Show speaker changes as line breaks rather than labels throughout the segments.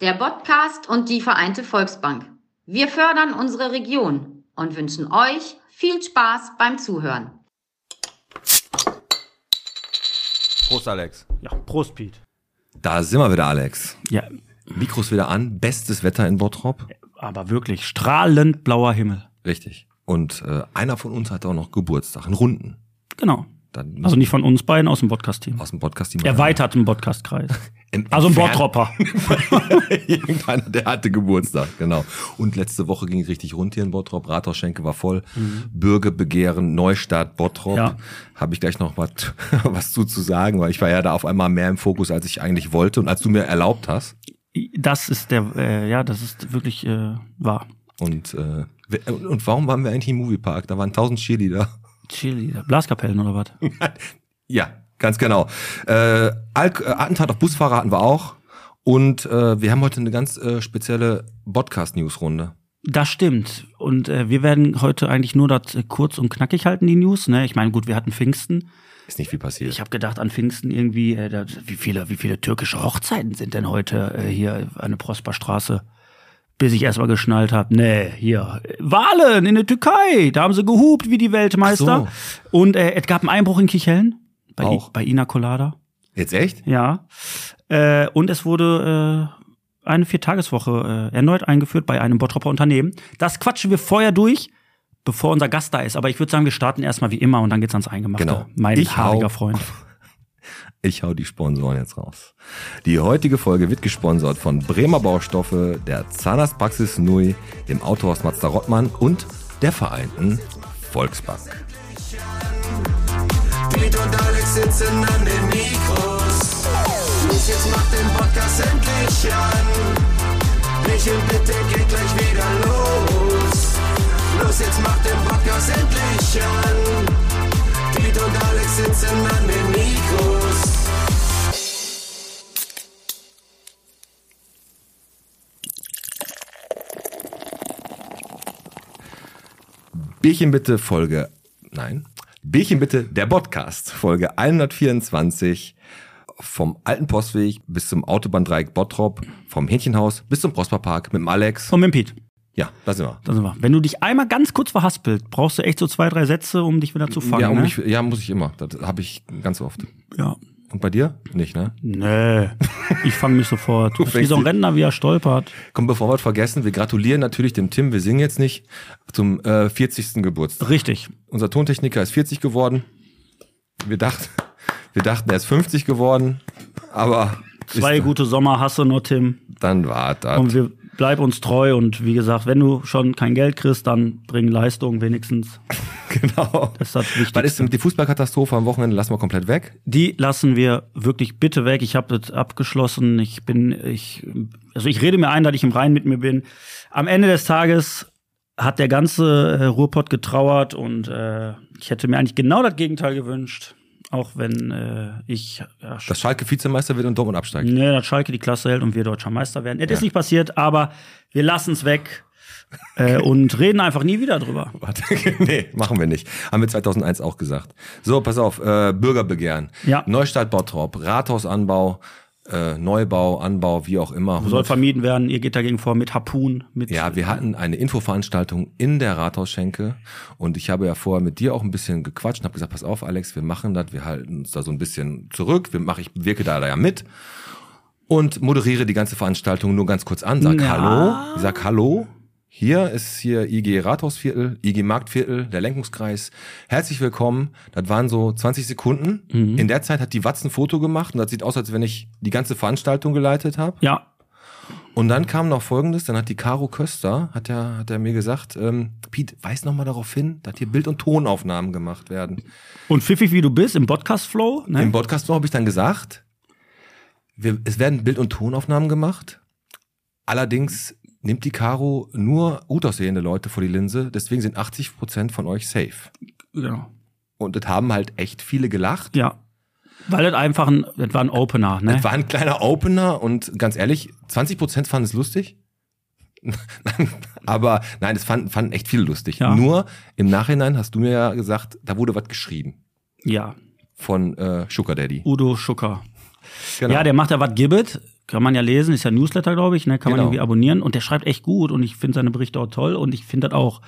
der Podcast und die Vereinte Volksbank. Wir fördern unsere Region und wünschen euch viel Spaß beim Zuhören.
Prost, Alex.
Ja, Prost, Piet.
Da sind wir wieder, Alex.
Ja,
Mikros wieder an, bestes Wetter in Bottrop.
aber wirklich strahlend blauer Himmel.
Richtig. Und äh, einer von uns hatte auch noch Geburtstag, einen runden.
Genau.
Dann
Also nicht von uns beiden, aus dem Podcast-Team.
aus dem Podcast die
Erweitert im Podcast-Kreis.
Im
Also ein
entfernten-
Bottropper.
Irgendeiner, der hatte Geburtstag, genau. Und letzte Woche ging es richtig rund hier in Bottrop. Rathausschenke war voll. Bürgerbegehren, Neustadt, Bottrop.
Ja.
Habe ich gleich noch was, was zu, zu sagen, weil ich war ja da auf einmal mehr im Fokus, als ich eigentlich wollte und als du mir erlaubt hast.
Das ist der, äh, ja, das ist wirklich äh, wahr.
Und, äh, we- und warum waren wir eigentlich im Moviepark? Da waren tausend Cheerleader.
Chili, Blaskapellen oder was?
Ja, ganz genau. Äh, Alk äh, Attentat auf Busfahrer hatten wir auch. Und äh, wir haben heute eine ganz äh, spezielle Podcast-News-Runde.
Das stimmt. Und äh, wir werden heute eigentlich nur das äh, kurz und knackig halten, die News. Ne? Ich meine, gut, wir hatten Pfingsten.
Ist nicht viel passiert.
Ich habe gedacht an Pfingsten irgendwie, äh, da, wie, viele, wie viele türkische Hochzeiten sind denn heute äh, hier an der Prosperstraße? Bis ich erstmal geschnallt habe, nee, hier, äh, Wahlen in der Türkei, da haben sie gehupt wie die Weltmeister. Und äh, es gab einen Einbruch in Kichellen, bei,
Auch.
bei Ina Colada,
Jetzt echt?
ja. Äh, und es wurde äh, eine Viertageswoche äh, erneut eingeführt bei einem Bottroper Unternehmen. Das quatschen wir vorher durch, bevor unser Gast da ist. Aber ich würde sagen, wir starten erstmal wie immer und dann geht's ans Eingemachte.
Genau.
Mein
Ich
haariger
hau-
Freund.
Ich hau die Sponsoren jetzt raus. Die heutige Folge wird gesponsert von Bremer Baustoffe, der Zahnarztpraxis Nui, dem Autohaus Mazda Rottmann und der Vereinten Volksbank.
Piet und Alex sitzen an den Mikros. Los, jetzt mach den Podcast endlich an. Michel, bitte geht gleich wieder los. Los, jetzt mach den Podcast endlich an. Piet und Alex sitzen an den Mikros.
Bierchen bitte Folge, nein, Bierchen bitte der Podcast, Folge 124 vom Alten Postweg bis zum Autobahndreieck Bottrop, vom Hähnchenhaus bis zum Prosperpark mit dem Alex.
Von Mimpete.
Ja, da sind wir.
Da sind wir. Wenn du dich einmal ganz kurz verhaspelt, brauchst du echt so zwei, drei Sätze, um dich wieder zu fangen.
ja, um
ne?
mich, ja, muss ich immer. Das habe ich ganz oft.
ja.
Und bei dir? Nicht, ne?
Nee, ich fange mich sofort. Das ist wie
fängst
so ein
dich-
Rentner, wie er stolpert.
Komm, bevor wir es vergessen, wir gratulieren natürlich dem Tim. Wir singen jetzt nicht zum äh, 40. Geburtstag.
Richtig.
Unser Tontechniker ist 40 geworden. Wir dachten, wir dachten, er ist 50 geworden, aber
Zwei
ist,
gute Sommer hast du noch, Tim.
dann war das.
Und wir bleib uns treu. Und wie gesagt, wenn du schon kein Geld kriegst, dann bring Leistung wenigstens.
Genau.
Das ist das Wichtigste.
Was ist denn mit der Fußballkatastrophe am Wochenende? Lassen wir komplett weg.
Die lassen wir wirklich bitte weg. Ich habe das abgeschlossen. Ich bin, ich, also ich rede mir ein, dass ich im Rhein mit mir bin. Am Ende des Tages hat der ganze äh, Ruhrpott getrauert und äh, ich hätte mir eigentlich genau das Gegenteil gewünscht. Auch wenn äh, ich ja,
Das Schalke Vizemeister wird und Dortmund absteigt.
nee, dass Schalke die Klasse hält und wir deutscher Meister werden. Es ist nicht passiert, aber wir lassen es weg äh, und reden einfach nie wieder drüber.
Warte, nee, machen wir nicht. Haben wir 2001 auch gesagt. So, pass auf, äh, Bürgerbegehren.
Ja.
Neustadt Bottrop, Rathausanbau, äh, Neubau, Anbau, wie auch immer.
Soll vermieden werden. Ihr geht dagegen vor mit Harpun, mit
Ja, wir hatten eine Infoveranstaltung in der Rathausschenke und ich habe ja vorher mit dir auch ein bisschen gequatscht und habe gesagt, pass auf, Alex, wir machen das, wir halten uns da so ein bisschen zurück, wir mach, ich wirke da, da ja mit und moderiere die ganze Veranstaltung nur ganz kurz an, sag
Na?
Hallo, ich sag Hallo. Hier ist hier IG Rathausviertel, IG Marktviertel, der Lenkungskreis. Herzlich willkommen. Das waren so 20 Sekunden. In der Zeit hat die Watz ein Foto gemacht und das sieht aus, als wenn ich die ganze Veranstaltung geleitet habe.
ja,
Und dann kam noch Folgendes, dann hat die Caro Köster, hat er hat er mir gesagt, ähm, Piet, weis nochmal darauf hin, dass hier Bild- und Tonaufnahmen gemacht werden.
Und pfiffig wie du bist im Podcast-Flow, ne?
Im Podcast noch habe ich dann gesagt, wir, es werden Bild- und Tonaufnahmen gemacht, allerdings nimmt die Caro nur gut aussehende Leute vor die Linse, deswegen sind 80% von euch safe.
genau.
Und das haben halt echt viele gelacht.
Ja. Weil das einfach ein, das war ein Opener, ne?
Das war ein kleiner Opener und ganz ehrlich, 20% fanden es lustig. Nein, Aber nein, das fanden, fanden echt viele lustig.
Ja.
Nur im Nachhinein hast du mir ja gesagt, da wurde was geschrieben
ja.
von äh, Sugar Daddy.
Udo Schucker.
Genau.
Ja, der macht da was Gibbet. Kann man ja lesen, ist ja ein Newsletter, glaube ich, ne? kann
Genau.
man irgendwie abonnieren. Und der schreibt echt gut und ich finde seine Berichte auch toll und ich finde das auch,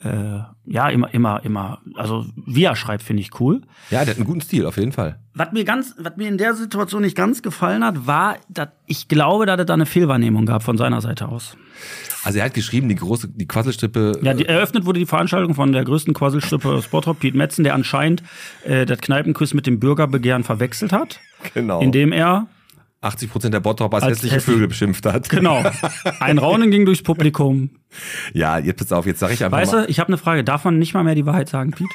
äh, ja, immer, immer, immer. Also, wie er schreibt, finde ich cool.
Ja, der hat einen guten Stil, auf jeden Fall.
Was mir ganz, was mir in der Situation nicht ganz gefallen hat, war, dass ich glaube, dass es da eine Fehlwahrnehmung gab von seiner Seite aus.
Also er hat geschrieben, die große, die Quasselstrippe.
Ja, die, eröffnet wurde die Veranstaltung von der größten Quasselstrippe Sportrop, Piet Metzen, der anscheinend äh, das Kneipenquiz mit dem Bürgerbegehren verwechselt hat,
genau.
indem er
80 Prozent der Bottropper als,
Als
hässliche
hässlich-
Vögel beschimpft hat.
genau ein Raunen ging durchs Publikum.
Ja, jetzt pass auf, jetzt sage ich einfach
Weißt
mal.
du, ich habe eine Frage. Darf man nicht mal mehr die Wahrheit sagen, Piet?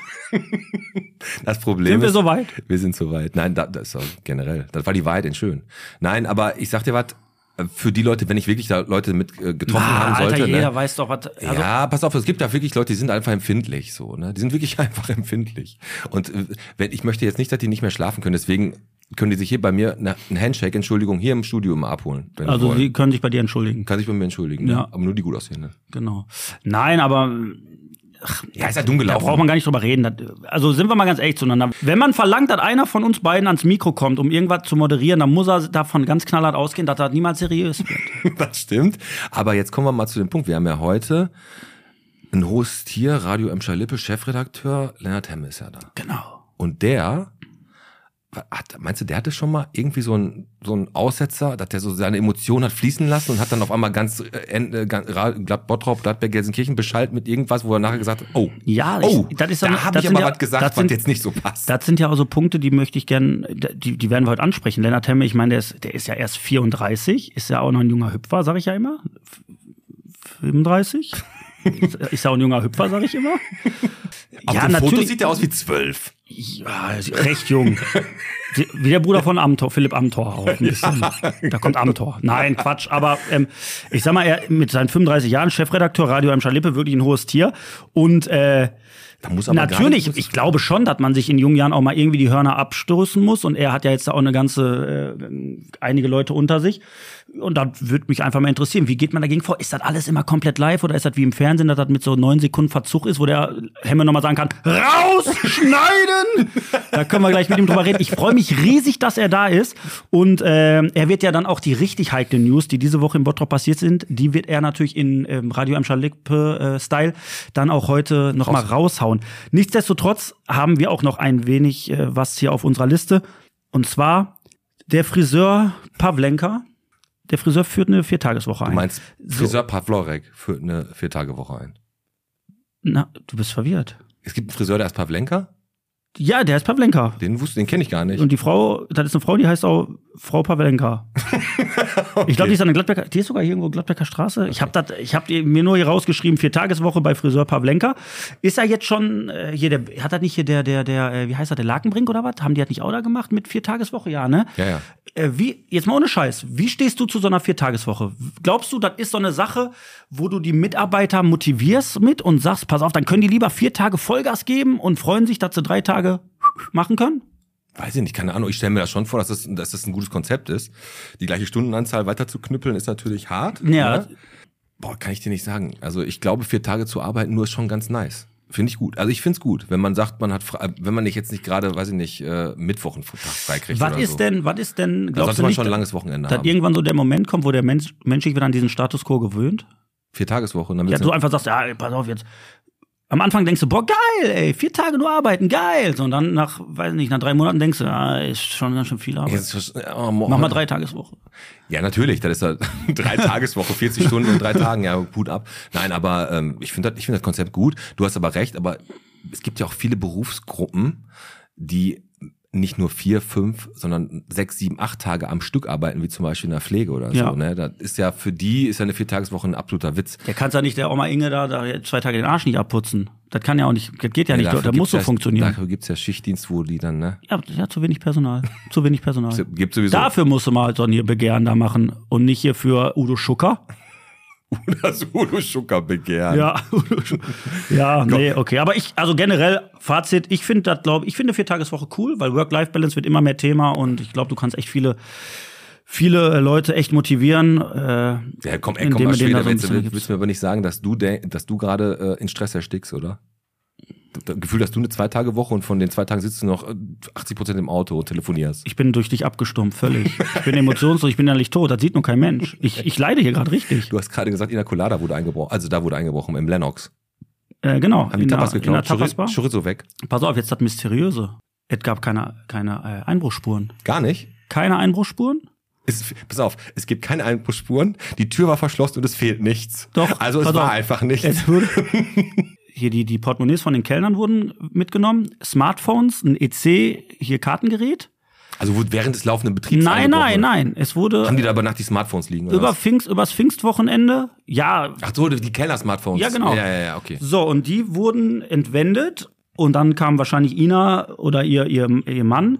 Das Problem
Sind wir
ist,
so weit?
Wir sind so weit. Nein, da, das ist doch generell. Das war die Wahrheit in schön. Nein, aber ich sag dir was, für die Leute, wenn ich wirklich da Leute mit äh, getroffen haben
Ah, Alter,
sollte,
jeder
ne?
weiß doch was. Also,
ja, pass auf, es gibt da wirklich Leute, die sind einfach empfindlich so, ne? Die sind wirklich einfach empfindlich. Und äh, wenn, ich möchte jetzt nicht, dass die nicht mehr schlafen können, deswegen können die sich hier bei mir eine, ein Handshake, Entschuldigung, hier im Studio mal abholen. Wenn
also
die
die können sich bei dir entschuldigen.
kann sich bei mir entschuldigen, ne?
Ja.
aber nur die gut aussehen. Ne?
Genau. Nein, aber
Ja, ist ja dumm
Da
gelaufen.
braucht man gar nicht drüber reden. Das, also sind wir mal ganz ehrlich zueinander. Wenn man verlangt, dass einer von uns beiden ans Mikro kommt, um irgendwas zu moderieren, dann muss er davon ganz knallhart ausgehen, dass das niemals seriös wird.
Das stimmt. Aber jetzt kommen wir mal zu dem Punkt. Wir haben ja heute ein hohes Tier, Radio Emscher Lippe, Chefredakteur Lennart Hemme ist ja da.
genau.
Und der, hat, meinst du, der hatte schon mal irgendwie so einen, so einen Aussetzer, dass der so seine Emotionen hat fließen lassen und hat dann auf einmal ganz, äh, end- äh, ganz Ra- Glad, Bottrop, Gladberg, Gelsenkirchen beschallt mit irgendwas, wo er nachher gesagt hat, oh,
Ja,
oh,
ich- das ist
da
dann-
habe
das
ich
sind
aber
ja-
was gesagt,
das sind-
was jetzt nicht so passt.
Das sind ja auch so Punkte, die möchte ich gern, die, die werden wir heute ansprechen. Lennart Hemme, ich meine, der ist, der ist ja erst 34, ist ja auch noch ein junger Hüpfer, sage ich ja immer. F- 35? Ist- ist ja auch ein junger Hüpfer, sage ich immer.
auf dem Foto sieht er aus wie zwölf.
Ja, recht jung. Die- Wie der Bruder von Amthor, Philipp Amthor auch ein bisschen. da kommt Amthor. Nein, Quatsch. Aber ähm, ich sag mal, er mit seinen 35 Jahren Chefredakteur Radio am Schalippe wirklich ein hohes Tier. Und äh,
Da muss aber gar
natürlich,
nicht-
ich glaube schon, dass man sich in jungen Jahren auch mal irgendwie die Hörner abstoßen muss. Und er hat ja jetzt da auch eine ganze, äh, einige Leute unter sich. Und da würde mich einfach mal interessieren, wie geht man dagegen vor? Ist das alles immer komplett live oder ist das wie im Fernsehen, dass das mit so neun Sekunden Verzug ist, wo der Hemme nochmal sagen kann, raus, schneiden! da können wir gleich mit ihm drüber reden. Ich freue mich riesig, dass er da ist. Und ähm, er wird ja dann auch die richtig heiklen News, die diese Woche in Bottrop passiert sind, die wird er natürlich in ähm, Radio am Schalippe äh, Style dann auch heute nochmal raushauen. Nichtsdestotrotz haben wir auch noch ein wenig äh, was hier auf unserer Liste. Und zwar der Friseur Pavlenka. Der Friseur führt eine Viertageswoche ein.
Du meinst
So.
Friseur Pavlorek führt eine Vier-Tage-Woche ein.
Na, du bist verwirrt.
Es gibt einen Friseur, der ist Pavlenka?
Ja, der ist Pavlenka.
Den wusste, den kenne ich gar nicht.
Und die Frau, das ist eine Frau, die heißt auch Frau Pavlenka. Ich glaube, die ist an der Gladbecker, die ist sogar hier irgendwo Gladbecker Straße. Ich habe das, ich habe mir nur hier rausgeschrieben, vier Tageswoche bei Friseur Pavlenka. Ist er jetzt schon äh, hier der, hat das nicht hier der, der, der, äh, wie heißt er, der Lakenbrink oder was? Haben die das nicht auch da gemacht mit vier Tageswoche, ja, ne?
Ja, ja.
Äh, wie, jetzt mal ohne Scheiß, wie stehst du zu so einer Viertageswoche? Glaubst du, das ist so eine Sache, wo du die Mitarbeiter motivierst mit und sagst, pass auf, dann können die lieber vier Tage Vollgas geben und freuen sich, dass sie drei Tage machen können?
Weiß ich nicht, keine Ahnung. Ich stelle mir das schon vor, dass das, dass das ein gutes Konzept ist. Die gleiche Stundenanzahl weiter zu knüppeln ist natürlich hart.
Ja.
ne? Boah, kann ich dir nicht sagen. Also ich glaube, vier Tage zu arbeiten nur ist schon ganz nice. Finde ich gut. Also ich finde es gut, wenn man sagt, man hat, frei- wenn man nicht jetzt nicht gerade, weiß ich nicht, äh, Mittwoch einen Tag freikriegt
Was
oder
ist
so.
denn, was ist denn,
Da
glaubst
sollte
du
man
nicht,
schon ein langes Wochenende
dass
haben.
irgendwann so der Moment kommt, wo der Mensch, Mensch sich wieder an diesen Status quo gewöhnt?
Vier Tageswoche.
Ja, du einfach sagst, ja, ey, pass auf jetzt. Am Anfang denkst du, boah, geil, ey, vier Tage nur arbeiten, geil. So, und dann nach, weiß nicht, nach drei Monaten denkst du, ah, ist schon ganz schön viel Arbeit.
oh,
Mach mal drei Tageswoche.
Ja, natürlich. Das ist ja drei Tageswoche, 40 Stunden in drei Tagen. Ja, Hut ab. Nein, aber ähm, ich finde das, ich find das Konzept gut. Du hast aber recht, aber es gibt ja auch viele Berufsgruppen, die nicht nur vier, fünf, sondern sechs, sieben, acht Tage am Stück arbeiten, wie zum Beispiel in der Pflege oder
Ja.
so. Ne? Das ist ja für die ist ja eine Viertageswoche ein absoluter Witz.
Der kannst ja nicht der Oma Inge da, da zwei Tage den Arsch nicht abputzen. Das kann ja auch nicht, das geht ja, nicht,
dafür
da
gibt's
muss so
ja,
funktionieren.
Dafür gibt's ja Schichtdienst, wo die dann, ne?
Ja, ja, zu wenig Personal. zu wenig Personal.
Gibt sowieso.
Dafür musst du mal halt so ein hier Begehren da machen und nicht hier für Udo Schucker.
das Udo-Schucker-Begehren.
Ja, Udo Schucker. ja, nee, okay. Aber ich, also generell, Fazit, ich finde das, glaube ich, finde Viertageswoche cool, weil Work-Life-Balance wird immer mehr Thema und ich glaube, du kannst echt viele, viele äh, Leute echt motivieren. Äh,
Ja, komm, ey,
indem
komm mal
du denen da
später.
so ein
Willst,
bisschen
du- willst
gibst.
du mir aber nicht sagen, dass du, de- dass du gerade äh, in Stress erstickst, oder? da- Gefühl hast du eine Zwei-Tage-Woche und von den zwei Tagen sitzt du noch äh, 80 Prozent im Auto und telefonierst.
Ich bin durch dich abgestumpft, völlig. Ich bin emotionslos, ich bin innerlich tot, das sieht nur kein Mensch. Ich, ich leide hier gerade richtig.
Du hast gerade gesagt, Ina Colada wurde eingebrochen, also da wurde eingebrochen, im Lennox.
Äh, genau.
Haben die Tapas
einer- in einer
geklaut, Chori-
Tapasbar.
Chorizo weg.
Pass auf, jetzt das Mysteriöse. Es gab keine, keine äh, Einbruchspuren.
Gar nicht.
Keine Einbruchspuhren?
Es, pass auf, es gibt keine Einbruchspuren, die Tür war verschlossen und es fehlt nichts.
Doch,
Also es
pass
war
auf.
einfach nichts.
Es wurde hier die, die Portemonnaies von den Kellnern wurden mitgenommen, Smartphones, ein EC, hier Kartengerät.
Also wurde während des laufenden Betriebs
Nein,
eingebrochen.
nein, nein. Es
Haben
wurde
die da aber nach die Smartphones liegen? Oder
über
was?
Pfingst, übers Pfingstwochenende, ja,
Ach so, die Keller-Smartphones.
Ja, genau.
Ja, ja, ja, okay.
So, und die wurden entwendet und dann kam wahrscheinlich Ina oder ihr, ihr, ihr Mann,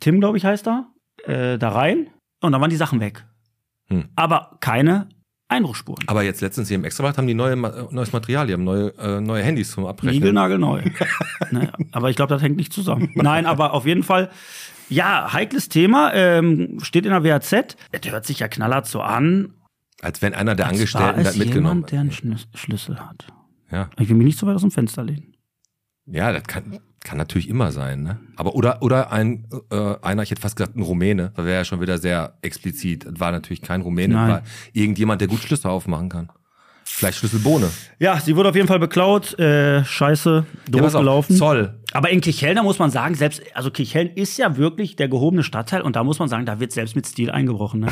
Tim, glaube ich, heißt er, äh, da rein und dann waren die Sachen weg.
Hm.
Aber keine Einbruchspuren.
Aber jetzt letztens hier im Extrablatt haben die neue, Ma- äh, neues Material, die haben neue, äh, neue Handys zum
genau?
Abrechnen.
Niegelnagelneu. ne, aber ich glaube, das hängt nicht zusammen. Nein, aber auf jeden Fall, ja, heikles Thema, ähm, steht in der WAZ. Es hört sich ja knallhart so an.
Als wenn einer der
als
Angestellten
war
das
es
mitgenommen
Jemand, der einen Schlüs- Schlüssel hat.
Ja,
Ich will mich nicht so weit aus dem Fenster lehnen.
ja das kann, kann natürlich immer sein. Ne? Aber oder, oder ein, äh, einer, ich hätte fast gesagt ein Rumäne, da wäre ja schon wieder sehr explizit. Das War natürlich kein Rumäne,
Nein.
war irgendjemand, der gut Schlüssel aufmachen kann. Vielleicht Schlüsselbohne.
Ja, sie wurde auf jeden Fall beklaut. Äh, scheiße,
Ja,
doof
pass auf,
gelaufen.
Zoll.
Aber in Kirchhellen, da muss man sagen, selbst, also Kirchhellen ist ja wirklich der gehobene Stadtteil und da muss man sagen, da wird selbst mit Stil eingebrochen. Ne?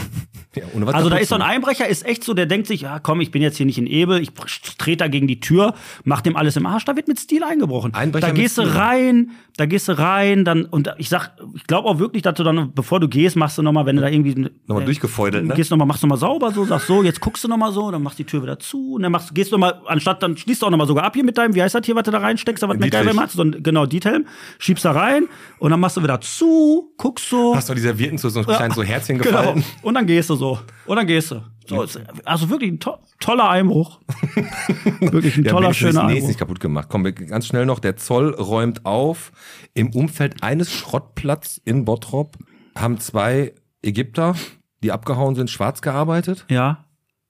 Ja, ohne was
Also da
kaputt
ist so ein
zu machen.
Einbrecher, ist echt so, der denkt sich, ja komm, ich bin jetzt hier nicht in Ebel, ich trete da gegen die Tür, mach dem alles im Arsch, da wird mit Stil eingebrochen.
Einbrecher
da
mit
gehst du
Stil.
rein, da gehst du rein, dann, und ich sag, ich glaube auch wirklich, dass du dann, bevor du gehst, machst du nochmal, wenn du da irgendwie. äh,
Nochmal durchgefeudelt, ne?
Gehst nochmal, machst nochmal sauber, so, sagst so, jetzt guckst du nochmal so, dann machst die Tür wieder zu, und dann machst, gehst nochmal, anstatt, dann schließt du auch nochmal sogar ab hier mit deinem, wie heißt das hier, was du da reinsteckst, da was
Dietrich.
MacGyver machst, so, ein- genau, Detail, schiebst da rein, und dann machst du wieder zu, guckst so.
Hast du die Servietten zu so einem kleinen so Herzchen
Genau.
gefallen?
Und dann gehst du so. Und dann gehst du. So, ist- also wirklich ein to toller Einbruch. wirklich ein
Ja,
toller,
wenigstens
schöner
das nächste
Einbruch.
nicht kaputt gemacht. Kommen wir ganz schnell noch. Der Zoll räumt auf. Im Umfeld eines Schrottplatz in Bottrop haben zwei Ägypter, die abgehauen sind, schwarz gearbeitet.
Ja.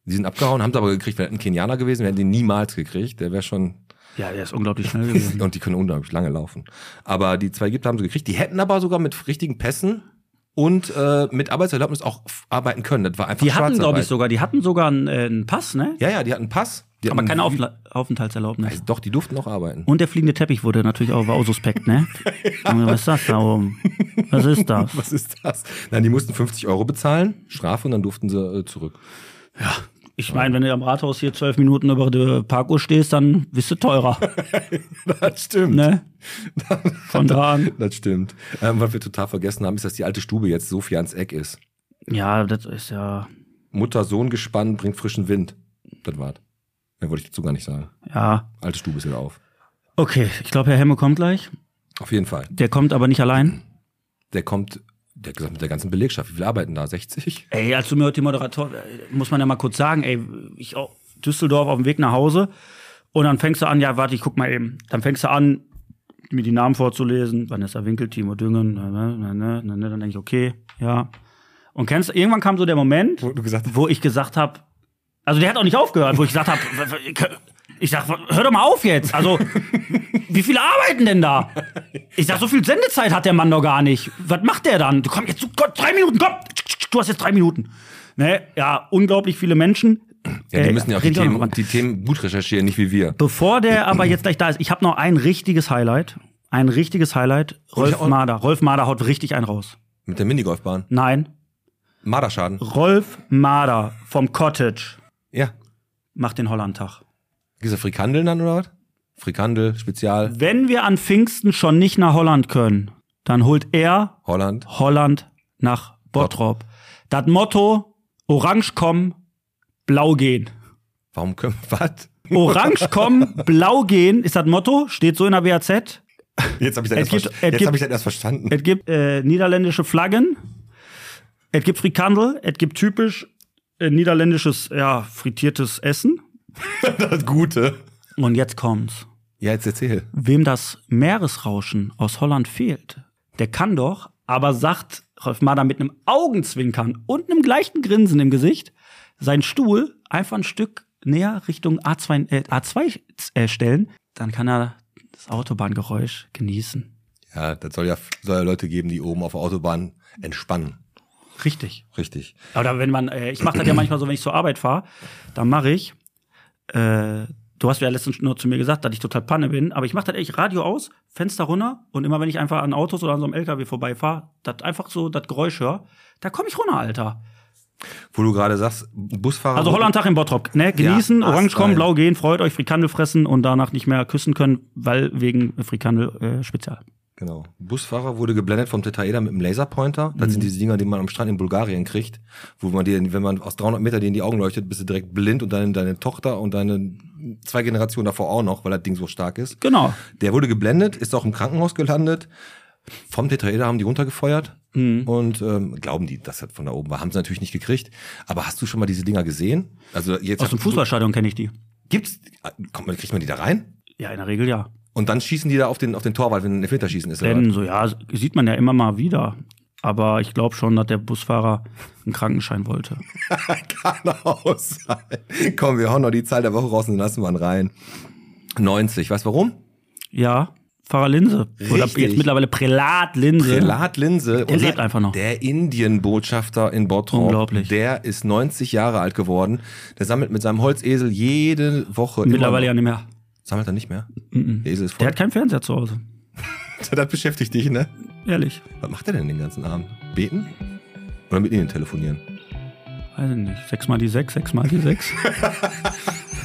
Die sind abgehauen, haben es aber gekriegt. Wir hätten Kenianer gewesen, wir hätten den niemals gekriegt. Der wäre schon,
Ja, der ist unglaublich schnell gewesen.
und die können unglaublich lange laufen. Aber die zwei Ägypter haben sie gekriegt. Die hätten aber sogar mit richtigen Pässen und äh, mit Arbeitserlaubnis auch f- arbeiten können. Das war einfach
Die hatten, glaube ich,
Schwarzarbeit.
sogar, die hatten sogar einen, äh, einen Pass, ne?
Ja, ja, die hatten Pass. Die
Aber
hatten
keine Aufla- Aufenthaltserlaubnis.
Doch, die durften noch arbeiten.
Und der fliegende Teppich wurde natürlich auch, war auch suspekt, ne? Junge, Was ist das da oben? Was ist das?
Was ist das? Nein, die mussten 50 Euro bezahlen, Strafe und dann durften sie äh, zurück.
Ich meine, wenn du am Rathaus hier zwölf Minuten über der Parkuhr stehst, dann bist du teurer,
Das stimmt.
ne? Von da an.
Das stimmt. Ähm, was wir total vergessen haben, ist, dass die alte Stube jetzt so viel ans Eck ist.
Ja, das ist ja,
Mutter, Sohn gespannt, bringt frischen Wind. Das war's. Mehr wollte ich dazu gar nicht sagen.
ja.
Alte Stube ist wieder auf.
Okay, ich glaube, Herr Hemme kommt gleich.
Auf jeden Fall.
Der kommt aber nicht allein.
Der kommt, der hat gesagt, mit der ganzen Belegschaft. Wie viele arbeiten da? 60?
Ey, als du mir heute die Moderator, muss man ja mal kurz sagen, ey, ich au- Düsseldorf auf dem Weg nach Hause und dann fängst du an, ja, warte, ich guck mal eben. Dann fängst du an, mir die Namen vorzulesen, Vanessa Winkel, Timo Düngen, ne, ne, ne, ne, ne, ne, dann denke ich, okay, ja. Und kennst du, irgendwann kam so der Moment,
Wo du gesagt hast-
wo ich gesagt habe, also der hat auch nicht aufgehört, wo ich gesagt habe, ich sag, hör doch mal auf jetzt. Also, wie viele arbeiten denn da? Ich sag, so viel Sendezeit hat der Mann doch gar nicht. Was macht der dann? Du komm jetzt, Gott, drei Minuten, komm! Du hast jetzt drei Minuten. Ne? Ja, unglaublich viele Menschen.
Ja, die
Äh,
müssen ja auch die
reden wir noch mal
Themen,
dran.
die Themen gut recherchieren, nicht wie wir.
Bevor der aber jetzt gleich da ist, ich habe noch ein richtiges Highlight. Ein richtiges Highlight.
ich
Rolf
auch-
Mader. Rolf Mader haut richtig einen raus.
Mit der Minigolfbahn.
Nein.
Marderschaden.
Rolf Mader vom Cottage
Ja.
macht den Hollandtag.
Diese Frikandeln dann oder was? Frikandel, Spezial,
Wenn wir an Pfingsten schon nicht nach Holland können, dann holt er
Holland.
Holland nach Bottrop. Das Motto: Orange kommen, blau gehen.
Warum können wir was?
Orange kommen, blau gehen ist das Motto, steht so in der WAZ.
Jetzt habe ich,
Es
das erst
gibt-
versta-
es
jetzt
gibt-
hab ich das erst verstanden.
Es gibt äh, niederländische Flaggen, es gibt Frikandel, es gibt typisch äh, niederländisches, ja, frittiertes Essen.
Das Gute.
Und jetzt kommt's.
Ja, jetzt erzähl.
Wem das Meeresrauschen aus Holland fehlt, der kann doch, aber sagt Rolf Mader mit einem Augenzwinkern und einem leichten Grinsen im Gesicht, seinen Stuhl einfach ein Stück näher Richtung A2, äh, A2 äh, stellen, dann kann er das Autobahngeräusch genießen.
Ja, das soll ja, soll ja Leute geben, die oben auf der Autobahn entspannen.
Richtig.
Richtig.
Oder wenn man, äh, ich mache das ja manchmal so, wenn ich zur Arbeit fahre, dann mache ich, äh, du hast ja letztens nur zu mir gesagt, dass ich total Panne bin, aber ich mache das echt Radio aus, Fenster runter und immer wenn ich einfach an Autos oder an so einem LKW vorbeifahre, das einfach so das Geräusch höre, da komme ich runter, Alter.
Wo du gerade sagst, Busfahrer.
Also Hollandtag in Bottrop, ne? Genießen,
Ja,
orange kommen,
astrein.
blau gehen, freut euch, Frikandel fressen und danach nicht mehr küssen können, weil wegen Frikandel äh, spezial.
Genau. Busfahrer wurde geblendet vom Tetraeder mit einem Laserpointer. Das sind diese Dinger, die man am Strand in Bulgarien kriegt, wo man dir, wenn man aus 300 Meter dir in die Augen leuchtet, bist du direkt blind und deine, deine Tochter und deine zwei Generationen davor auch noch, weil das Ding so stark ist.
Genau.
Der wurde geblendet, ist auch im Krankenhaus gelandet. Vom Tetraeder haben die runtergefeuert
Mhm.
und ähm, glauben die, dass das von da oben war. Haben sie natürlich nicht gekriegt. Aber hast du schon mal diese Dinger gesehen? Also jetzt
Aus dem Fußballstadion kenne ich die.
gibt's, kommt man, kriegt man die da rein?
Ja, in der Regel ja.
Und dann schießen die da auf den auf den Torwart, wenn ein Elfmeterschießen
Äh,
ist. oder was?
Denn so, ja, sieht man ja immer mal wieder. Aber ich glaube schon, dass der Busfahrer einen Krankenschein wollte.
Kann auch sein. Komm, wir hauen noch die Zahl der Woche raus und dann lassen wir ihn rein. 90. Weißt du warum?
Ja, Pfarrer Linse. Oder
Richtig.
jetzt mittlerweile Prälat Linse.
Prelat Linse.
Der lebt einfach noch.
Der Indienbotschafter in Bottrop.
Unglaublich.
Der ist 90 Jahre alt geworden. Der sammelt mit seinem Holzesel jede Woche. immer
Mittlerweile ja
noch-
nicht mehr.
Sammelt er nicht mehr? Der Esel ist
Der
voll.
hat keinen Fernseher zu Hause.
das beschäftigt dich, ne?
Ehrlich.
Was macht er denn den ganzen Abend? Beten? Oder mit ihnen telefonieren?
Weiß ich nicht. Sechs mal die sechs, sechs mal die sechs.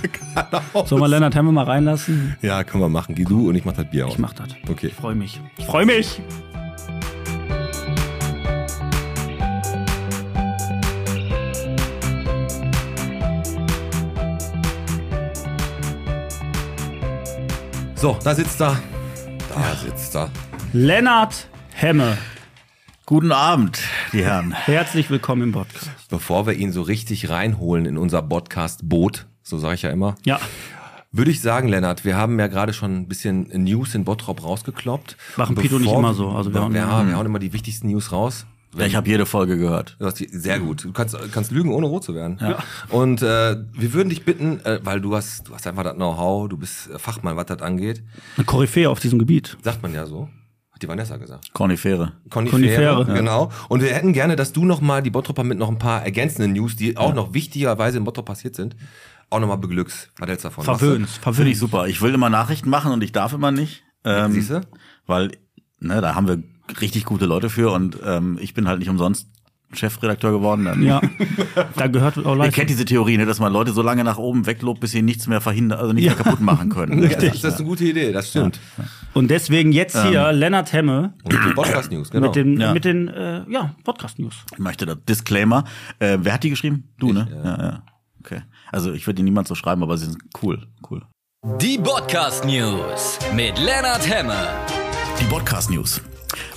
Genau.
Sollen wir Lennart Hemme mal reinlassen?
Ja, können wir machen. Geh du und ich mach das Bier auf.
Ich mach das.
Okay.
Ich freue mich. Ich freue mich!
So, da sitzt er. Da sitzt er.
Lennart Hemme,
Guten Abend, die Herren.
herzlich willkommen im Podcast.
Bevor wir ihn so richtig reinholen in unser Podcast-Boot, so sage ich ja immer,
Ja,
würde ich sagen, Lennart, wir haben ja gerade schon ein bisschen News in Bottrop rausgekloppt.
Machen
Und
Pito nicht
bevor-
immer so, also wir hauen-
wir, ja, wir hauen immer die wichtigsten News raus.
Ich habe jede Folge gehört.
Du hast die, sehr gut. Du kannst, kannst lügen, ohne rot zu werden. Und äh, wir würden dich bitten, äh, weil du hast, du hast einfach das Know-how, du bist äh, Fachmann, was das angeht.
eine Koryphäe auf diesem Gebiet.
Sagt man ja so. Hat die Vanessa gesagt.
Konifere.
Konifere.
Konifere.
Genau. Und wir hätten gerne, dass du nochmal die Bottroper mit noch ein paar ergänzenden News, die auch noch wichtigerweise in Bottrop passiert sind, auch nochmal beglückst. Was hältst du davon?
Verwöhnt,
Finde ich
verwöhnt.
super. Ich will immer Nachrichten machen und ich darf immer nicht. Ähm,
Siehst du?
Weil, ne, da haben wir richtig gute Leute für und ähm, ich bin halt nicht umsonst Chefredakteur geworden. Dann.
Ja, da gehört auch
Ihr
Leistung.
kennt diese Theorie, ne, dass man Leute so lange nach oben weglobt, bis sie nichts mehr verhindern, also nichts mehr kaputt machen können.
Ja, das, das ist eine gute Idee, das stimmt.
Und deswegen jetzt hier Lennart Hemme
Und die Podcast News, genau.
mit den,
Ähm. Ja.
mit den äh, ja, Podcast-News.
Ich möchte da Disclaimer. Äh, wer hat die geschrieben? Du, ne? Ja, ja. Okay. Also ich würde die niemand so schreiben, aber sie sind cool, cool.
Die Podcast News mit Lennart Hemme.
Die Podcast News.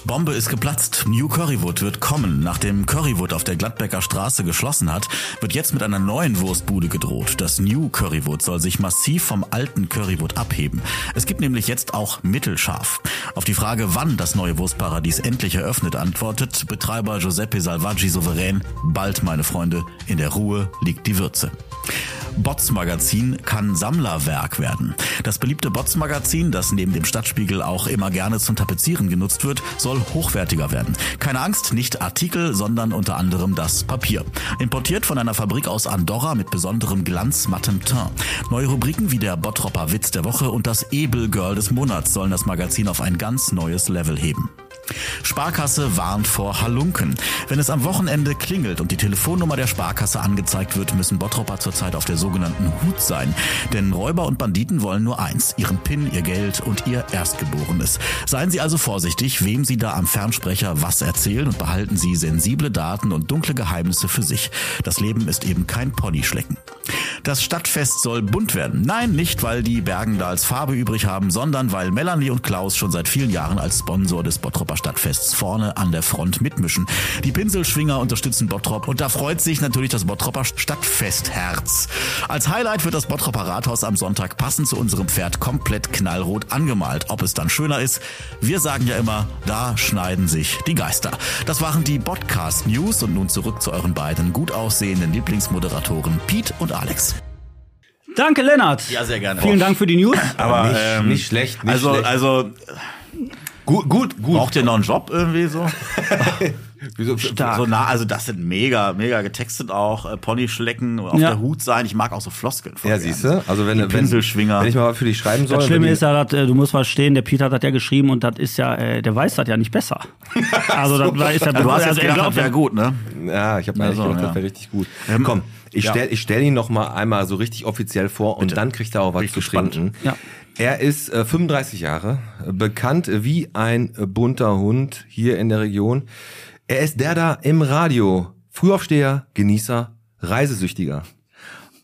Bombe ist geplatzt. New Currywood wird kommen. Nachdem Currywood auf der Gladbecker Straße geschlossen hat, wird jetzt mit einer neuen Wurstbude gedroht. Das New Currywood soll sich massiv vom alten Currywood abheben. Es gibt nämlich jetzt auch mittelscharf. Auf die Frage, wann das neue Wurstparadies endlich eröffnet, antwortet Betreiber Giuseppe Salvaggi souverän, bald meine Freunde, in der Ruhe liegt die Würze. Bots Magazin kann Sammlerwerk werden. Das beliebte Bots Magazin, das neben dem Stadtspiegel auch immer gerne zum Tapezieren genutzt wird, soll hochwertiger werden. Keine Angst, nicht Artikel, sondern unter anderem das Papier. Importiert von einer Fabrik aus Andorra mit besonderem glanzmattem Teint. Neue Rubriken wie der Bottropper Witz der Woche und das Ebel Girl des Monats sollen das Magazin auf ein ganz neues Level heben. Sparkasse warnt vor Halunken. Wenn es am Wochenende klingelt und die Telefonnummer der Sparkasse angezeigt wird, müssen Bottropper zurzeit auf der sogenannten Hut sein. Denn Räuber und Banditen wollen nur eins, ihren PIN, ihr Geld und ihr Erstgeborenes. Seien Sie also vorsichtig, wem Sie da am Fernsprecher was erzählen und behalten Sie sensible Daten und dunkle Geheimnisse für sich. Das Leben ist eben kein Ponyschlecken. Das Stadtfest soll bunt werden. Nein, nicht weil die Bergendals Farbe übrig haben, sondern weil Melanie und Klaus schon seit vielen Jahren als Sponsor des Bottropper Stadtfests vorne an der Front mitmischen. Die Pinselschwinger unterstützen Bottrop und da freut sich natürlich das Bottropper Stadtfestherz. Als Highlight wird das Bottropper Rathaus am Sonntag passend zu unserem Pferd komplett knallrot angemalt. Ob es dann schöner ist, wir sagen ja immer, da schneiden sich die Geister. Das waren die Podcast News und nun zurück zu euren beiden gut aussehenden Lieblingsmoderatoren Pete und Alex.
Danke, Lennart.
Ja, sehr gerne.
Vielen Dank für die News.
Aber
Nicht-
ähm,
nicht schlecht, nicht
also,
schlecht.
also
Gut, gut, gut.
braucht ihr noch einen Job irgendwie so?
Wieso-
So nah, also das sind mega, mega getextet auch. Äh, Ponyschlecken, auf
Ja.
der Hut sein. Ich mag auch so Floskeln. voll
Ja,
gerne.
siehst du? Also wenn,
Die
wenn,
Pinselschwinger.
wenn ich mal was für dich schreiben soll.
Das
wenn
Schlimme
die-
ist ja, dass, äh, du musst verstehen, der Peter hat das ja geschrieben und das ist ja, äh, der weiß das ja nicht besser. Also das war- ist ja
Du hast jetzt
er
gedacht,
glaubt
das wäre
ja-
gut, ne?
Ja, ich habe mir eigentlich gedacht,
so, Also, ja.
das wäre richtig gut.
Ähm,
Komm, ich
ja.
stell, ich stell ihn noch mal einmal so richtig offiziell vor und dann kriegt er auch was
Bin ich
zu
gespannt.
trinken.
Ja.
Er ist äh, 35 Jahre, äh, bekannt wie ein äh, bunter Hund hier in der Region. Er ist der da im Radio. Frühaufsteher, Genießer, Reisesüchtiger.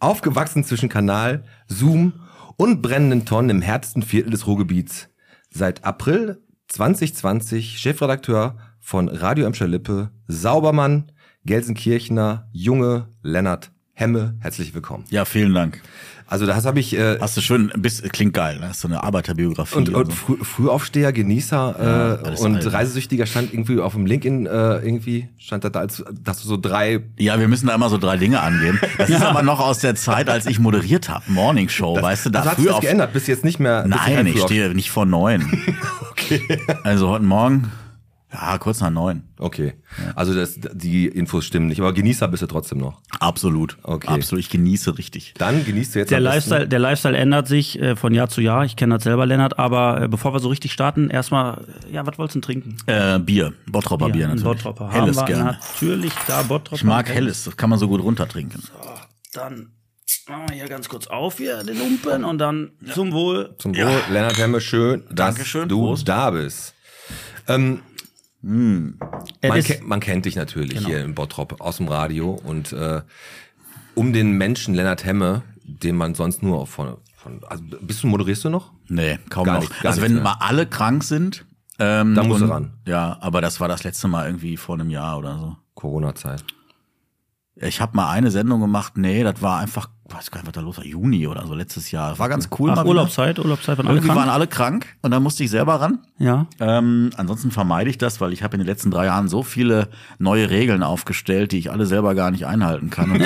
Aufgewachsen zwischen Kanal, Zoom und brennenden Tonnen im härtesten Viertel des Ruhrgebiets. Seit April 2020 Chefredakteur von Radio Emscher Lippe, Saubermann, Gelsenkirchner, Junge, Lennart, Hemme, herzlich willkommen.
Ja, vielen Dank.
Also das habe ich äh,
Hast du schön, bist, klingt geil, ne? Ist so eine Arbeiterbiografie.
und, und
so.
früh, Frühaufsteher, Genießer äh,
alles
und
alt, ne?
Reisesüchtiger stand irgendwie auf dem LinkedIn äh, irgendwie stand da da als dass du so drei
Ja, wir müssen da immer so drei Dinge angeben. Das ist aber noch aus der Zeit, als ich moderiert habe, Morning Show, weißt du, da
also hast du
früh
das
auf.
geändert, bist jetzt nicht mehr bist
Nein,
kein
ich
Frühaufsteher.
stehe nicht vor neun. okay. Also heute Morgen, ja, kurz nach neun.
Okay. Also das, die Infos stimmen nicht, aber Genießer bist du trotzdem noch.
Absolut.
Okay.
Absolut. Ich genieße richtig.
Dann genießt du jetzt
Der
am besten-
Lifestyle, der Lifestyle ändert sich äh, von Jahr zu Jahr. Ich kenne das selber, Lennart. Aber äh, bevor wir so richtig starten, erstmal, äh, ja, was wolltest du denn trinken?
Äh, Bier. Bottropper Bier
ein
natürlich.
Bottropper. Haben
Helles
wir
gerne.
Natürlich da Bottropper.
Ich mag Helles, das kann man so gut runtertrinken.
Ah, Dann machen wir hier ganz kurz auf hier den Lumpen und dann zum Wohl.
Zum Wohl, Lennart Hemme, schön, dass
Dankeschön,
du
Prost.
da bist. Ähm,
Er
man,
ist-
ke man kennt dich natürlich hier in Bottrop aus dem Radio und äh, um den Menschen Lennart Hemme, den man sonst nur von, von also bist du moderierst du noch?
Nee, kaum
Gar
noch.
nicht, gar
also
nicht,
wenn
ne?
mal alle krank sind, ähm,
Da muss
und-
er ran.
Ja, aber das war das letzte Mal irgendwie vor einem Jahr oder so.
Corona-Zeit.
Ich habe mal eine Sendung gemacht, nee, das war einfach, weiß gar nicht, was da los war, Juni oder so letztes Jahr. Das war ganz cool.
Ach,
mal wieder.
Urlaubszeit, Urlaubszeit von alle
Irgendwie waren
krank.
alle krank und dann musste ich selber ran.
Ja.
Ähm, ansonsten vermeide ich das, weil ich habe in den letzten drei Jahren so viele neue Regeln aufgestellt, die ich alle selber gar nicht einhalten kann. Und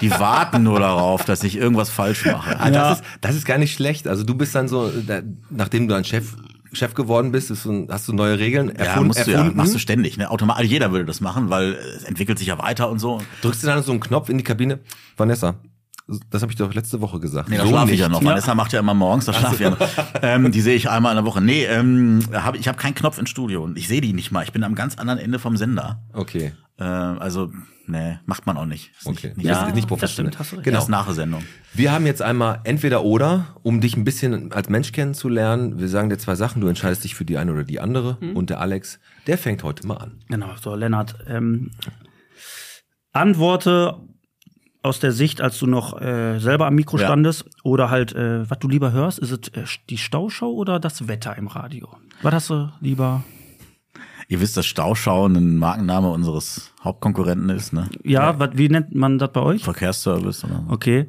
die warten nur darauf, dass ich irgendwas falsch mache.
Ah,
Ja.
das, ist, das ist gar nicht schlecht. Also du bist dann so, da, nachdem du dann Chef, Chef geworden bist, ist so, ein- hast du neue Regeln
Ja,
erfund-
musst du, ja,
erfunden.
machst du ständig, ne? Automatisch, jeder würde das machen, weil es entwickelt sich ja weiter und so.
Drückst du dann so einen Knopf in die Kabine? Vanessa, das habe ich doch letzte Woche gesagt.
Nee, da
so
schlafe ich
nicht.
ja noch. Vanessa macht ja immer morgens, da schlafe ich ja noch. Ähm, die sehe ich einmal in der Woche. Nee, ähm, hab, ich habe keinen Knopf ins Studio und ich sehe die nicht mal. Ich bin am ganz anderen Ende vom Sender.
Okay.
Äh, also, nee, macht man auch nicht. Ist
Okay.
Nicht, nicht
Das
erst-
ist nicht
das
professionell.
stimmt, hast du recht.
genau.
Erst nach der Sendung.
Wir haben jetzt einmal entweder oder, um dich ein bisschen als Mensch kennenzulernen. Wir sagen dir zwei Sachen, du entscheidest dich für die eine oder die andere.
Mhm.
Und der Alex, der fängt heute mal an.
Genau, so Lennart. Ähm, Antworte aus der Sicht, als du noch äh, selber am Mikro
Ja.
standest oder halt, äh, was du lieber hörst, ist es äh, die Stauschau oder das Wetter im Radio? Was hast du lieber?
Ihr wisst, dass Stauschau ein Markenname unseres Hauptkonkurrenten ist, ne?
Ja, wat- wie nennt man das bei euch?
Verkehrsservice oder so.
Okay.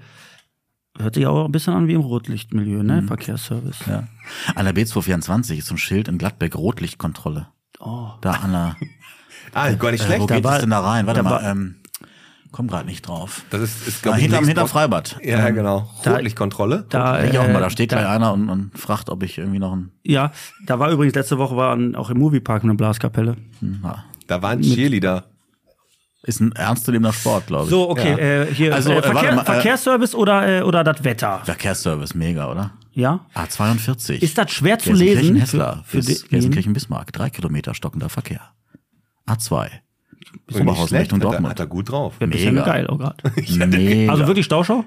Hört sich auch ein bisschen an wie im Rotlichtmilieu, ne? Verkehrsservice.
Mhm. Ja. An der B224 ist so ein Schild in Gladbeck, Rotlichtkontrolle.
Oh.
Da an der,
Ah, gar nicht
äh, wo
schlecht.
geht
war-
es denn da rein? Warte
da
mal,
war-
ähm, komm gerade nicht drauf.
Das ist, ist
Da,
glaub ich,
Ah, hinterm,
nächstes
hinterm
Pod-
Freibad.
Ja, genau.
Da-
Rotlichtkontrolle.
Da,
Ich auch
äh,
mal, da steht gleich einer und, und fragt, ob ich irgendwie noch ein.
Ja, da war übrigens letzte Woche war ein, auch im Moviepark eine Blaskapelle.
Na,
Da war ein Cheerleader.
Ist ein ernstzunehmender Sport, glaube ich.
So, okay, äh, hier
Also,
äh,
äh, warte
Verkehr,
mal, äh,
Verkehrsservice oder, äh, oder das Wetter.
Verkehrsservice, mega, oder?
Ja?
A42.
Ist das schwer zu
Gelsenkirchen
lesen?
Hessler,
Für,
für,
für den,
Gelsenkirchen-Bismarck. Drei Kilometer stockender Verkehr. A2.
Nicht
Oberhausen
schlecht.
Richtung
Hat er, hat
Dortmund.
er gut drauf.
ja, bisschen
Mega.
geil, oh Gott.
Mega.
Also wirklich Stauschau?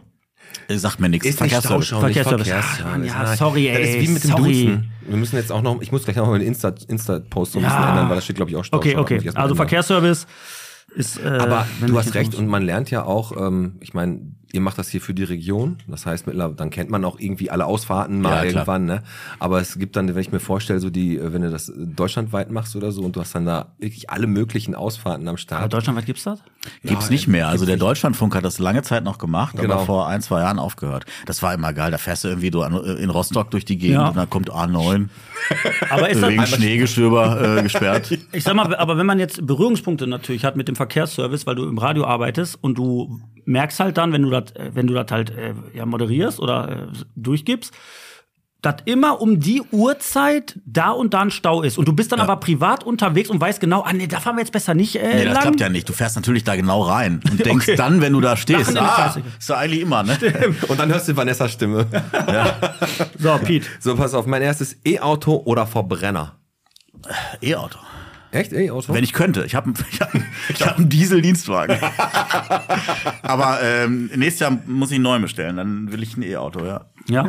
Äh, sagt mir nichts. Verkehrsservice.
Stauschau, nicht
Verkehrsservice. Ah,
Verkehrsservice.
Ja, sorry,
Das
ey,
ist wie mit dem
sorry.
Duzen. Wir müssen jetzt auch noch, ich muss gleich noch mal den Insta- Insta-Post so ein bisschen
Ja.
ändern, weil da steht, glaube ich, auch Stauschau.
Okay,
Da muss ich
okay.
erst mal
Also
ändern.
Verkehrsservice ist. Äh,
Aber
wenn
du
ich
hast
jetzt
recht
muss-
und man lernt ja auch, ähm, ich meine, ihr macht das hier für die Region, das heißt mittlerweile, dann kennt man auch irgendwie alle Ausfahrten
Ja,
mal
klar.
irgendwann, ne? Aber es gibt dann, wenn ich mir vorstelle, so die, äh, wenn du das äh, deutschlandweit machst oder so und du hast dann da wirklich alle möglichen Ausfahrten am
Aber
Start.
Deutschlandweit gibt's das?
Gibt's nicht mehr. Also der Deutschlandfunk hat das lange Zeit noch gemacht,
Genau.
aber vor ein, zwei Jahren aufgehört. Das war immer geil. Da fährst du irgendwie du an, äh, in Rostock durch die Gegend
Ja.
und dann kommt A9
Aber ist das,
wegen Schneegestöber äh, gesperrt.
Ich sag mal, aber wenn man jetzt Berührungspunkte natürlich hat mit dem Verkehrsservice, weil du im Radio arbeitest und du merkst halt dann, wenn du das, äh, wenn du das halt äh, ja, moderierst oder äh, durchgibst, dass immer um die Uhrzeit da und da ein Stau ist. Und du bist dann aber privat unterwegs und weißt genau, ah nee, da fahren wir jetzt besser nicht äh,
Nee, das
lang.
klappt ja nicht. Du fährst natürlich da genau rein und denkst dann, wenn du da stehst,
Lachen in der
ah,
Klassiker.
ist doch eigentlich immer, ne?
Und dann hörst du Vanessas Stimme.
So, Pete.
So, pass auf, mein erstes E-Auto oder Verbrenner?
E-Auto.
Echt E-Auto?
Wenn ich könnte. Ich habe ich hab, ich hab einen Diesel-Dienstwagen. Aber ähm, nächstes Jahr muss ich einen neuen bestellen. Dann will ich ein E-Auto, ja.
Ja.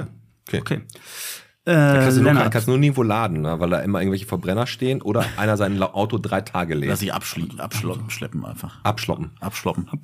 Okay.
Okay. Äh,
Also
Kannst du, nur,
Lennart.
kannst du Also nur nirgendwo laden, ne? weil da immer irgendwelche Verbrenner stehen oder einer sein La- Auto drei Tage
Lass
lädt.
ich abschließen, abschleppen einfach.
Abschloppen.
Abschloppen. Bier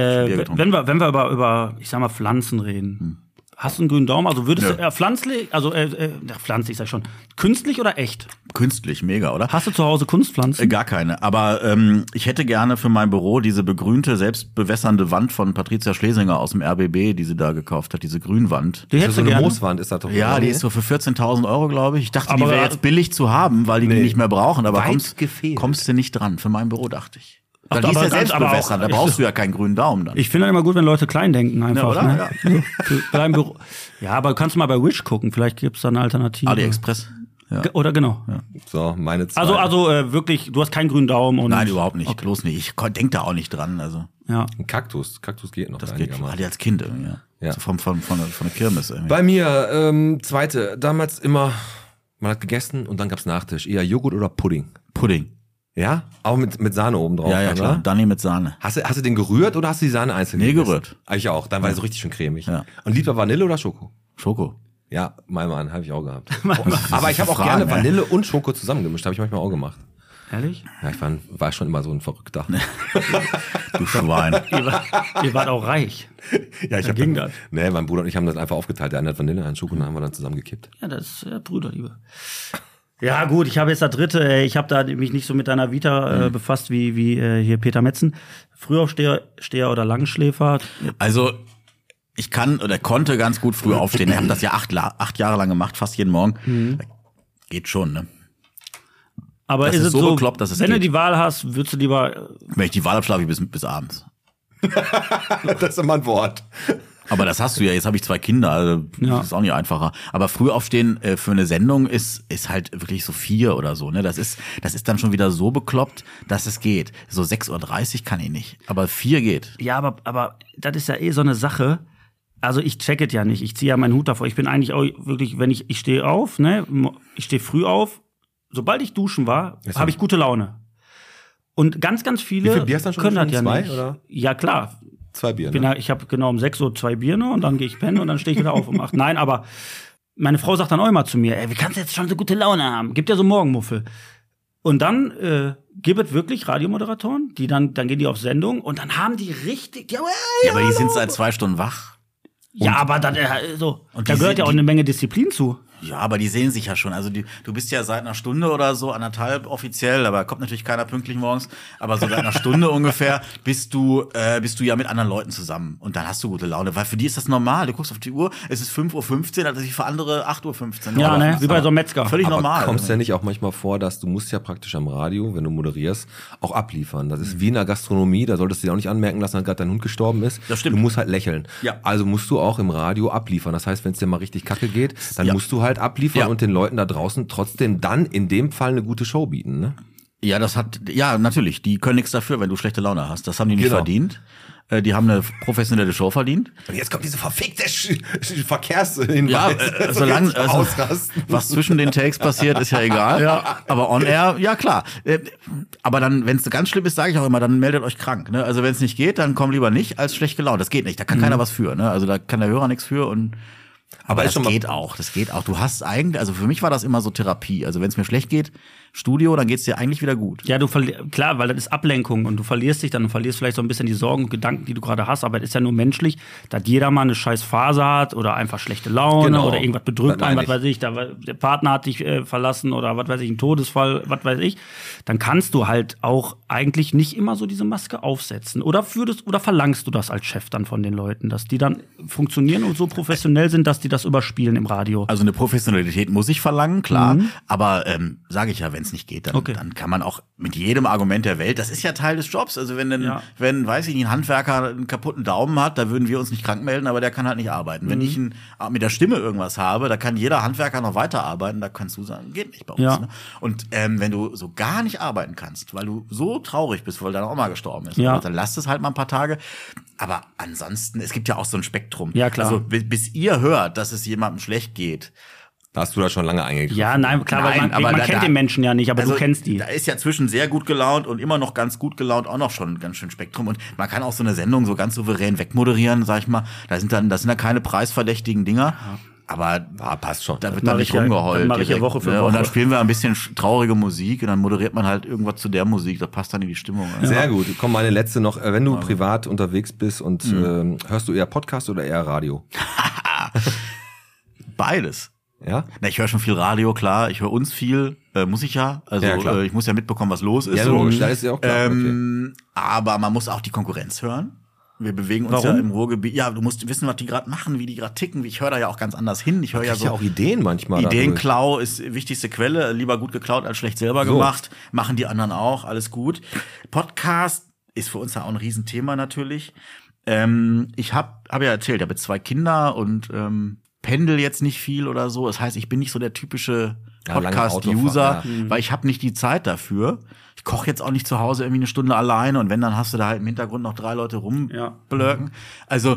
Äh,
getrunken.
wenn wir, wenn wir über, über, ich sag mal, Pflanzen reden. Hast du einen grünen Daumen? Also würdest
Hm. Nö.
du äh, pflanzlich, also äh, äh, ach, pflanzlich sag ich schon, künstlich oder echt?
Künstlich, mega, oder?
Hast du zu Hause
Äh,
Kunstpflanzen?
Gar keine. Aber ähm, ich hätte gerne für mein Büro diese begrünte, selbstbewässernde Wand von Patricia Schlesinger aus dem RBB, die sie da gekauft hat, diese Grünwand.
Die
Ist das
hättest
Also so
du
eine
gerne.
Mooswand ist das doch.
Ja,
oder?
die ist so für 14.000 Euro, glaube ich. Ich dachte, die
Aber-
wäre jetzt billig zu haben, weil die die nicht mehr brauchen. Aber
Weit
kommst,
gefehlt.
kommst du nicht dran. Für mein Büro dachte ich.
Ach,
Dann die ist
aber
ja
ganz- aber auch-
selbstbewässert. Da brauchst du ja keinen grünen Daumen dann.
Ich finde das immer gut, wenn Leute klein denken einfach.
Ja, oder?
ne? Ja. Dein Büro. ja, aber du kannst mal bei Wish gucken, vielleicht gibt's da eine Alternative.
AliExpress. Ja.
Ge- Oder genau.
So, meine zwei.
Also, also äh, wirklich, du hast keinen grünen Daumen und.
Nein, überhaupt nicht. Bloß nicht. Ich ko- denk da auch nicht dran. Also,
Ja.
Ein Kaktus. Kaktus geht noch
das geht
einigermaßen.
hatte ich als Kind irgendwie. Ja.
Ja.
So vom, vom, von, der- von der Kirmes irgendwie.
Bei mir, ähm, zweite, damals immer, man hat gegessen und dann gab's Nachtisch. Eher Joghurt oder Pudding.
Pudding.
Ja? Auch mit, mit Sahne oben drauf.
Ja, ja,
oder?
klar. Danny mit Sahne.
Hast du, hast du den gerührt oder hast du die Sahne einzeln
Nee,
gegessen?
gerührt.
Ah, Ich auch, dann war das so richtig schön cremig.
Ja.
Und lieber Vanille oder Schoko?
Schoko.
Ja, mein Mann, habe ich auch gehabt. Oh,
Das
Aber
ist ne?
ich habe auch
Fragen,
gerne
ey.
Vanille und Schoko zusammengemischt, habe ich manchmal auch gemacht.
Ehrlich?
Ja, ich war, war schon immer so ein Verrückter.
Du Schwein.
Ihr, war, ihr wart auch reich.
ja, ich
Da
hab
ging
dann-
das.
Nee, mein Bruder und ich haben das einfach aufgeteilt. Der eine hat Vanille, einen Schoko und dann haben wir dann zusammengekippt.
Ja, das ist äh, Brüderliebe. Ja, gut, ich habe jetzt das dritte. ey. Ich habe da mich nicht so mit deiner Vita äh,
Mhm.
befasst wie, wie äh, hier Peter Metzen. Frühaufsteher Steher oder Langschläfer.
Also ich kann oder konnte ganz gut früh aufstehen. Ich habe das ja acht, La- acht Jahre lang gemacht, fast jeden Morgen. Geht schon, ne?
Aber
Das
ist,
ist
es
so
so,
bekloppt, dass es
wenn
geht.
du die Wahl hast, würdest du lieber. äh,
Wenn ich die Wahl habe, schlafe ich bis, bis abends.
Das ist immer ein Wort.
Aber das hast du ja, jetzt habe ich zwei Kinder, also
Ja.
das ist auch nicht einfacher. Aber früh aufstehen äh, für eine Sendung ist, ist halt wirklich so vier oder so. Ne? Das, ist, das ist dann schon wieder so bekloppt, dass es geht. So 6.30 Uhr kann ich nicht, aber vier geht.
Ja, aber, aber das ist ja eh so eine Sache. Also ich check it ja nicht. Ich ziehe ja meinen Hut davor. Ich bin eigentlich auch wirklich, wenn ich, ich stehe auf, ne, mo- ich stehe früh auf. Sobald ich duschen war,
Ist
habe
so.
ich gute Laune. Und ganz, ganz viele
Wie viel Bier hast du dann schon
können das ja
getrunken? Zwei,
nicht.
oder?
Ja, klar.
Zwei Bier,
Ich Bin
halt
ne?
ja, ich habe genau um 6 Uhr zwei Bier noch und dann gehe ich pennen und dann stehe ich wieder auf um 8. Nein, aber meine Frau sagt dann auch immer zu mir, ey, wie kannst du jetzt schon so gute Laune haben? Gibt ja so Morgenmuffel. Und dann äh, gibt es wirklich Radiomoderatoren, die dann, dann gehen die auf Sendung und dann haben die richtig, ja,
Ja, aber die sind seit zwei Stunden wach.
ja aber dann, äh, so,
Und
da
die
gehört
sind-
ja auch eine Menge Disziplin zu.
Ja, aber die sehen sich ja schon. Also die, du bist ja seit einer Stunde oder so, anderthalb offiziell, aber kommt natürlich keiner pünktlich morgens, aber so seit einer Stunde ungefähr bist du, äh, bist du ja mit anderen Leuten zusammen und dann hast du gute Laune, weil für die ist das normal. Du guckst auf die Uhr, es ist 5.15 Uhr, also ich für andere 8.15 Uhr.
Ja,
Aber-
ne? Wie bei so einem Metzger.
Völlig
Aber
normal. ne?
kommst ja nicht auch manchmal vor, dass du musst ja praktisch am Radio, wenn du moderierst, auch abliefern. Das ist wie in der Gastronomie, da solltest du dir auch nicht anmerken lassen, dass gerade dein Hund gestorben ist.
Das stimmt.
Du musst halt lächeln.
Ja.
Also musst du auch im Radio abliefern. Das heißt, wenn es dir mal richtig kacke geht, dann
Ja.
musst du halt abliefern
Ja.
und den Leuten da draußen trotzdem dann in dem Fall eine gute Show bieten. Ne?
Ja, das hat, ja, natürlich. Die können nichts dafür, wenn du schlechte Laune hast. Das haben die nicht
Genau.
verdient. Äh, die haben eine professionelle Show verdient.
Und jetzt kommt diese verfickte Sch Sch Verkehrshinweis.
Ja, äh, solange also,
ausrasten.
was zwischen den Takes passiert, ist ja egal. Aber on air, ja klar. Äh, Aber dann, wenn es ganz schlimm ist, sage ich auch immer, dann meldet euch krank. Ne? Also wenn es nicht geht, dann komm lieber nicht als schlecht gelaunt. Das geht nicht. Da kann
Mhm.
keiner was für. Ne? Also da kann der Hörer nichts für und aber,
ist
das
schon mal-
geht auch, das geht auch. Du hast eigentlich, also für mich war das immer so Therapie. Also wenn es mir schlecht geht, Studio, dann geht's dir eigentlich wieder gut.
Ja, du verli- klar, weil das ist Ablenkung und du verlierst dich dann und verlierst vielleicht so ein bisschen die Sorgen und Gedanken, die du gerade hast, aber es ist ja nur menschlich, dass jeder mal eine scheiß Phase hat oder einfach schlechte Laune
Genau.
oder irgendwas bedrückt
Das
einen,
meine
was weiß ich, da, war- der Partner hat dich äh, verlassen oder was weiß ich, ein Todesfall, was weiß ich, dann kannst du halt auch eigentlich nicht immer so diese Maske aufsetzen oder würdest oder verlangst du das als Chef dann von den Leuten, dass die dann funktionieren und so professionell sind, dass die das überspielen im Radio.
Also eine Professionalität muss ich verlangen, klar. Aber ähm, sage ich ja, wenn es nicht geht, dann,
Mhm. Okay.
dann kann man auch mit jedem Argument der Welt, das ist ja Teil des Jobs. Also wenn denn,
Ja.
wenn, weiß ich nicht, ein Handwerker einen kaputten Daumen hat, da würden wir uns nicht krank melden, aber der kann halt nicht arbeiten.
Mhm.
Wenn ich ein, ah, mit der Stimme irgendwas habe, da kann jeder Handwerker noch weiterarbeiten, da kannst du sagen, geht nicht bei uns.
Ja.
Ne? Und ähm, wenn du so gar nicht arbeiten kannst, weil du so traurig bist, weil deine Oma gestorben ist,
Ja.
dann lass es halt mal ein paar Tage. Aber ansonsten, es gibt ja auch so ein Spektrum.
Ja, klar.
Also bi- bis ihr hört, dass es jemandem schlecht geht,
Da hast du da schon lange eingegriffen.
Ja, nein, klar, weil
Nein,
man,
aber
man
da-
kennt
da-
den Menschen ja nicht, aber du
also,
kennst die.
Da ist ja zwischen sehr gut gelaunt und immer noch ganz gut gelaunt auch noch schon ein ganz schön Spektrum. Und man kann auch so eine Sendung so ganz souverän wegmoderieren, sag ich mal. Da sind dann, das sind ja keine preisverdächtigen Dinger. Aber
Ah, passt schon.
da wird
Mach
dann
ich
nicht
ja-
rumgeheult.
mach ich ja Woche für
ne? Und dann
Woche.
spielen wir ein bisschen sch- traurige Musik und dann moderiert man halt irgendwas zu der Musik. Das passt dann in die Stimmung. ne?
Sehr gut. Komm, meine letzte noch. Äh, Wenn du privat unterwegs bist und
Mhm.
ähm, hörst du eher Podcast oder eher Radio?
Beides.
Ja?
Na, ich höre schon viel Radio, klar. Ich höre uns viel. Äh, muss ich ja. Also
Ja, klar.
äh, ich muss ja mitbekommen, was los ist.
Ja,
so.
logisch, da ist ja auch klar,
Ähm, Aber man muss auch die Konkurrenz hören. Wir bewegen uns
Warum?
ja im Ruhrgebiet. Ja, du musst wissen, was die gerade machen, wie die gerade ticken. Ich höre da ja auch ganz anders hin. Ich höre ja
Ich
so.
ja auch Ideen manchmal. dadurch.
Ideenklau ist wichtigste Quelle. Lieber gut geklaut als schlecht selber
So.
gemacht. Machen die anderen auch. Alles gut. Podcast ist für uns ja auch ein Riesenthema natürlich. Ähm, ich habe hab ja erzählt, ich habe zwei Kinder und ähm, pendel jetzt nicht viel oder so. Das heißt, ich bin nicht so der typische
Ja, lange
Podcast-User,
Autofahrt, ja.
weil ich habe nicht die Zeit dafür. Ich koche jetzt auch nicht zu Hause irgendwie eine Stunde alleine und wenn, dann hast du da halt im Hintergrund noch drei Leute
Ja.
rumblöcken. Also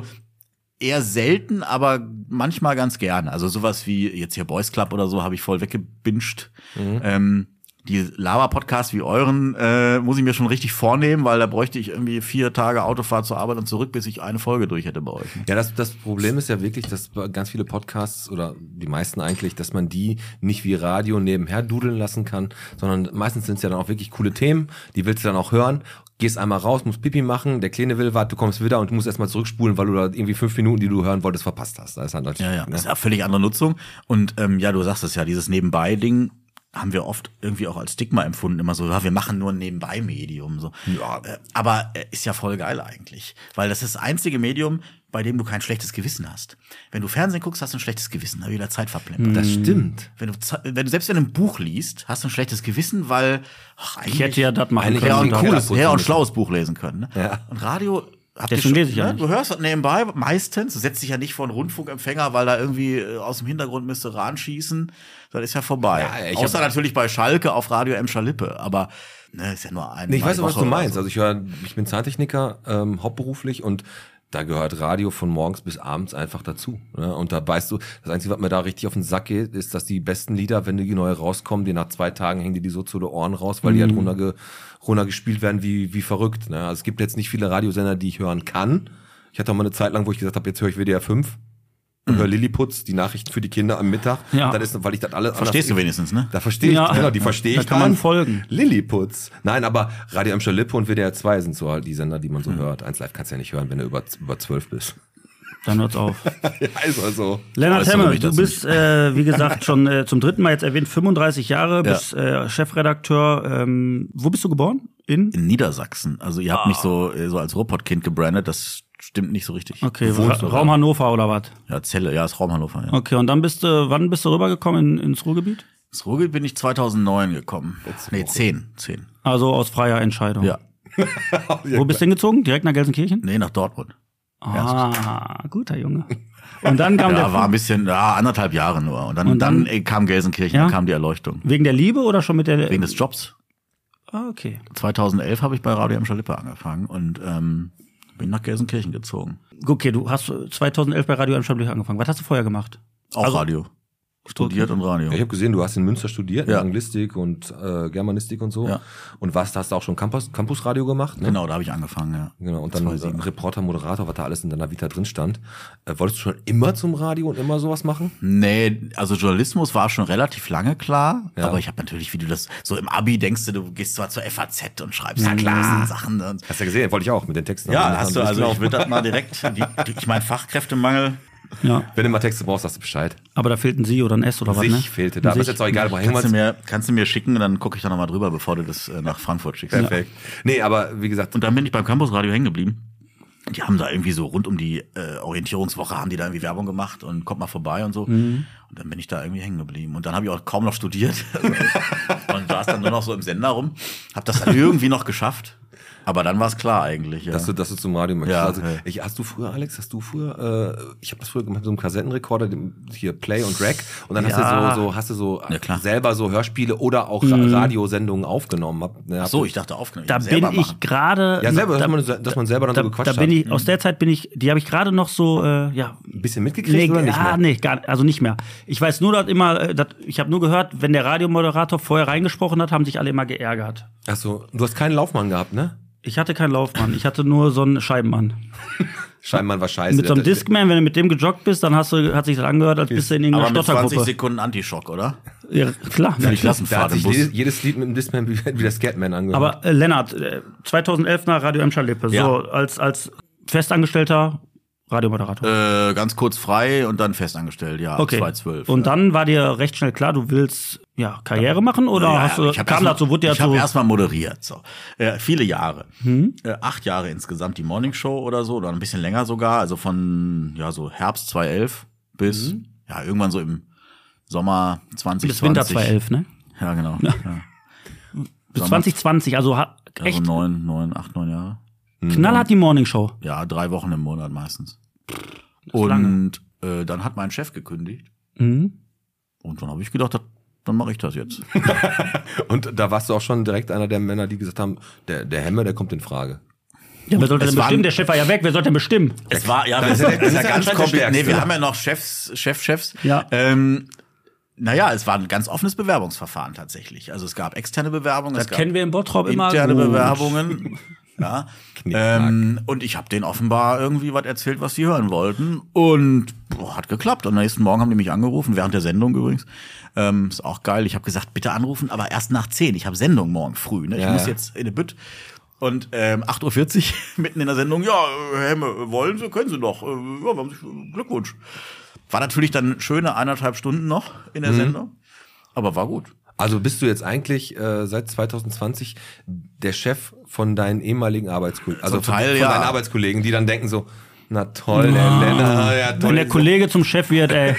eher selten, aber manchmal ganz gern. Also sowas wie jetzt hier Boys Club oder so habe ich voll weggebinscht. Ähm, die Lava-Podcasts wie euren äh, muss ich mir schon richtig vornehmen, weil da bräuchte ich irgendwie vier Tage Autofahrt zur Arbeit und zurück, bis ich eine Folge durch hätte bei euch.
Ja, das, das Problem ist ja wirklich, dass ganz viele Podcasts oder die meisten eigentlich, dass man die nicht wie Radio nebenher dudeln lassen kann, sondern meistens sind es ja dann auch wirklich coole Themen, die willst du dann auch hören. Gehst einmal raus, musst Pipi machen, der Kleine will was, du kommst wieder und du musst erstmal zurückspulen, weil du da irgendwie fünf Minuten, die du hören wolltest, verpasst hast. Das ist halt natürlich,
Ja, ja.
ne?
Das ist ja völlig andere Nutzung. Und ähm, ja, du sagst es ja, dieses Nebenbei-Ding haben wir oft irgendwie auch als Stigma empfunden, immer so, ja, wir machen nur ein Nebenbei-Medium. So. Ja. Aber äh, ist ja voll geil eigentlich. Weil das ist das einzige Medium, bei dem du kein schlechtes Gewissen hast. Wenn du Fernsehen guckst, hast du ein schlechtes Gewissen, da wieder Zeit verplempert.
das stimmt.
Wenn du, Ze- wenn du, selbst wenn du ein Buch liest, hast du ein schlechtes Gewissen, weil ach, eigentlich,
ich hätte ja das machen
Eigentlich
ja,
hätte
und
ich
können.
ein
einen
cooles,
Cola
ja, und
putzen
schlaues Buch lesen können. Ne?
Ja.
Und Radio habt ihr
Deswegen lese ich ja
ne? Du hörst das nebenbei meistens. Du setzt dich ja nicht vor einen Rundfunkempfänger, weil da irgendwie äh, aus dem Hintergrund müsste Rahn schießen. Das ist ja vorbei.
Ja, ich
Außer
hab-
natürlich bei Schalke auf Radio M. Schalippe. Aber ne, ist ja nur ein.
Nee, ich weiß
die
auch, was
Woche
du
oder
meinst.
so.
Also ich höre, ich bin Zahntechniker ähm, hauptberuflich und da gehört Radio von morgens bis abends einfach dazu. Ne? Und da weißt du, das Einzige, was mir da richtig auf den Sack geht, ist, dass die besten Lieder, wenn die neu rauskommen, die nach zwei Tagen hängen die die so zu den Ohren raus, weil die
Mhm.
halt runterge, runtergespielt werden wie, wie verrückt. Ne? Also es gibt jetzt nicht viele Radiosender, die ich hören kann. Ich hatte auch mal eine Zeit lang, wo ich gesagt habe, jetzt höre ich WDR 5
Mhm.
und höre Lilliputz, die Nachrichten für die Kinder am Mittag.
Ja.
Dann ist, weil ich das alles
Verstehst du
anders-
wenigstens, ne?
da verstehe ich,
Ja.
genau, die verstehe ich.
Da kann man
dann.
folgen.
Lilliputz. Nein, aber Radio Amstel Lippe und WDR 2 sind so halt die Sender, die man
Hm.
so hört. Eins live kannst du ja nicht hören, wenn du über, über 12 bist.
Dann hört's auf.
ja, ist also.
Lennart
Äußere
Hemme,
mich
du
dazu
bist, äh, wie gesagt, schon äh, zum dritten Mal jetzt erwähnt, 35 Jahre,
Ja.
bist äh, Chefredakteur. Ähm, wo bist du geboren? In?
In Niedersachsen. Also ihr habt mich so, äh, so als Robotkind gebrandet. Das stimmt nicht so richtig.
Okay,
Du wohnst
Ra
doch-
Raum Hannover oder was?
Ja, Zelle. Ja, ist Raum Hannover. Ja.
Okay, und dann bist du, wann bist du rübergekommen in, ins Ruhrgebiet?
Ins Ruhrgebiet bin ich 2009 gekommen. Nee, 10. 10.
Also aus freier Entscheidung.
Ja.
Wo bist du hingezogen? Direkt nach Gelsenkirchen?
Nee, nach Dortmund.
Ah, guter Junge. Und dann kam
Ja,
der
war ein bisschen, ja, anderthalb Jahre nur. Und dann,
Und dann-
dann, äh, kam Gelsenkirchen,
Ja?
dann kam die Erleuchtung.
wegen der Liebe oder schon mit der
Wegen des Jobs.
Ah, okay.
2011 habe ich bei Radio M. Schalippe angefangen und ähm, bin nach Gelsenkirchen gezogen.
Okay, du hast 2011 bei Radio Amsterdam angefangen. Was hast du vorher gemacht?
Auch Radio. Studiert und Radio.
Ich habe gesehen, du hast in Münster studiert,
Ja.
Anglistik und äh, Germanistik und so.
Ja.
Und was, hast du auch schon Campus, Campusradio gemacht, ne?
Genau, da habe ich angefangen, ja.
Genau, und dann äh, Reporter, Moderator, was da alles in deiner Vita drin stand. Äh, wolltest du schon immer zum Radio und immer sowas machen?
Nee, also Journalismus war schon relativ lange klar,
Ja.
aber ich habe natürlich, wie du das so im Abi denkst, du, du gehst zwar zur FAZ und schreibst ja, klar Sachen und
Hast ja gesehen, wollte ich auch mit den Texten.
ja,
Dann- genau,
hast du,
dann-
also ich würde das mal direkt, die, ich meine Fachkräftemangel,
Ja,
Wenn du mal Texte brauchst, sagst du Bescheid.
aber da fehlt ein Sie oder ein S oder was,
Sich
ne?
fehlte da. Aber ist jetzt auch egal, wo hängen wir
Kannst
uns
du, mir, kannst du mir schicken, dann gucke ich da nochmal drüber, bevor du das äh, nach Frankfurt schickst.
Perfekt. Nee, aber wie gesagt,
Und dann bin ich beim Campusradio hängen geblieben. die haben da irgendwie so rund um die äh, Orientierungswoche haben die da irgendwie Werbung gemacht und kommt mal vorbei und so. Und dann bin ich da irgendwie hängen geblieben. Und dann habe ich auch kaum noch studiert Also, und saß dann nur noch so im Sender rum. Hab das dann irgendwie noch geschafft. Aber dann war es klar eigentlich. Ja.
Dass du, dass du zum Radio möchtest.
Ja,
also,
ja.
ich, hast du früher, Alex, hast du früher, äh, ich habe das früher gemacht mit so einem Kassettenrekorder, dem, hier Play und Rack. Und dann
Ja. Mhm.
hast du so, so, hast du so
Ja, klar.
selber so Hörspiele oder auch Ra- Radiosendungen aufgenommen. Hab, ne,
Ach
hab
so, ich dachte aufgenommen.
Da
ich selber
bin ich
machen.
gerade.
Ja, selber,
also da,
dass, man, dass man selber dann
da,
so gequatscht
da bin
hat.
ich, aus der Zeit bin ich, die habe ich gerade noch so, äh, ja.
Ein bisschen mitgekriegt oder nicht
ah,
mehr?
nee, gar, also nicht mehr. Ich weiß nur, dass immer, äh, dass, ich habe nur gehört, wenn der Radiomoderator vorher reingesprochen hat, haben sich alle immer geärgert.
Ach so, du hast keinen Laufmann gehabt, ne?
Ich hatte keinen Laufmann, ich hatte nur so einen Scheibenmann.
Scheinbar war scheiße.
mit so einem
Der-
Discman, wenn du mit dem gejoggt bist, dann hast du, hat sich das angehört, als bist du in
Aber
irgendeiner
mit 20
Stottergruppe.
Sekunden Antischock, oder?
Ja, klar.
Für die
Da hat
Klassenfahrt im
sich jedes,
Bus.
jedes Lied mit dem Discman wie, wie der Scatman angehört.
Aber äh, Lennart, äh, 2011 nach Radio Emscher Lippe, so
Ja.
als, als festangestellter Radiomoderator.
Äh, ganz kurz frei und dann festangestellt, ja. 212.
Und
ja.
dann war dir recht schnell klar, du willst ja Karriere machen oder
Ja,
äh, hast du,
ich hab
kam
erst mal-
dazu, wurde dir
Ich habe
dazu.
erstmal moderiert. So. Äh, viele Jahre.
Hm?
Äh, acht Jahre insgesamt die Morning Show oder so, oder ein bisschen länger sogar. Also von ja so Herbst 2011 bis ja irgendwann so im Sommer 2020.
Hm? Bis Winter 2011, ne?
Ja, genau. Ja.
Bis
Sommer-
2020, also ha-
Also
echt
neun, neun, acht, neun Jahre.
knallhart die Morningshow.
Ja, drei Wochen im Monat meistens.
ist lange.
Und äh, dann hat mein Chef gekündigt.
Mhm.
Und dann habe ich gedacht, dann mache ich das jetzt.
Und da warst du auch schon direkt einer der Männer, die gesagt haben, der, der Hemmer, der kommt in Frage.
Ja, wer sollte
Es
denn
waren-
bestimmen? Der Chef war ja weg, wer sollte denn bestimmen?
Es war, ja,
ist
das
ja-
ist,
das ist ja
ja ganz
anscheinend der
kompliziert. Nee, wir
Stärkste.
haben ja noch Chefs, Chefchefs.
Ja.
Ähm, naja, es war ein ganz offenes Bewerbungsverfahren tatsächlich. Also es gab externe Bewerbungen,
Das
es gab
kennen wir im Bottrop immer.
interne
gut.
Bewerbungen. Ja. Ähm, und ich habe denen offenbar irgendwie was erzählt, was sie hören wollten. Und boah, hat geklappt. Am nächsten Morgen haben die mich angerufen, während der Sendung übrigens. Ähm, ist auch geil. Ich habe gesagt, bitte anrufen, aber erst nach 10. Ich habe Sendung morgen früh. Ne? Ich
Ja,
muss
ja.
jetzt in eine Bütt. Und ähm, 8.40 Uhr mitten in der Sendung, ja, äh, Hemme, wollen Sie, können Sie doch. Äh, Ja, haben Sie- Glückwunsch. War natürlich dann schöne eineinhalb Stunden noch in
Mhm.
der Sendung. Aber war gut.
Also bist du jetzt eigentlich äh, seit 2020 der Chef von deinen ehemaligen Arbeitskollegen, also
Zum Teil,
von, von
ja.
deinen Arbeitskollegen, die dann denken so, na toll, der Lennart, ja toll.
Wenn der Kollege zum Chef wird, ey.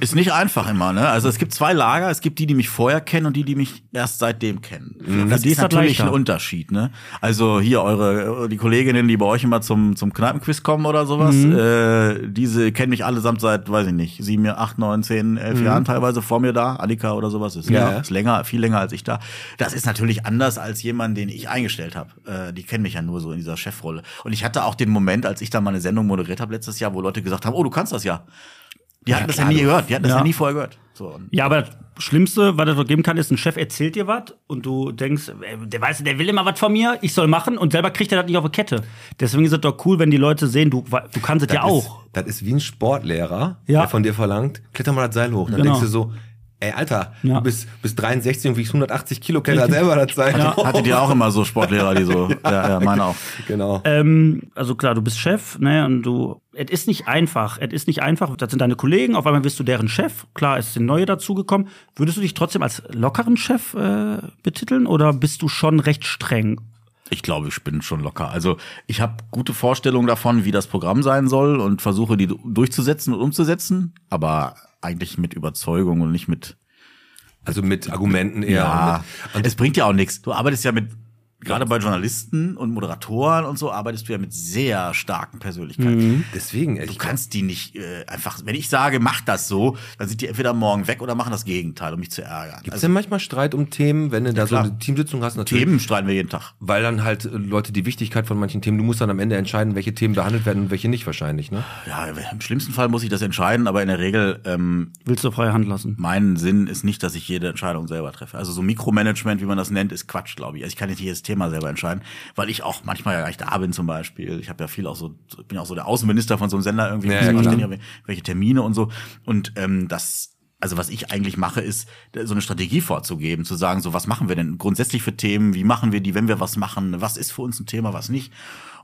Ist nicht einfach immer, ne? Also es gibt zwei Lager. Es gibt die, die mich vorher kennen und die, die mich erst seitdem kennen. Das
die
ist
ist das
natürlich
leichter.
ein Unterschied, ne? Also hier eure, die Kolleginnen, die bei euch immer zum, zum Kneipenquiz kommen oder sowas, äh, diese kennen mich allesamt seit, weiß ich nicht, sieben, acht, neun, zehn, elf Jahren teilweise vor mir da. Annika oder sowas ist, ne?
Ja.
ist länger, viel länger als ich da. Das ist natürlich anders als jemand, den ich eingestellt habe. Äh, die kennen mich ja nur so in dieser Chefrolle. Und ich hatte auch den Moment, als ich da mal eine Sendung moderiert habe letztes Jahr, wo Leute gesagt haben, oh, du kannst das ja. Die hatten das ja nie gehört. Die hatten das
Ja.
ja nie vorher gehört. So. und-
Ja, aber das Schlimmste, was das so geben kann, ist, ein Chef erzählt dir was und du denkst, äh, der weiß, der will immer was von mir, ich soll machen und selber kriegt er das nicht auf die Kette. Deswegen ist es doch cool, wenn die Leute sehen, du, du kannst es ja
Das ist-
auch.
Das ist wie ein Sportlehrer,
Ja.
der von dir verlangt, kletter mal das Seil hoch. Dann
Genau.
denkst du so, ey Alter,
Ja.
du bist, bist 63 und wiegst 180 Kilo, kletter selber das Seil hoch.
Hattet ihr auch immer so Sportlehrer, die so, ja, ja, meine auch.
Genau.
Ähm, also klar, du bist Chef, ne, und du, es ist nicht einfach, es ist nicht einfach, das sind deine Kollegen, auf einmal wirst du deren Chef, klar, es sind neue dazugekommen. Würdest du dich trotzdem als lockeren Chef äh, betiteln oder bist du schon recht streng?
Ich glaube, ich bin schon locker. Also ich habe gute Vorstellungen davon, wie das Programm sein soll und versuche, die du- durchzusetzen und umzusetzen, aber eigentlich mit Überzeugung und nicht mit.
Also mit Argumenten eher.
Ja,
Und mit,
es bringt ja auch nichts. Du arbeitest ja mit, gerade bei Journalisten und Moderatoren und so, arbeitest du ja mit sehr starken Persönlichkeiten.
und deswegen, ey,
Du
ich
kannst die nicht äh, einfach, wenn ich sage, mach das so, dann sind die entweder morgen weg oder machen das Gegenteil, um mich zu ärgern.
Gibt es denn manchmal Streit um Themen, wenn du da so
klar.
eine Teamsitzung hast? Natürlich,
Themen streiten wir jeden Tag.
weil dann halt äh, Leute die Wichtigkeit von manchen Themen, du musst dann am Ende entscheiden, welche Themen behandelt werden und welche nicht wahrscheinlich, ne?
Ja, im schlimmsten Fall muss ich das entscheiden, aber in der Regel, ähm,
Willst du freie Hand lassen?
mein Sinn ist nicht, dass ich jede Entscheidung selber treffe. Also so Mikromanagement, wie man das nennt, ist Quatsch, glaube ich. Also ich kann nicht jedes Thema selber entscheiden, weil ich auch manchmal ja gar nicht da bin zum Beispiel. Ich habe ja viel auch so, ich bin ja auch so der Außenminister von so einem Sender irgendwie,
Ja,
Ich
ja,
muss
klar.
ja welche Termine und so. Und ähm, das, also was ich eigentlich mache, ist so eine Strategie vorzugeben, zu sagen, so was machen wir denn grundsätzlich für Themen, wie machen wir die, wenn wir was machen, was ist für uns ein Thema, was nicht.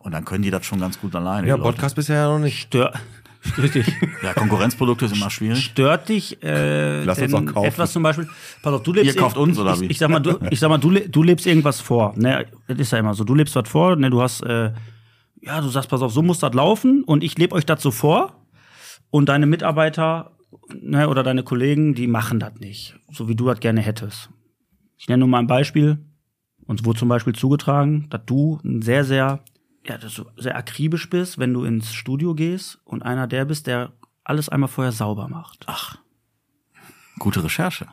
Und dann können die das schon ganz gut alleine.
Ja,
die Leute.
Podcast bisher ja noch nicht.
Stör. Stört dich,
Ja, Konkurrenzprodukte ist immer schwierig.
stört dich äh,
Lass uns
denn
auch kaufen.
etwas zum Beispiel? Pass auf, du lebst
Ihr kauft
irgend-
uns, oder
ich,
wie?
Ich sag mal, du, ich sag mal, du, le- du lebst irgendwas vor. Ne, das ist ja immer so. Du lebst was vor. Ne, du hast äh, ja, du sagst, pass auf, so muss das laufen und ich lebe euch das so vor und deine Mitarbeiter ne, oder deine Kollegen, die machen das nicht, so wie du das gerne hättest. Ich nenne nur mal ein Beispiel. Uns wurde zum Beispiel zugetragen, dass du ein sehr, sehr, ja, dass du sehr akribisch bist, wenn du ins Studio gehst und einer der bist, der alles einmal vorher sauber macht.
Gute Recherche.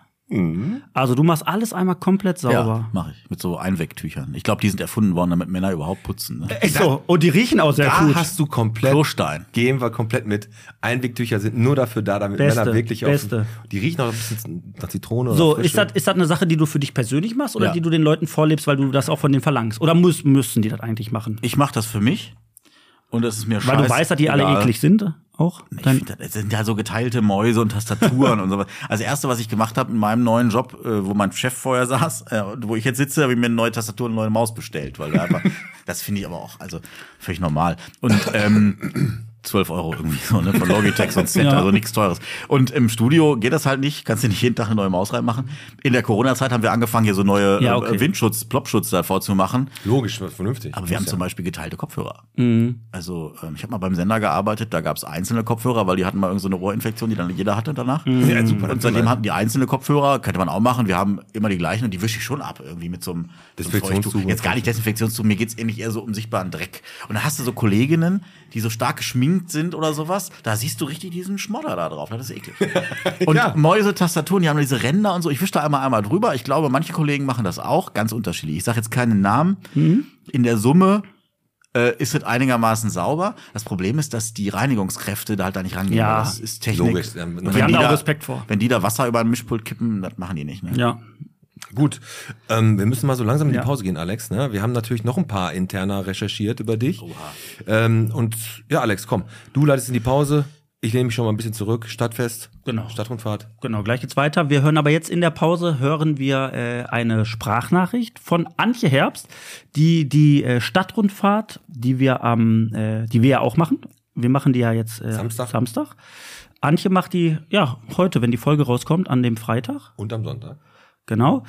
Also du machst alles einmal komplett sauber.
Ja, mache ich. Mit so Einwegtüchern. Ich glaube, die sind erfunden worden, damit Männer überhaupt putzen. Ne?
Echt so. Und die riechen auch sehr
Da
gut.
hast du komplett.
Klostein.
Gehen wir komplett mit. Einwegtücher sind nur dafür da, damit
Beste,
Männer wirklich
beste.
auf. Die riechen auch ein bisschen nach Zitrone. oder
So,
Frische.
ist das, ist das eine Sache, die du für dich persönlich machst oder
Ja.
die du den Leuten vorlebst, weil du das auch von denen verlangst? Oder müß, müssen die das eigentlich machen?
Ich mache das für mich. Und das ist mir
Weil du weißt, dass die alle
scheißegal.
eklig sind, auch?
Ich
Dein,
find, das- das sind ja so geteilte Mäuse und Tastaturen und sowas. Also das erste, was ich gemacht habe in meinem neuen Job, äh, wo mein Chef vorher saß, äh, und wo ich jetzt sitze, habe ich mir eine neue Tastatur und eine neue Maus bestellt, weil wir einfach, das finde ich aber auch, also völlig normal. Und ähm, 12 Euro irgendwie so, ne? Von Logitech und Set,
Ja.
also nichts teures. Und im Studio geht das halt nicht, kannst du nicht jeden Tag eine neue Maus reinmachen. In der Corona-Zeit haben wir angefangen, hier so neue
Ja,
äh,
okay.
Windschutz, Plopschutz davor zu machen.
Logisch, vernünftig.
Aber wir haben zum Beispiel geteilte Kopfhörer. Also ähm, ich habe mal beim Sender gearbeitet, da gab es einzelne Kopfhörer, weil die hatten mal irgendeine so eine Rohrinfektion, die dann jeder hatte danach.
Ja, super.
Und seitdem hatten die einzelne Kopfhörer, könnte man auch machen. Wir haben immer die gleichen und die wische ich schon ab irgendwie mit so einem so einem
Desinfektionszug
Feuchttuch.
und
Jetzt gar
so.
nicht Desinfektionszug, mir geht's ähnlich eher so um sichtbaren Dreck. Und da hast du so Kolleginnen, die so stark geschminkt sind oder sowas, da siehst du richtig diesen Schmodder da drauf. Das ist eklig. Und
Ja.
Mäuse, Tastaturen, die haben diese Ränder und so. Ich wische da einmal einmal drüber. Ich glaube, manche Kollegen machen das auch, ganz unterschiedlich. Ich sage jetzt keinen Namen.
Mhm.
In der Summe äh, ist es einigermaßen sauber. Das Problem ist, dass die Reinigungskräfte da halt da nicht rangehen.
Ja.
Das ist Technik.
Logisch. Ja,
Und
wir
wenn
haben
die
da auch Respekt vor.
Wenn die da Wasser über ein Mischpult kippen, das machen die nicht. Ne?
ja.
Gut, ähm, wir müssen mal so langsam in die
Ja.
Pause gehen, Alex. Ne? Wir haben natürlich noch ein paar interner recherchiert über dich. Ähm, und ja, Alex, komm, du leitest in die Pause. Ich lehne mich schon mal ein bisschen zurück. Stadtfest,
Genau.
Stadtrundfahrt.
Genau, gleich geht's weiter. Wir hören aber jetzt in der Pause hören wir äh, eine Sprachnachricht von Antje Herbst, die die äh, Stadtrundfahrt, die wir am, äh, die wir ja auch machen. Wir machen die ja jetzt äh,
Samstag.
Samstag. Antje macht die ja heute, wenn die Folge rauskommt, an dem Freitag.
Und am Sonntag.
Genau.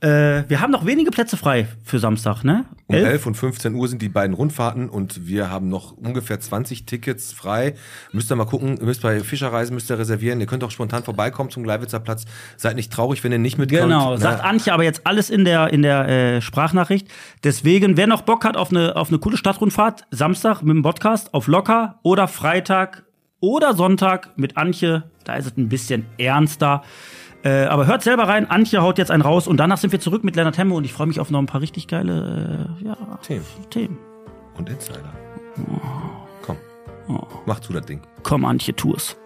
Äh, wir haben noch wenige Plätze frei für Samstag, ne?
Um 11? und 15 Uhr sind die beiden Rundfahrten und wir haben noch ungefähr 20 Tickets frei. Müsst ihr mal gucken, ihr müsst bei Fischerreisen müsst ihr reservieren. Ihr könnt auch spontan vorbeikommen zum Gleiwitzer Platz. Seid nicht traurig, wenn ihr nicht mitkommt.
Genau,
Na,
sagt Antje aber jetzt alles in der, in der äh, Sprachnachricht. Deswegen, wer noch Bock hat auf eine, auf eine coole Stadtrundfahrt, Samstag mit dem Podcast auf locker oder Freitag oder Sonntag mit Antje, da ist es ein bisschen ernster. Äh, aber hört selber rein, Antje haut jetzt einen raus und danach sind wir zurück mit Lennart Hemme und ich freue mich auf noch ein paar richtig geile äh, ja,
Themen.
Themen.
Und Insider.
Oh.
Komm, mach zu das Ding.
Komm, Antje, tu es.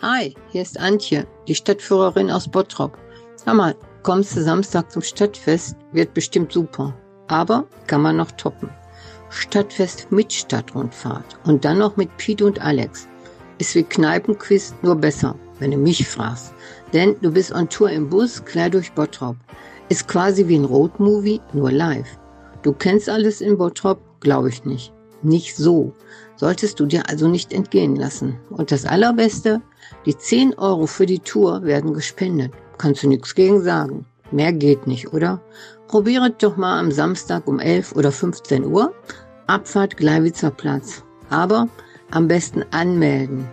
Hi, hier ist Antje, die Stadtführerin aus Bottrop. Hör mal, kommst du Samstag zum Stadtfest? Wird bestimmt super. Aber kann man noch toppen. Stadtfest mit Stadtrundfahrt und dann noch mit Piet und Alex. Ist wie Kneipenquiz, nur besser, wenn du mich fragst. Denn du bist on Tour im Bus quer durch Bottrop. Ist quasi wie ein Roadmovie, nur live. Du kennst alles in Bottrop? Glaube ich nicht. Nicht so. Solltest du dir also nicht entgehen lassen. Und das Allerbeste, die 10 Euro für die Tour werden gespendet. Kannst du nichts gegen sagen. Mehr geht nicht, oder? Probiert doch mal am Samstag um 11 oder 15 Uhr. Abfahrt Gleiwitzer Platz. Aber am besten anmelden.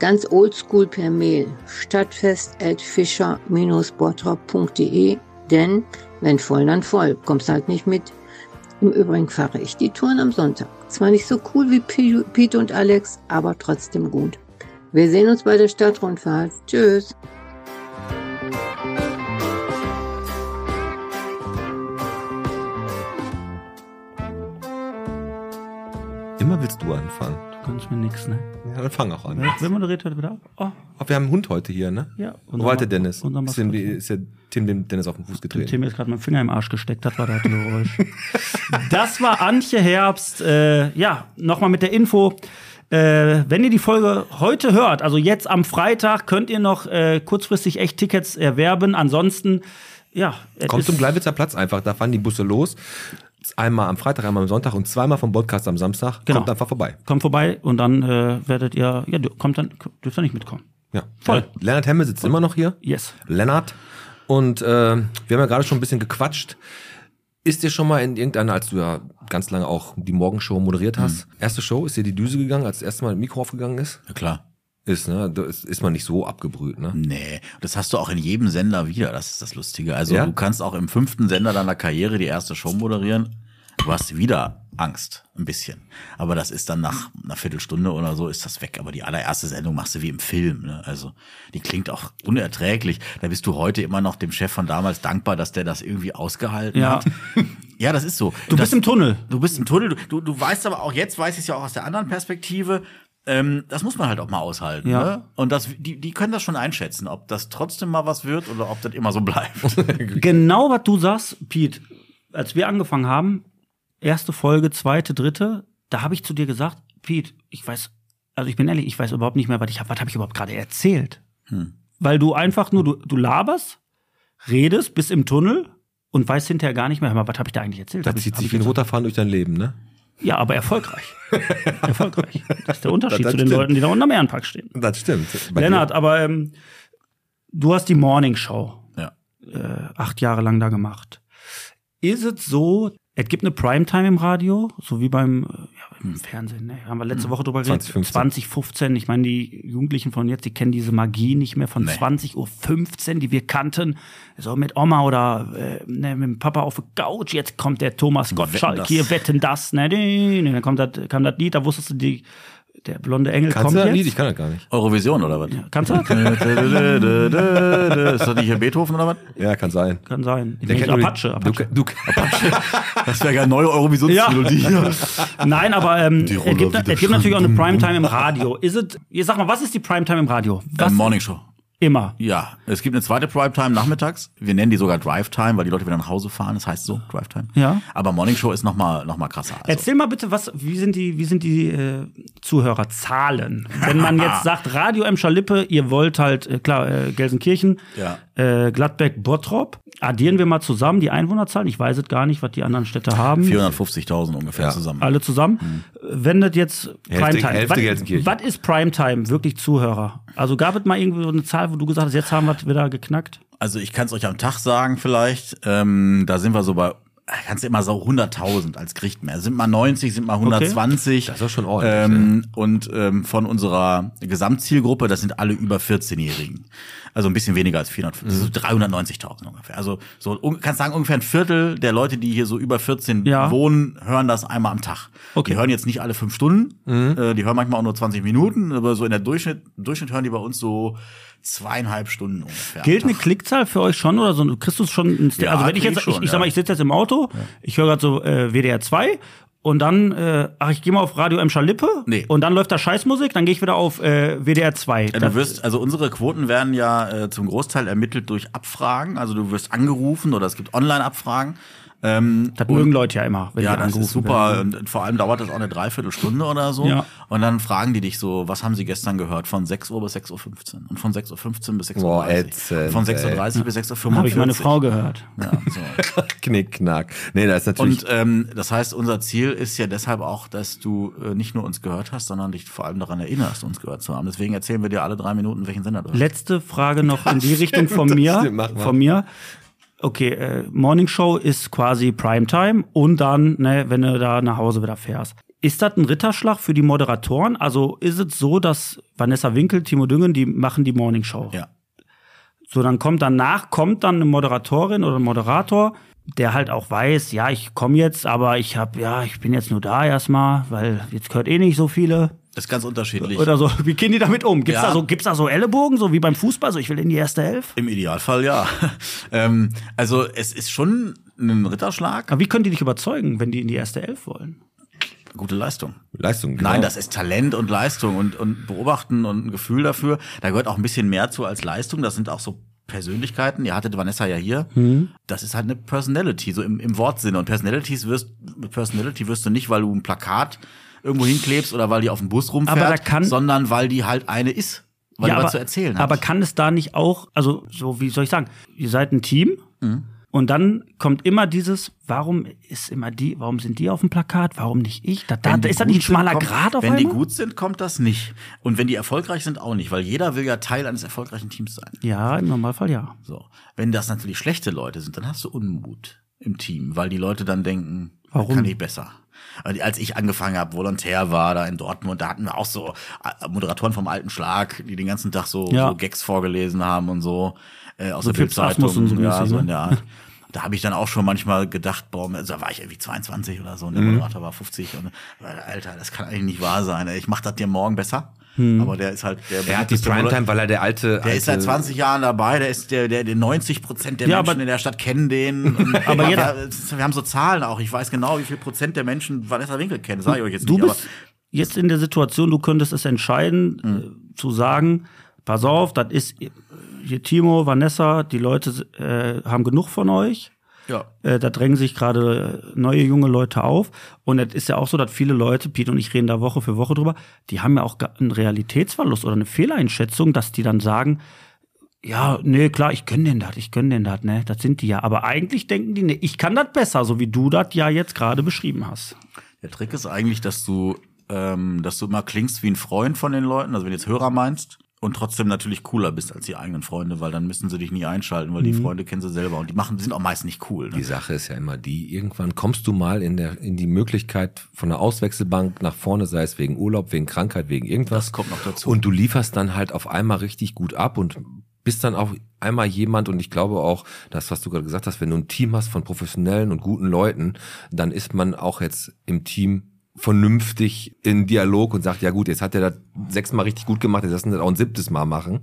Ganz oldschool per Mail. Stadtfest.fischer-bottrop.de. Denn wenn voll, dann voll. Kommst halt nicht mit. Im Übrigen fahre ich die Touren am Sonntag. Zwar nicht so cool wie Pi- Pete und Alex, aber trotzdem gut. Wir sehen uns bei der Stadtrundfahrt. Tschüss.
Immer willst du anfangen.
Du kannst mir nichts, ne?
Ja, dann fang auch an.
Wer moderiert heute wieder ab? Oh,
Oh, wir haben einen Hund heute hier, ne?
Ja,
Wo war der Dennis?
unser
Ist, dem,
Maskottchen.
ist der Tim dem Dennis auf den Fuß
Dem
getreten?
Tim ist gerade mein Finger im Arsch gesteckt, das war das Geräusch. das war Antje Herbst. Äh, ja, nochmal mit der Info. Äh, wenn ihr die Folge heute hört, also jetzt am Freitag, könnt ihr noch äh, kurzfristig echt Tickets erwerben. Ansonsten, ja. es
Kommt
ist-
zum Gleiwitzer Platz einfach, da fahren die Busse los. Einmal am Freitag, einmal am Sonntag und zweimal vom Podcast am Samstag.
Genau.
Kommt einfach vorbei.
Kommt vorbei und dann äh, werdet ihr, ja, dür- kommt dann, dürft ihr nicht mitkommen.
Ja.
Voll.
Lennart Hemme sitzt immer noch hier.
Yes.
Lennart. Und äh, wir haben ja gerade schon ein bisschen gequatscht. Ist dir schon mal in irgendeiner, als du ja ganz lange auch die Morgenshow moderiert hast, erste Show, ist dir die Düse gegangen, als das erste Mal ein Mikro aufgegangen ist?
Ja, klar.
Ist, ne? Da ist, ist man nicht so abgebrüht, ne?
Nee, das hast du auch in jedem Sender wieder, das ist das Lustige. Also
Ja?
du kannst auch im fünften Sender deiner Karriere die erste Show moderieren. Du hast wieder Angst, ein bisschen. Aber das ist dann nach einer Viertelstunde oder so ist das weg. Aber die allererste Sendung machst du wie im Film. Ne? Also die klingt auch unerträglich. Da bist du heute immer noch dem Chef von damals dankbar, dass der das irgendwie ausgehalten
Ja.
hat. Ja, das ist so.
Du
das,
bist im Tunnel.
Du bist im Tunnel. Du, du, du weißt aber auch, jetzt weiß ich es ja auch aus der anderen Perspektive. Ähm, das muss man halt auch mal aushalten.
Ja.
Ne? Und das, die, die können das schon einschätzen, ob das trotzdem mal was wird oder ob das immer so bleibt.
Genau, was du sagst, Pete. Als wir angefangen haben, erste Folge, zweite, dritte, da habe ich zu dir gesagt, Pete, ich weiß, also ich bin ehrlich, ich weiß überhaupt nicht mehr, was ich habe, was habe ich überhaupt gerade erzählt.
Hm.
Weil du einfach nur, du, du laberst, redest, bist im Tunnel und weißt hinterher gar nicht mehr, hör mal, was habe ich da eigentlich erzählt?
Da
Hab ich-
zieht
hab
sich
ich
wie ein
jetzt-
roter Faden durch dein Leben, ne?
Ja, aber erfolgreich. erfolgreich. Das ist der Unterschied
Das- das
zu den
stimmt.
Leuten, die da unten am Ehrenpark stehen.
Das stimmt. Bei dir-
Lennart, aber ähm, du hast die Morning Show
Ja.
äh, acht Jahre lang da gemacht. Ist es so, es gibt eine Primetime im Radio, so wie beim, äh, ja,
Hm.
im Fernsehen, ne? haben wir letzte Woche drüber geredet.
2015.
2015, ich meine, die Jugendlichen von jetzt, die kennen diese Magie nicht mehr von
Nee.
20.15 Uhr, die wir kannten, so mit Oma oder äh, ne, mit dem Papa auf der Couch, jetzt kommt der Thomas Gottschalk,
das.
hier wetten das, ne, ne, dann kommt das, kam das Lied, da wusstest du, die, der blonde Engel
Kannst
kommt
du das
jetzt.
Lied? Ich kann das gar nicht.
Eurovision oder was?
Kannst du das?
ist das nicht hier Beethoven oder was?
Ja, kann sein.
Kann sein.
Der
Nee,
kennt nur die-
Apache. Apache.
Du, du,
Das wäre ja eine neue
Ja.
Eurovision-Melodie.
Nein, aber ähm,
Die
es
Roller
gibt,
wieder
es gibt natürlich auch eine Primetime im Radio. Ist es, ihr sag mal, was ist die Primetime im Radio? Was
Morning Show.
immer.
Ja, es gibt eine zweite Primetime nachmittags. Wir nennen die sogar Drive Time, weil die Leute wieder nach Hause fahren. Das heißt so, Drive Time.
Ja.
Aber Morning Show ist nochmal noch mal krasser. Also,
Erzähl mal bitte, was, wie sind die, wie sind die äh, Zuhörerzahlen? Wenn man jetzt sagt, Radio Emscher-Lippe, ihr wollt halt, äh, klar, äh, Gelsenkirchen,
Ja.
äh, Gladbeck, Bottrop, addieren wir mal zusammen die Einwohnerzahlen. Ich weiß es gar nicht, was die anderen Städte haben.
450.000 ungefähr
Ja.
zusammen.
Alle zusammen.
Mhm.
Wenn das jetzt Primetime.
Hälfte
was,
Gelsenkirchen.
was ist Primetime? Wirklich Zuhörer. Also gab es mal irgendwie so eine Zahl, wo du gesagt hast, jetzt haben wir wieder geknackt?
Also ich kann es euch am Tag sagen vielleicht. Ähm, da sind wir so bei, kannst du immer so 100.000 als kriegt mehr. Sind mal 90, sind mal 120.
Das ist doch schon ordentlich,
Ähm, und ähm, von unserer Gesamtzielgruppe, das sind alle über 14-Jährigen. Also ein bisschen weniger als
Mhm.
450, so 390.000 ungefähr. Also so un- kannst sagen ungefähr ein Viertel der Leute, die hier so über 14
Ja.
wohnen, hören das einmal am Tag.
Okay.
Die hören jetzt nicht alle fünf Stunden,
Mhm.
äh, die hören manchmal auch nur 20 Minuten, aber so in der Durchschnitt, im Durchschnitt hören die bei uns so zweieinhalb Stunden ungefähr. am
Gilt
Tag.
eine Klickzahl für euch schon oder so? Kriegst du schon ein Sta-
Ja,
Also wenn ich
krieg
jetzt,
schon,
ich, ich
ja.
sag mal, ich sitze jetzt im Auto, ich höre gerade so äh, WDR 2 und dann, äh, ach, ich gehe mal auf Radio Emscher Lippe
Nee.
und dann läuft da Scheißmusik, dann gehe ich wieder auf äh, WDR 2.
Ja, Du wirst, also unsere Quoten werden ja äh, zum Großteil ermittelt durch Abfragen. Also du wirst angerufen oder es gibt Online-Abfragen.
das mögen Leute ja immer, wenn
Ja,
die
das
angerufen
ist super.
werden. ne?
Und, und vor allem dauert das auch eine Dreiviertelstunde oder so.
Ja.
Und dann fragen die dich so, was haben sie gestern gehört? Von 6 Uhr bis 6.15 Uhr. Und von 6.15 Uhr bis 6.30 Uhr.
Boah, ätzend,
Von
ey.
6.30 Uhr bis 6.45 Uhr.
Habe ich meine Frau gehört.
Ja, so.
Knick, knack. Nee, da ist natürlich.
Und ähm, das heißt, unser Ziel ist ja deshalb auch, dass du äh, nicht nur uns gehört hast, sondern dich vor allem daran erinnerst, uns gehört zu haben. Deswegen erzählen wir dir alle drei Minuten, welchen Sender du hast.
Letzte Frage noch in die Richtung von mir.
stimmt, mach mal.
Von mir. Okay, äh, Morning Show ist quasi Primetime und dann, ne, wenn du da nach Hause wieder fährst. Ist das ein Ritterschlag für die Moderatoren? Also ist es so, dass Vanessa Winkel, Timo Düngen, die machen die Morning Show.
Ja.
So, dann kommt danach, kommt dann eine Moderatorin oder ein Moderator, der halt auch weiß, ja, ich komme jetzt, aber ich hab, ja, ich bin jetzt nur da erstmal, weil jetzt gehört eh nicht so viele.
Das ist ganz unterschiedlich.
Oder so, wie gehen die damit um? Gibt's
Ja.
da so, gibt's da so Ellenbogen, so wie beim Fußball, so ich will in die erste Elf?
Im Idealfall ja. ähm, also es ist schon ein Ritterschlag.
Aber wie können die dich überzeugen, wenn die in die erste Elf wollen?
Gute Leistung.
Leistung.
Genau.
genau.
Nein, das ist Talent und Leistung und, und Beobachten und ein Gefühl dafür. Da gehört auch ein bisschen mehr zu als Leistung. Das sind auch so Persönlichkeiten. Ihr hattet Vanessa ja hier.
Mhm.
Das ist halt eine Personality, so im, im Wortsinne. Und Personalities wirst, mit Personality wirst du nicht, weil du ein Plakat irgendwo hinklebst oder weil die auf dem Bus rumfährt,
da kann-
sondern weil die halt eine ist. Weil die
aber,
was zu erzählen hat.
aber kann es da nicht auch, also so wie soll ich sagen, ihr seid ein Team
Mhm.
und dann kommt immer dieses, warum ist immer die, warum sind die auf dem Plakat, warum nicht ich? Da, da,
Wenn die
ist das nicht ein
gut sind,
schmaler
kommt,
Grad auf
Wenn die
einmal?
gut sind, kommt das nicht. Und wenn die erfolgreich sind, auch nicht, weil jeder will ja Teil eines erfolgreichen Teams sein.
ja, im Normalfall ja.
So. Wenn das natürlich schlechte Leute sind, dann hast du Unmut. im Team, weil die Leute dann denken,
Warum?
kann ich besser. Also Als ich angefangen habe, Volontär war da in Dortmund, da hatten wir auch so äh, Moderatoren vom alten Schlag, die den ganzen Tag so,
Ja.
so Gags vorgelesen haben und so äh, aus
So
der
Fips Asmus
Bildzeitung,
und so
ja,
mäßig,
so
ne?
in der Art. Da habe ich dann auch schon manchmal gedacht, boah, also da war ich irgendwie 22 oder so und der
Mhm.
Moderator war 50 und äh, Alter, das kann eigentlich nicht wahr sein. ey. Ich mach das dir morgen besser.
Hm.
Aber der ist halt der
Er hat die Primetime, weil er der alte.
der ist seit 20 Jahren dabei, der ist der, der, der 90 Prozent der
Ja,
Menschen
aber-
in der Stadt kennen den. Und
Aber
wir-
jetzt-
wir, haben so Zahlen auch. Ich weiß genau, wie viel Prozent der Menschen Vanessa Winkel kennen, sage ich euch jetzt
Du
nicht.
bist jetzt in der Situation, du könntest es entscheiden,
Mhm.
äh, zu sagen, pass auf, das ist äh, hier Timo, Vanessa, die Leute äh, haben genug von euch.
aber,
Äh, da drängen sich gerade neue junge Leute auf. Und es ist ja auch so, dass viele Leute, Pete und ich reden da Woche für Woche drüber, die haben ja auch ga- einen Realitätsverlust oder eine Fehleinschätzung, dass die dann sagen, ja, nee, klar, ich gönn den das, ich gönn den das, ne, das sind die ja. Aber eigentlich denken die, nee, ich kann das besser, so wie du das ja jetzt gerade beschrieben hast.
Der Trick ist eigentlich, dass du, ähm, dass du immer klingst wie ein Freund von den Leuten, also wenn du jetzt Hörer meinst, und trotzdem natürlich cooler bist als die eigenen Freunde, weil dann müssen sie dich nie einschalten, weil
Mhm.
die Freunde kennen sie selber und die machen, sind auch meist nicht cool.
Die
Ne?
Sache ist ja immer die, irgendwann kommst du mal in, der, in die Möglichkeit von der Auswechselbank nach vorne, sei es wegen Urlaub, wegen Krankheit, wegen irgendwas.
Das kommt noch dazu.
Und du lieferst dann halt auf einmal richtig gut ab und bist dann auch einmal jemand und ich glaube auch, das, was du gerade gesagt hast, wenn du ein Team hast von professionellen und guten Leuten, dann ist man auch jetzt im Team vernünftig in Dialog und sagt, ja gut, jetzt hat er das sechsmal richtig gut gemacht, jetzt lassen wir das auch ein siebtes Mal machen.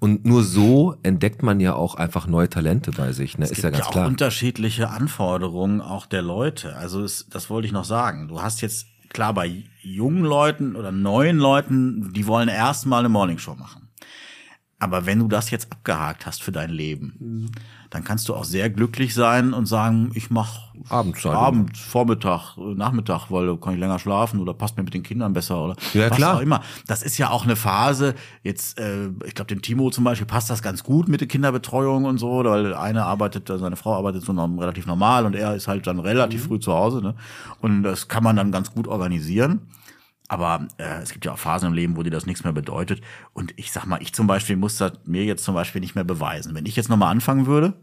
Und nur so entdeckt man ja auch einfach neue Talente bei sich, ne? ist ja
gibt
ganz
auch
klar.
unterschiedliche Anforderungen auch der Leute. Also es, das wollte ich noch sagen. Du hast jetzt klar bei jungen Leuten oder neuen Leuten, die wollen erstmal eine Morningshow machen. Aber wenn du das jetzt abgehakt hast für dein Leben, dann kannst du auch sehr glücklich sein und sagen, ich mach
Abendzeitung.
Abend, Vormittag, äh, Nachmittag, weil da kann ich länger schlafen oder passt mir mit den Kindern besser oder
Ja,
was
klar.
auch immer. Das ist ja auch eine Phase. Jetzt, äh, ich glaube, dem Timo zum Beispiel passt das ganz gut mit der Kinderbetreuung und so, weil eine arbeitet, also seine Frau arbeitet so noch relativ normal und er ist halt dann
Mhm.
relativ früh zu Hause. Ne? Und das kann man dann ganz gut organisieren. Aber äh, es gibt ja auch Phasen im Leben, wo dir das nichts mehr bedeutet. Und ich sag mal, ich zum Beispiel muss das mir jetzt zum Beispiel nicht mehr beweisen. Wenn ich jetzt nochmal anfangen würde,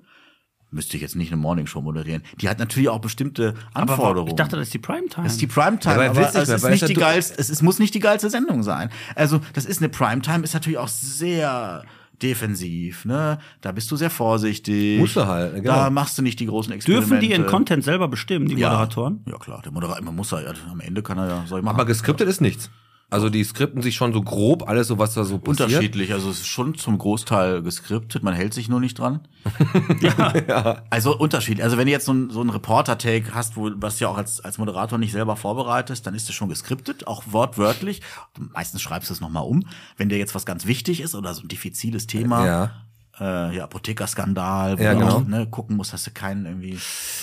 müsste ich jetzt nicht eine Morningshow moderieren. Die hat natürlich auch bestimmte Anforderungen.
Ich dachte, das ist die Primetime.
Das ist die Primetime,
Ja, aber
aber,
er will's nicht
es
mehr,
ist
weil
nicht
es
die
ja du-
geilste, es ist, muss nicht die geilste Sendung sein. Also, das ist eine Primetime, ist natürlich auch sehr defensiv, ne? Da bist du sehr vorsichtig.
Musst du halt, genau.
Da machst du nicht die großen Experimente.
Dürfen die ihren Content selber bestimmen, die
ja.
Moderatoren?
Ja, klar, der Moderator, man muss er, ja, am Ende kann er ja, sag ich mal,
Aber geskriptet ist nichts. Also die skripten sich schon so grob alles so, was da so passiert.
unterschiedlich. Also es ist schon zum Großteil geskriptet, man hält sich nur nicht dran. ja. Also unterschiedlich. Also wenn du jetzt so ein, so ein Reporter-Take hast, wo, was ja auch als, als Moderator nicht selber vorbereitest, dann ist das schon geskriptet, auch wortwörtlich. Meistens schreibst du es nochmal um. Wenn dir jetzt was ganz wichtig ist oder so ein diffiziles Thema,
Ja.
äh, ja, Apothekerskandal, wo
Ja,
du auch,
genau.
ne, gucken musst, hast du keinen irgendwie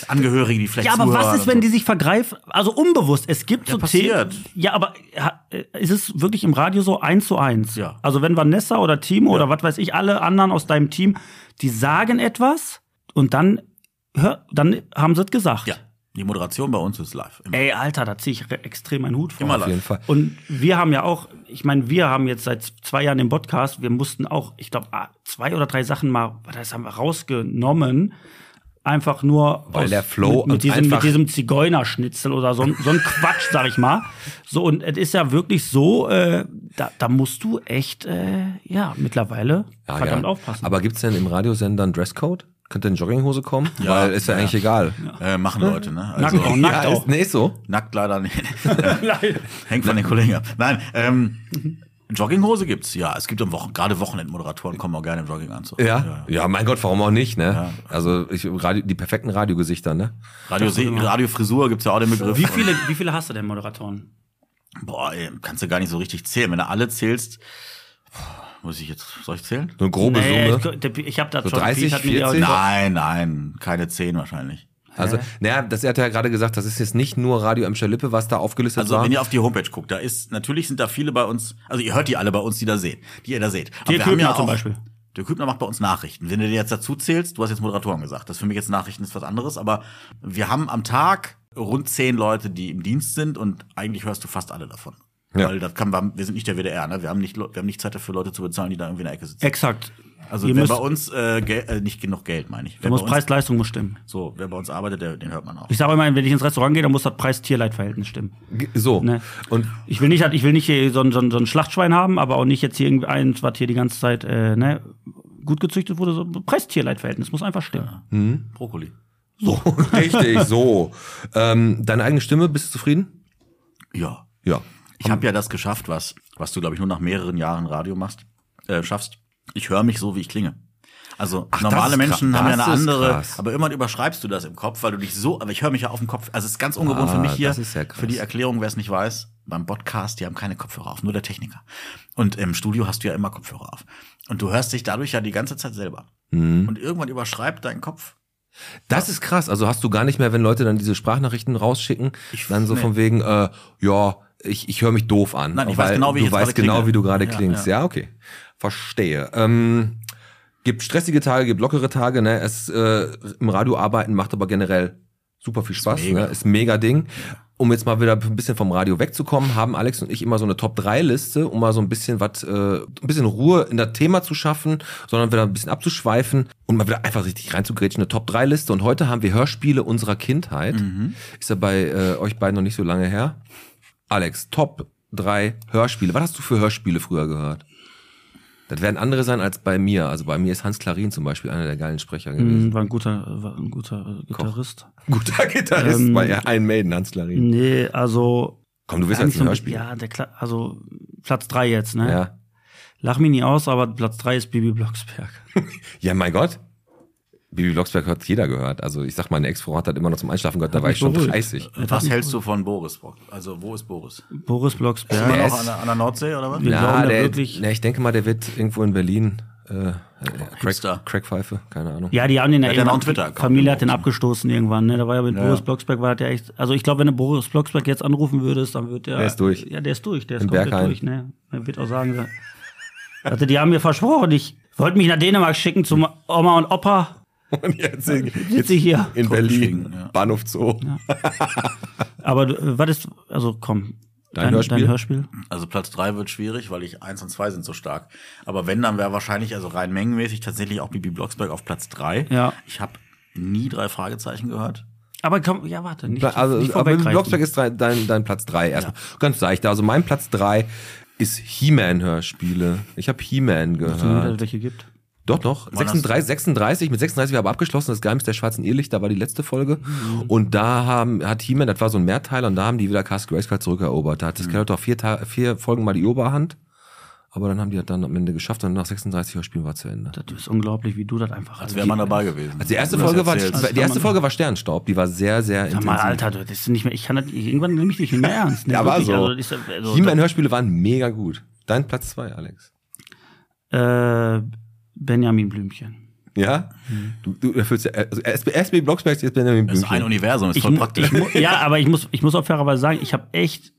Angehörigen, die vielleicht
Ja, aber
zuhören
was
und
ist, wenn
so.
die sich vergreifen? Also unbewusst. Es gibt
Ja,
so
passiert.
Themen. Ja, aber ha- ist es wirklich im Radio so eins zu eins?
Ja.
Also wenn Vanessa oder Timo oder was weiß ich, alle anderen aus deinem Team, die sagen etwas und dann, hör, dann haben sie es gesagt.
Ja, die Moderation bei uns ist live. Immer.
Ey, Alter, da ziehe ich re- extrem einen Hut vor.
Immer
Auf jeden Fall.
Und wir haben ja auch, ich meine, wir haben jetzt seit zwei Jahren den Podcast, wir mussten auch, ich glaube, zwei oder drei Sachen mal, das haben wir rausgenommen. Einfach nur
Weil der Flow
mit, mit,
uns
diesem,
einfach-
mit diesem Zigeunerschnitzel oder so, so ein Quatsch, sag ich mal. So, und es ist ja wirklich so, äh, da, da musst du echt, äh, ja, mittlerweile
Ja,
verdammt
ja.
aufpassen.
Aber gibt's denn im Radiosender einen Dresscode? Könnte in Jogginghose kommen?
Ja,
Weil ist ja,
ja.
eigentlich egal.
Äh, machen Leute, ne?
Hm? Nackt auch, nackt
Ja,
auch.
ist, nee, ist so.
Nackt leider nicht.
Nein.
Hängt von den Kollegen ab. Nein, ähm, Jogginghose gibt's. Ja, es gibt am Wochen gerade Wochenendmoderatoren kommen auch gerne im Jogginganzug.
Ja. ja, mein Gott, warum auch nicht, ne? Also ich, Radio, die perfekten Radiogesichter, ne?
Radio, Radio Frisur gibt's ja auch den
Genau.
Begriff.
Wie viele, wie viele hast du denn Moderatoren?
Boah, ey, kannst du gar nicht so richtig zählen. Wenn du alle zählst, muss ich jetzt, soll ich zählen?
So eine grobe
Nee,
Summe.
ich, ich habe da
So
schon
30,
Piet hat mir die auch-
40?
Nein, nein, keine zehn wahrscheinlich.
Also, naja, das er hat er ja gerade gesagt, das ist jetzt nicht nur Radio Emscher Lippe, was da aufgelistet
Also
war.
wenn ihr auf die Homepage guckt, da ist, natürlich sind da viele bei uns, also ihr hört die alle bei uns, die da sehen, die ihr da seht. Aber
Dirk
wir haben
Köbner
ja
zum
auch-
Beispiel.
Dirk Kübner macht bei uns Nachrichten. Wenn du dir jetzt dazu zählst, du hast jetzt Moderatoren gesagt, das ist für mich jetzt Nachrichten ist was anderes, aber wir haben am Tag rund zehn Leute, die im Dienst sind und eigentlich hörst du fast alle davon.
Ja.
Weil das kann, wir sind nicht der WDR, ne? Wir haben nicht, Le- wir haben nicht Zeit dafür, Leute zu bezahlen, die da irgendwie in der Ecke sitzen.
Exakt.
Also
Äh, Ihr
wer
müsst-
bei uns äh, Gel äh, nicht genug Geld, meine ich.
Da
Wer bei
muss
uns,
Preis-Leistung muss stimmen.
so, wer bei uns arbeitet, der, den hört man auch.
Ich sage immer, wenn ich ins Restaurant gehe, dann muss das Preis-Tier-Leid-Verhältnis stimmen.
G- So.
Ne.
Und
Ich will nicht, ich will nicht hier so ein, so, ein, so ein Schlachtschwein haben, aber auch nicht jetzt hier irgendeins, was hier die ganze Zeit äh, ne, gut gezüchtet wurde. So Preis-Tier-Leid-Verhältnis muss einfach stimmen.
Brokkoli.
so, richtig, so. Ähm, deine eigene Stimme, bist du zufrieden?
Ja.
Ja.
Ich habe ja das geschafft, was, was du, glaube ich, nur nach mehreren Jahren Radio machst, äh, schaffst. Ich höre mich so, wie ich klinge. Also
Ach, das
normale
ist krass.
Menschen haben ja eine
Das ist
andere,
krass.
aber irgendwann überschreibst du das im Kopf, weil du dich so, aber ich höre mich ja auf dem Kopf. Also es ist ganz ungewohnt für
Ah,
mich hier.
das ist ja krass.
Für die Erklärung, wer es nicht weiß, beim Podcast, die haben keine Kopfhörer auf, nur der Techniker. Und im Studio hast du ja immer Kopfhörer auf. Und du hörst dich dadurch ja die ganze Zeit selber.
Hm.
Und irgendwann überschreibt dein Kopf
Das ist krass. Also hast du gar nicht mehr, wenn Leute dann diese Sprachnachrichten rausschicken, dann so von wegen, äh, ja, ich, ich höre mich doof an.
Nein, ich weiß genau, wie
du
ich jetzt
weißt
gerade
genau,
klinge.
wie du gerade
Ja,
klingst. Ja, okay. Verstehe. Ähm, gibt stressige Tage, gibt lockere Tage, ne? Es äh, im Radio arbeiten macht aber generell super viel Spaß,
mega.
ne? Ist ein mega Ding. Um jetzt mal wieder ein bisschen vom Radio wegzukommen, haben Alex und ich immer so eine Top 3 Liste, um mal so ein bisschen was äh, ein bisschen Ruhe in das Thema zu schaffen, sondern wieder ein bisschen abzuschweifen und mal wieder einfach richtig reinzugrätschen, eine Top 3 Liste und heute haben wir Hörspiele unserer Kindheit. Ist ja bei äh, euch beiden noch nicht so lange her. Alex, Top 3 Hörspiele. Was hast du für Hörspiele früher gehört? Das werden andere sein als bei mir. Also bei mir ist Hans Klarin zum Beispiel einer der geilen Sprecher gewesen.
Mhm, War ein guter, war ein guter äh, Gitarrist.
Guter Gitarrist
Ähm,
war er. Ein Maiden, Hans Klarin.
Nee, also.
Komm, du willst
eigentlich
jetzt
so
ein
ein
Hörspiel.
Ja, der Kla also Platz drei jetzt, ne?
Ja.
Lach mich nie aus, aber Platz drei ist Bibi Blocksberg.
ja, mein Gott. Bibi Blocksberg hat jeder gehört. Also ich sag, meine Ex-Frau hat das immer noch zum Einschlafen gehört. Da war ich schon
beruhigt.
30.
Was hältst du von Boris? Brock? Also wo ist Boris?
Boris Blocksberg.
Der
Immer
ist-
noch an der, an der Nordsee oder was?
Wir glauben
Ja,
da
der,
wirklich-
ne, ich denke mal, der wird irgendwo in Berlin äh, äh, Crack,
Hipster.
Crackpfeife, keine Ahnung.
Ja, die haben den ja
hat ja noch einen Twitter-Account
Familie hat den
gemacht.
abgestoßen irgendwann, ne? Da war ja mit Boris Blocksberg, war der echt. Also ich glaube, wenn du Boris Blocksberg jetzt anrufen würdest, dann wird der.
Der ist durch.
Ja, der ist durch, der ist
In
komplett
Berghain.
durch, ne? Er wird auch sagen, da- also die haben mir versprochen, ich wollte mich nach Dänemark schicken zum Oma und Opa.
Und jetzt,
Sitze ich hier.
in
Berlin, ja.
Bahnhof Zoo.
Aber du, äh, was ist, also komm.
Dein Hörspiel?
dein Hörspiel?
Also Platz drei wird schwierig, weil ich eins und zwei sind so stark. Aber wenn, dann wäre wahrscheinlich, also rein mengenmäßig, tatsächlich auch Bibi Blocksberg auf Platz drei.
Ja.
Ich habe nie drei Fragezeichen gehört.
Aber komm, ja, warte, nicht,
also,
nicht
aber
vorweggreifen.
Blocksberg ist drei, dein, dein Platz 3 erstmal. Ganz leicht. Also mein Platz 3 ist He-Man-Hörspiele. Ich habe He-Man
Wenn es halt
gehört.
welche gibt.
Doch, doch. 36, 36. Mit 36 wir haben abgeschlossen. Das Geheimnis der schwarzen Irrlichter war die letzte Folge.
Mhm.
Und da haben, hat He-Man, das war so ein Mehrteiler, und da haben die wieder Cast Grayskull halt zurückerobert. Da hat das mhm. doch vier, Ta- vier Folgen mal die Oberhand. Aber dann haben die das dann am Ende geschafft und nach 36 Hörspielen war zu Ende.
Das ist unglaublich, wie du das einfach.
Als wäre man dabei gewesen.
Also die erste
Wenn du das
Folge war,
erzählst.
die erste Folge war Sternstaub. Die war sehr, sehr
Sag mal,
intensiv.
Alter, du, das ist nicht mehr, ich kann das, irgendwann nehme ich dich nicht mehr ernst. Ne,
Ja, war
wirklich,
so.
Also, das ist, also,
He-Man-Hörspiele waren mega gut. Dein Platz zwei, Alex.
Äh, Benjamin Blümchen.
Ja? Du, du erfüllst ja, also SB, SB Blocksberg ist Benjamin
Das ist ein
Blümchen.
Universum, ist
Ich,
voll
mu-
praktisch.
ich, mu- ja, aber ich muss, ich muss auch fairerweise sagen, ich habe echt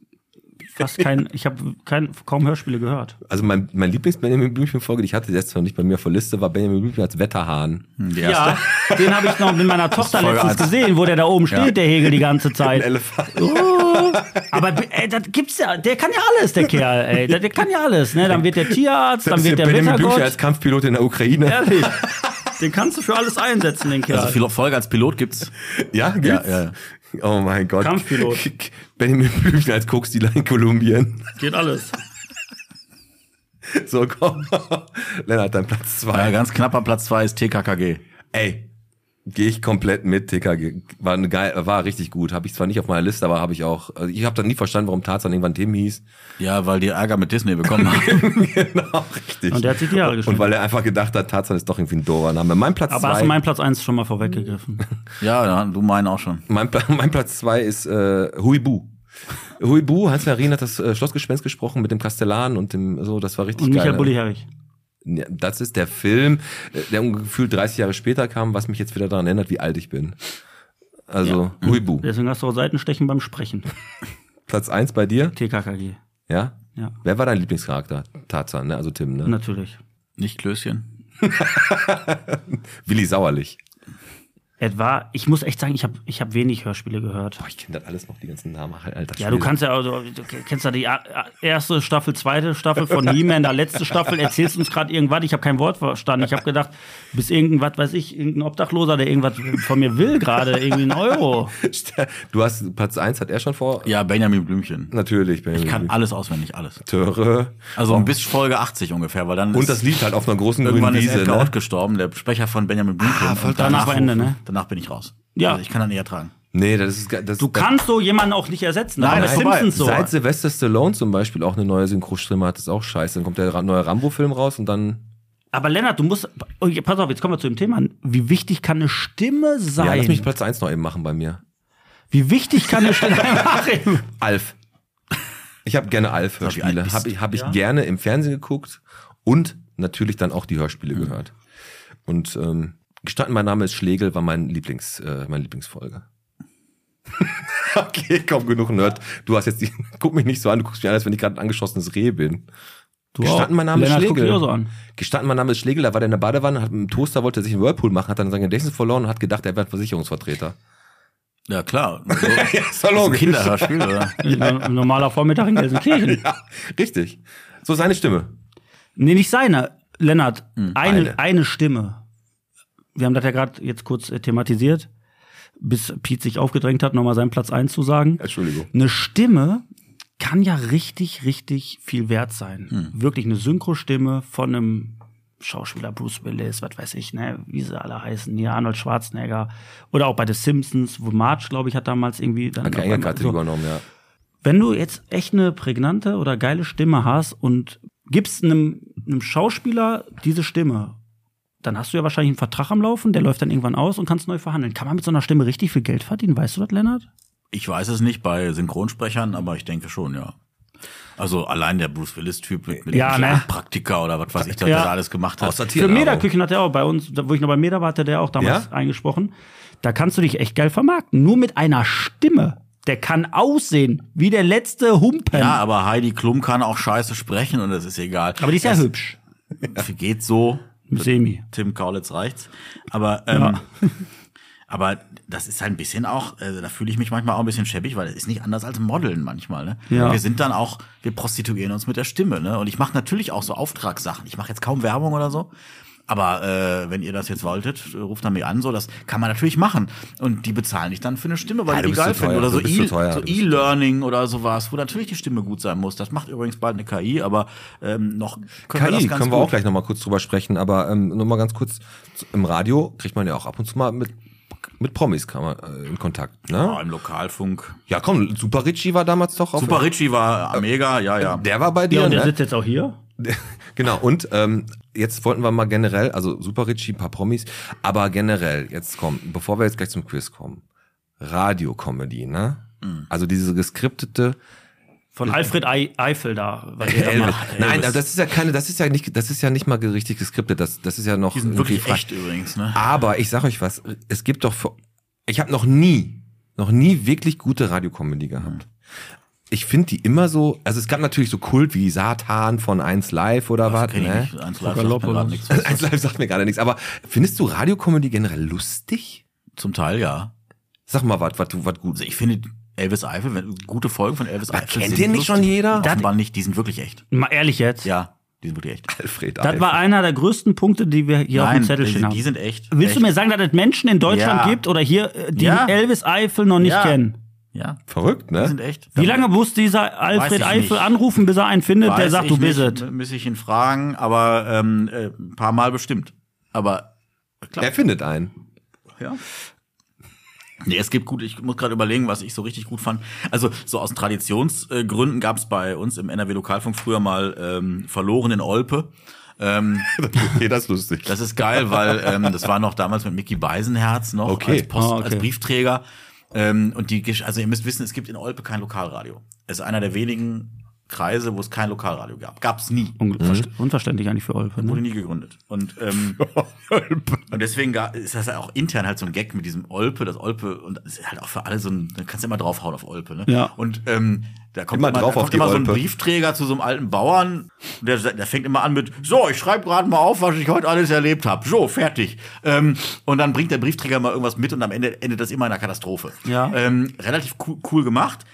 fast kein, ich habe kein, kaum Hörspiele gehört.
Also mein, mein Lieblings-Benjamin Blümchen-Folge, die ich hatte jetzt zwar nicht bei mir auf der Liste, war Benjamin Blümchen als Wetterhahn.
Hm.
Die erste.
Ja, den habe ich noch mit meiner Tochter
Folge
letztens
eins.
gesehen, wo der da oben steht, der Hegel die ganze Zeit. Oh.
Elefant.
Aber ey, das gibt's ja, der kann ja alles, der Kerl, ey. Der, der kann ja alles, ne? Dann wird der Tierarzt, dann wird der
Benjamin Blümchen
Wettergott.
als Kampfpilot in der Ukraine.
Ehrlich. Den kannst du für alles einsetzen, den Kerl.
Also viel Folge als Pilot gibt's.
Ja, gibt's?
ja,
Oh mein Gott.
Kampfpilot.
Benjamin Blümchen als Koksdealer in Kolumbien.
Geht alles.
So, komm. Lennart, dein Platz zwei.
Ja, ganz knapper Platz zwei ist TKKG.
Ey, gehe ich komplett mit, TKG. War, eine geil, war richtig gut. Habe ich zwar nicht auf meiner Liste, aber habe ich auch. Also ich habe dann nie verstanden, warum Tarzan irgendwann Tim hieß.
Ja, weil die Ärger mit Disney bekommen haben.
genau, richtig.
Und der hat sich die Haare
Und
geschnitten.
weil er einfach gedacht hat, Tarzan ist doch irgendwie ein dober Name. Mein Platz
Aber hast
zwei,
du meinen Platz 1 schon mal vorweggegriffen?
ja, ja, du meinen auch schon.
mein, Pla- mein Platz zwei ist äh, Huibu. Huibu, Hans Marin hat das äh, Schlossgespenst gesprochen mit dem Kastellan und dem so, das war richtig
Und Michael
geil.
Bulli Herrich.
Ja, Das ist der Film, äh, der gefühlt 30 Jahre später kam, was mich jetzt wieder daran erinnert, wie alt ich bin. Also Huibu.
Deswegen hast du auch Seitenstechen beim Sprechen.
Platz eins bei dir,
TKKG.
ja?
Ja,
Wer war dein Lieblingscharakter? Tarzan, ne? Also Tim, ne?
natürlich.
Nicht Klößchen.
Willi Sauerlich.
Etwa, ich muss echt sagen, ich habe ich hab wenig Hörspiele gehört.
Boah, ich kenne das alles noch, die ganzen Namen. Alter,
Ja, du
Schwede.
kannst ja also, du kennst ja die a- a- erste Staffel, zweite Staffel von He-Man, da letzte Staffel, erzählst uns gerade irgendwas, ich habe kein Wort verstanden. Ich habe gedacht, du bist irgendwas, weiß ich, irgendein Obdachloser, der irgendwas von mir will gerade, irgendwie einen Euro.
Du hast Platz 1 hat er schon vor.
Ja, Benjamin Blümchen.
Natürlich, Benjamin.
Ich kann
Blümchen.
alles auswendig, alles.
Töre.
Also bis Folge 80 ungefähr, weil dann
Und
ist
das Lied halt auf einer großen grünen
irgendwann ist
Wiese.
Edgar
Ne?
Ott gestorben, der Sprecher von Benjamin Blümchen.
Ah,
Und
voll danach war Ende, ne?
Danach bin ich raus.
Ja.
Also ich kann dann eher tragen.
Nee, das ist ge- das,
Du kannst so jemanden auch nicht ersetzen.
Nein,
Nein, das
nein,
ist
vorbei.
Simpsons so.
Seit Sylvester Stallone zum Beispiel auch eine neue Synchrostimme hat, ist auch scheiße. Dann kommt der Ra- neue Rambo-Film raus und dann.
Aber Lennart, du musst, okay, pass auf, jetzt kommen wir zu dem Thema. Wie wichtig kann eine Stimme
Ja,
sein?
lass mich Platz 1 noch eben machen bei mir.
Wie wichtig kann eine Stimme sein?
Alf. Ich habe gerne
Sag, wie alt
Alf-Hörspiele.
bist
Habe ich, hab ich
Ja.
gerne im Fernsehen geguckt und natürlich dann auch die Hörspiele
Hm.
gehört. Und ähm, gestanden, mein Name ist Schlegel, war mein Lieblings, äh, meine Lieblingsfolge. okay, komm, genug Nerd. Du hast jetzt die, guck mich nicht so an, du guckst mich an, als wenn ich gerade ein angeschossenes Reh bin.
Du
Gestanden, mein Name ist
Lennart, guck
Schlegel.
dich auch so an.
Gestanden, mein Name ist Schlegel, da war der in der Badewanne, hat mit dem Toaster, wollte er sich einen Whirlpool machen, hat dann sein Gedächtnis verloren und hat gedacht, er wäre ein Versicherungsvertreter.
Ja, klar. Also, So, ja,
Salon.
Kinderhörspiel, oder?
Ein Normaler Vormittag in Gelsenkirchen.
Ja, richtig. So seine Stimme.
Nee, nicht seine. Lennart, eine,
Hm, eine.
eine. Stimme. Wir haben das ja gerade jetzt kurz äh, thematisiert, bis Piet sich aufgedrängt hat, nochmal seinen Platz einzusagen.
Entschuldigung.
Eine Stimme kann ja richtig, richtig viel wert sein.
Hm.
Wirklich eine Synchrostimme von einem Schauspieler Bruce Willis, was weiß ich, ne, wie sie alle heißen, hier Arnold Schwarzenegger oder auch bei The Simpsons, wo Marge, glaube ich, hat damals irgendwie dann
Hat
auf
keine
einmal
Karte übernommen, ja.
wenn du jetzt echt eine prägnante oder geile Stimme hast und gibst einem, einem Schauspieler diese Stimme, dann hast du ja wahrscheinlich einen Vertrag am Laufen, der läuft dann irgendwann aus und kannst neu verhandeln. Kann man mit so einer Stimme richtig viel Geld verdienen? Weißt du das, Lennart?
Ich weiß es nicht bei Synchronsprechern, aber ich denke schon, ja. Also allein der Bruce Willis-Typ mit, mit
Ja, ne?
Praktika oder was weiß ich, der
Ja.
da alles gemacht hat.
Aus der Tier-
Für
Genau.
Mederküchen hat er auch bei uns, da- wo ich noch bei Meder war, hat der auch damals
Ja?
eingesprochen. Da kannst du dich echt geil vermarkten. Nur mit einer Stimme. Der kann aussehen wie der letzte Humpen.
ja, aber Heidi Klum kann auch scheiße sprechen und das ist egal.
aber die ist ja
Das
hübsch.
Geht so.
Semi.
Tim Kaulitz reicht's. Aber, ähm, aber das ist halt ein bisschen auch, also da fühle ich mich manchmal auch ein bisschen schäbig, weil es ist nicht anders als Modeln manchmal. Ne?
Ja.
Wir sind dann auch, wir prostituieren uns mit der Stimme. Ne? Und ich mache natürlich auch so Auftragssachen. Ich mache jetzt kaum Werbung oder so. Aber äh, wenn ihr das jetzt wolltet, äh, ruft dann mich an. So, das kann man natürlich machen. Und die bezahlen dich dann für eine Stimme, weil
Ja, du
die die
bist
geil
zu
finden.
teuer,
Oder
du
so
bist zu
E-
teuer,
so
du bist zu
E-Learning oder sowas, wo natürlich die Stimme gut sein muss. Das macht übrigens bald eine KI, aber ähm, noch können wir
KI,
das ganz
können wir
gut.
auch gleich nochmal kurz drüber sprechen, aber ähm, nochmal ganz kurz, zu- im Radio kriegt man ja auch ab und zu mal mit, mit Promis kann man, äh, in Kontakt.
Ja,
Ne?
Im Lokalfunk.
Ja komm, Super Richie war damals doch auf...
Super Richie war mega, ja, ja.
Der war bei dir,
Ja, und der
ne?
sitzt jetzt auch hier.
Genau, und ähm, jetzt wollten wir mal generell, also Super Richie, paar Promis, aber generell, jetzt kommen, bevor wir jetzt gleich zum Quiz kommen, Radio-Comedy, ne?
Mhm.
Also diese geskriptete
Von Alfred Ei- Eifel da. Was der da
Elvis.
macht.
Nein, also das ist ja keine, das ist ja nicht, das ist ja nicht mal richtig geskriptet, das, das ist ja noch
Die sind
irgendwie
wirklich
frei-
echt übrigens, ne?
Aber ich sag euch was, es gibt doch für, ich habe noch nie, noch nie wirklich gute Radiokomödie gehabt. Ich finde die immer so, also es gab natürlich so Kult wie Satan von 1 Live oder was,
kenn ich
ne?
nicht. Eins live sagt mir grad nichts.
1 Live sagt mir gerade nichts, aber findest du Radiokomödie generell lustig?
Zum Teil, ja.
Sag mal was, was du was gut.
Also ich finde Elvis Eifel, wenn, gute Folgen von Elvis Eifel.
kennt
sind
den nicht
lustig.
schon jeder?
Offenbar nicht, die sind wirklich echt.
Mal ehrlich jetzt.
Ja, die sind wirklich echt.
Alfred,
Das
Alf.
war einer der größten Punkte, die wir hier auf dem Zettel
die,
stehen
sind- die
haben.
sind echt.
Willst du
echt.
mir sagen, dass es Menschen in Deutschland
Ja.
gibt oder hier, äh, die
Ja.
Elvis Eifel noch nicht
Ja.
kennen?
Ja,
verrückt,
die
ne?
sind echt.
Wie lange muss dieser Alfred
ich
Eifel
nicht.
anrufen, bis er einen findet, der
Weiß
sagt,
ich
du
nicht,
bist es?
mü- Müsste ich ihn fragen, aber ähm, äh, ein paar Mal bestimmt. Aber klar.
Er findet einen.
Ja. Nee, es gibt gut, ich muss gerade überlegen, was ich so richtig gut fand. Also so aus Traditionsgründen gab es bei uns im NRW-Lokalfunk früher mal ähm, verloren in Olpe. Ähm,
Nee, das ist lustig.
das ist geil, weil ähm, das war noch damals mit Mickey Beisenherz noch
Okay.
als, Post,
Ah, okay.
als Briefträger. Ähm, und die, Gesch- also ihr müsst wissen, es gibt in Olpe kein Lokalradio. Es ist einer der wenigen Kreise, wo es kein Lokalradio gab. Gab es nie.
Unver- Unverständlich eigentlich für Olpe.
Hm? Wurde
Ne?
nie gegründet. Und, ähm, und deswegen ga- ist das ja auch intern halt so ein Gag mit diesem Olpe, das Olpe, und das ist halt auch für alle so ein, da kannst du immer draufhauen auf Olpe, ne?
Ja.
Und ähm, da kommt
Immer
immer,
drauf
da
auf
kommt
die
immer so ein
Olpe.
Briefträger zu so einem alten Bauern, und der, der fängt immer an mit, so, ich schreibe gerade mal auf, was ich heute alles erlebt habe. So, fertig. Ähm, und dann bringt der Briefträger mal irgendwas mit und am Ende endet das immer in einer Katastrophe.
Ja.
Ähm, relativ cool, cool gemacht.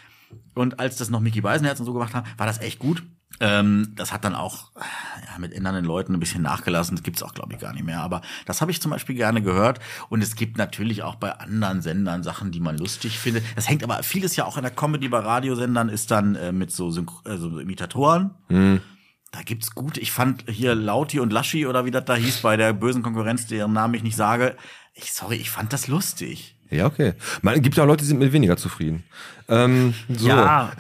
Und als das noch Mickey Beisenherz und so gemacht haben, war das echt gut. Ähm, das hat dann auch ja, mit ändernden Leuten ein bisschen nachgelassen. Das gibt's auch, glaube ich, gar nicht mehr. Aber das habe ich zum Beispiel gerne gehört. Und es gibt natürlich auch bei anderen Sendern Sachen, die man lustig findet. Das hängt aber vieles ja auch in der Comedy bei Radiosendern ist dann äh, mit so, Synch äh, so Imitatoren. Da gibt's gut. Ich fand hier Lauti und Laschi oder wie das da hieß bei der bösen Konkurrenz, deren Namen ich nicht sage. Ich, sorry, ich fand das lustig.
Ja, okay. Man gibt ja auch Leute, die sind mit weniger zufrieden. Ähm, so.
Ja.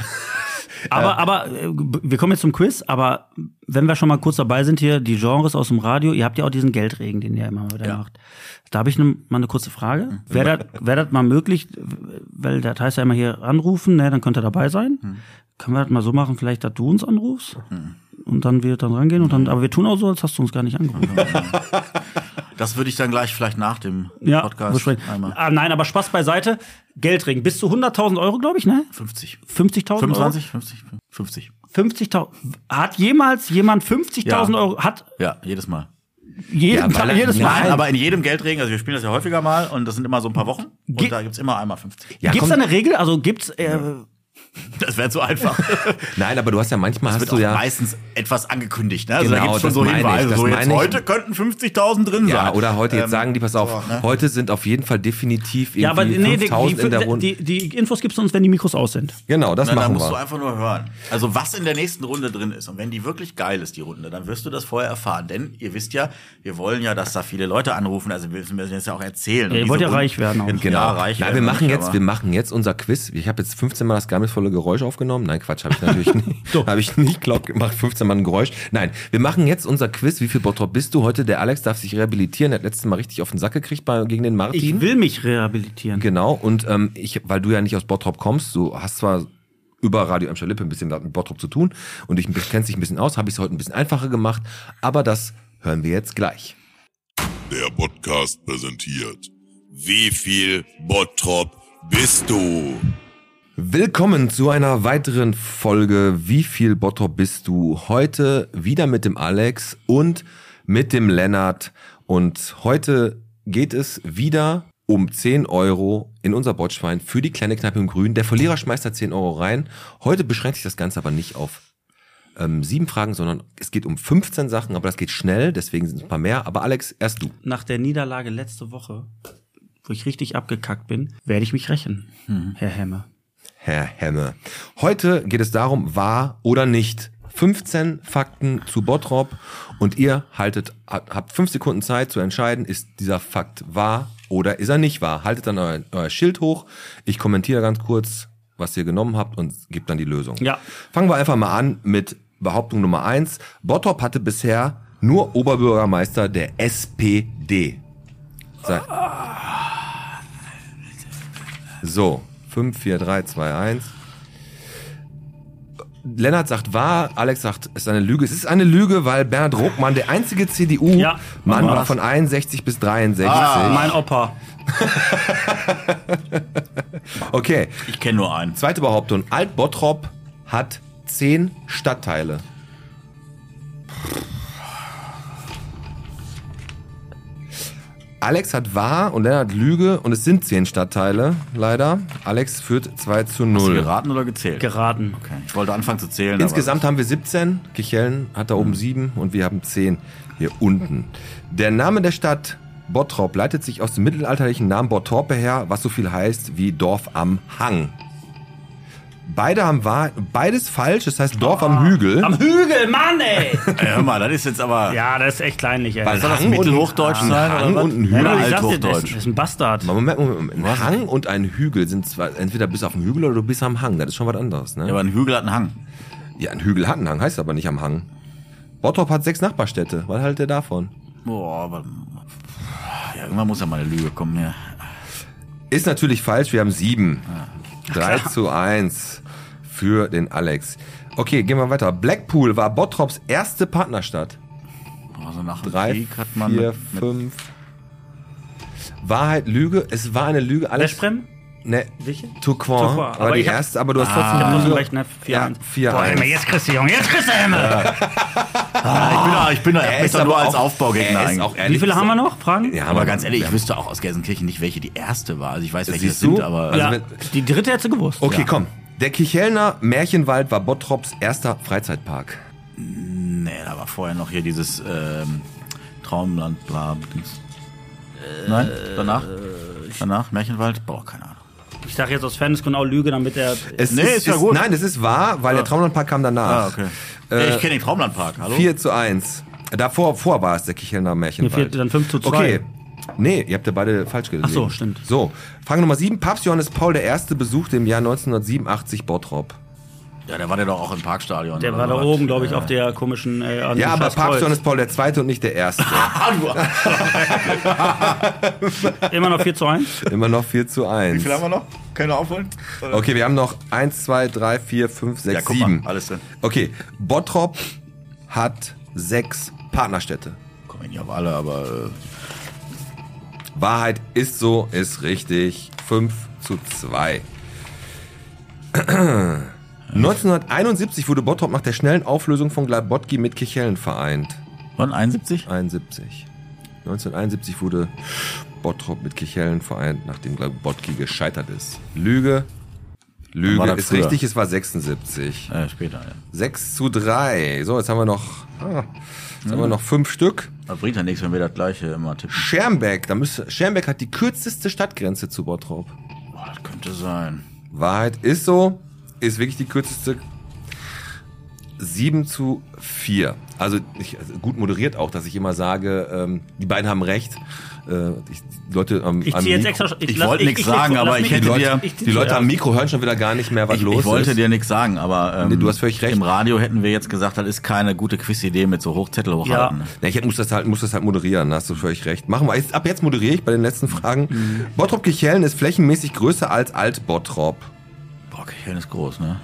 Aber, aber äh, wir kommen jetzt zum Quiz, aber wenn wir schon mal kurz dabei sind hier, die Genres aus dem Radio, ihr habt ja auch diesen Geldregen, den ihr immer wieder
Ja. Mhm.
macht. Da habe ich ne, mal eine kurze Frage. Wäre das wär dat mal möglich, weil das heißt ja immer hier anrufen, ne, dann könnt ihr dabei sein.
Mhm.
Können wir das mal so machen, vielleicht, dass du uns anrufst und dann wir dann rangehen und
Mhm.
dann, aber wir tun auch so, als hast du uns gar nicht
Also,
angerufen.
Das würde ich dann gleich vielleicht nach dem
ja,
Podcast
besprechen.
einmal.
Ah, nein, aber Spaß beiseite. Geldregen, bis zu 100.000 Euro, glaube ich, ne?
50.
50.000 Euro?
25, 50, 50.
50.000. Hat jemals jemand 50.000
Ja.
Euro? Hat
Ja, jedes Mal.
jeden
Ja, weil
Tag,
er-
jedes Mal.
Nein, aber in jedem Geldregen, also wir spielen das ja häufiger mal und das sind immer so ein paar Wochen und
Ge-
da gibt's immer einmal 50.
Ja,
gibt's
komm.
da eine Regel? Also gibt's äh,
Das wäre zu einfach.
Nein, aber du hast ja manchmal
Das
hast
wird
du
auch
ja.
meistens etwas angekündigt. Ne? Also da
Genau,
gibt's schon
das
so
meine ich,
Hinweise.
das
so jetzt
meine ich.
heute könnten 50.000 drin sein.
Ja, oder heute jetzt
Ähm,
sagen die, pass auf, heute sind auf jeden Fall definitiv irgendwie
ja, aber nee, die,
5000 in der
die,
Runde.
die, die Infos gibst du uns, wenn die Mikros aus sind.
genau, das
Na, da
machen
musst du
wir.
einfach nur hören. Also was in der nächsten Runde drin ist. Und wenn die wirklich geil ist, die Runde, dann wirst du das vorher erfahren. Denn ihr wisst ja, wir wollen ja, dass da viele Leute anrufen. Also wir müssen das ja auch erzählen.
Ja, ihr
Und
wollt
diese
ja
Runde-
reich werden auch.
Genau.
Ja, reich
Nein, wir
werden
machen
nicht,
jetzt,
aber-
wir machen jetzt unser Quiz. Ich habe jetzt 15 Mal das geheimnisvolle Geräusch aufgenommen. Nein, Quatsch, habe ich natürlich nicht. habe ich nicht glaub gemacht, 15 Mal ein Geräusch. Nein, wir machen jetzt unser Quiz. Wie viel Bottrop bist du heute? Der Alex darf sich rehabilitieren. Der hat letztes Mal richtig auf den Sack gekriegt bei, gegen den Martin.
Ich will mich rehabilitieren.
Genau, und ähm, ich, weil du ja nicht aus Bottrop kommst, du hast zwar über Radio Emscher Lippe ein bisschen was mit Bottrop zu tun und ich kennst dich ein bisschen aus, habe ich es heute ein bisschen einfacher gemacht, aber das hören wir jetzt gleich.
Der Podcast präsentiert. Wie viel Bottrop bist du?
Willkommen zu einer weiteren Folge Wie viel Bottrop bist du? Heute wieder mit dem Alex und mit dem Lennart und heute geht es wieder um 10 Euro in unser Botschwein für die kleine Kneipe im Grün. Der Verlierer schmeißt da 10 Euro rein. Heute beschränkt sich das Ganze aber nicht auf ähm, sieben Fragen, sondern es geht um 15 Sachen, aber das geht schnell, deswegen sind es ein paar mehr. Aber Alex, erst du.
Nach der Niederlage letzte Woche, wo ich richtig abgekackt bin, werde ich mich rächen,
Hm.
Herr Hemme.
Herr Hemme. Heute geht es darum, wahr oder nicht. 15 Fakten zu Bottrop und ihr haltet, habt fünf Sekunden Zeit zu entscheiden, ist dieser Fakt wahr oder ist er nicht wahr. Haltet dann euer, euer Schild hoch. Ich kommentiere ganz kurz, was ihr genommen habt und gebt dann die Lösung.
Ja.
Fangen wir einfach mal an mit Behauptung Nummer eins. Bottrop hatte bisher nur Oberbürgermeister der SPD. Sei- So, 5, 4, 3, 2, 1. Lennart sagt wahr, Alex sagt, es ist eine Lüge. Es ist eine Lüge, weil Bernhard Ruckmann, der einzige CDU-Mann
Ja,
war,
war das.
von 61 bis 63.
Ah,
Mein Opa.
Okay,
Ich kenne nur einen.
zweite Behauptung. Alt-Bottrop hat 10 Stadtteile. Alex hat wahr und Lennart Lüge und es sind 10 Stadtteile, leider. Alex führt 2 zu 0.
Geraten oder gezählt?
Geraten.
Okay. Ich wollte anfangen zu zählen.
Insgesamt haben wir 17. Kichellen hat da oben 7 und wir haben 10 hier unten. Der Name der Stadt Bottrop leitet sich aus dem mittelalterlichen Namen Bottorpe her, was so viel heißt wie Dorf am Hang. Beide haben wahr, beides falsch, das heißt Dorf am Hügel.
Am Hügel, Mann, ey!
Aber, Ey, hör mal, das ist jetzt aber.
ja, das ist echt kleinlich, ey.
Weil
Soll das
Hang und-
Mittelhochdeutsch
ein
sein oder
Hang
was?
und ein
Ja,
Hügel.
aber
ich sag's dir, das
Althochdeutsch.
ist, das ist ein Bastard.
Moment, Moment, Moment. Ein Hang und ein Hügel sind zwar entweder bist du auf dem Hügel oder du bist am Hang. Das ist schon was anderes, ne?
Ja, aber ein Hügel hat einen Hang.
Ja, ein Hügel hat einen Hang, heißt aber nicht am Hang. Bottrop hat sechs Nachbarstädte. Was haltet ihr davon?
Boah, aber. Ja, irgendwann muss ja mal eine Lüge kommen, ja.
Ist natürlich falsch, wir haben sieben. 3 zu 1 für den Alex. Okay, gehen wir weiter. Blackpool war Bottrops erste Partnerstadt.
Also nach dem
Drei,
Krieg hat man
vier,
mit, mit
fünf. Wahrheit, Lüge. Es war eine Lüge. Alles.
Sprem?
Ne,
Welche?
Turquois.
Turquois.
War
Aber
die
ich hab- Ah,
erste, aber du hast
Ich hab noch
trotzdem
so
Lüge.
recht, ne?
Ah. Ja,
4-1.
vier,
Boah,
eins.
Emma, jetzt kriegst du, Junge, jetzt kriegst du, Emma.
Ah, ich bin da, ich bin da, ich bin da nur als Aufbaugegner
er ist
eigentlich.
auch ehrlich
Wie viele haben wir
gesagt-
noch? Fragen?
Ja,
aber ganz ehrlich,
ja.
ich wüsste auch aus Gelsenkirchen nicht, welche die erste war. Also ich weiß, welche
Siehst
es sind,
du?
aber
Also
Ja,
wenn-
die dritte hättest du gewusst.
Okay,
Ja.
komm. Der Kichelner Märchenwald war Bottrops erster Freizeitpark.
nee, da war vorher noch hier dieses ähm, Traumland, bla. Dings. Äh, Nein, danach? danach? Märchenwald? Boah, keine Ahnung.
Ich sag jetzt aus Fans genau Lüge, damit er.
Es
Nee,
ist,
ist ja gut.
Nein, es ist wahr, weil der Traumlandpark kam danach.
Ah, okay.
Äh,
ich kenne den Traumlandpark, hallo?
4 zu 1. Davor vor war es der Kichelner Märchenwald.
Nee, vier- dann fünf zu zwei.
Okay. Nee, ihr habt ja beide falsch gelesen.
Ach so, stimmt.
So, Frage Nummer 7. Papst Johannes Paul I. besuchte im Jahr 1987 Bottrop.
Ja, der war der doch auch im Parkstadion.
der
oder
war da
was?
oben, glaube ich,
Äh,
auf der komischen. Äh, an
Ja,
dem
aber
scheiß
Papst
Kreuz.
Johannes Paul II. und nicht der Erste.
Ah, du.
Immer noch 4 zu 1.
Immer noch 4 zu 1.
wir noch? Können wir aufholen? Oder?
Okay, wir haben noch 1, 2, 3, 4, 5, 6,
Ja, guck mal,
7.
alles drin.
Okay, Bottrop hat sechs Partnerstädte.
Komm, ich nicht auf alle, aber. äh,
Wahrheit ist so, ist richtig. 5 zu 2. 1971 wurde Bottrop nach der schnellen Auflösung von Glabotki mit Kichellen vereint.
Äh, wann? 71?
71. 1971 wurde Bottrop mit Kichellen vereint, nachdem Glabotki gescheitert ist. Lüge.
Wann
Lüge
war das
ist
früher?
richtig, es war 76.
Äh, später, ja.
6 zu 3. So, jetzt haben wir noch, ah, jetzt
Mhm.
haben wir noch fünf Stück.
Das bringt ja nichts, wenn wir das gleiche immer tippen.
Schermbeck, da müsste, Schermbeck hat die kürzeste Stadtgrenze zu Bottrop.
Boah, das könnte sein.
Wahrheit ist so, ist wirklich die kürzeste. 7 zu 4. Also, ich, also gut moderiert auch, dass ich immer sage, ähm, die beiden haben recht. Äh, ich, die Leute am,
Ich
am
zieh jetzt
Mikro-
extra.
Ich
lass-
wollte nix
lass
sagen,
mich-
aber
lass
ich
mich-
die
hätte
zieh-
Leute,
dir-
ich zieh
die Leute
zuerst.
am Mikro hören schon wieder gar nicht mehr, was
Ich,
los
ich wollte
ist.
dir nichts sagen, aber ähm,
Nee, du hast völlig recht.
im Radio hätten wir jetzt gesagt, das ist keine gute Quizidee mit so Hochzettel hochhalten.
Ja.
Na, ich hätte- muss das halt, muss das halt moderieren, da hast du völlig recht. Machen wir, jetzt, ab jetzt moderiere ich bei den letzten Fragen.
Mhm.
Bottrop-Kichellen ist flächenmäßig größer als Alt-Bottrop.
Boah, Kirchen ist groß, ne?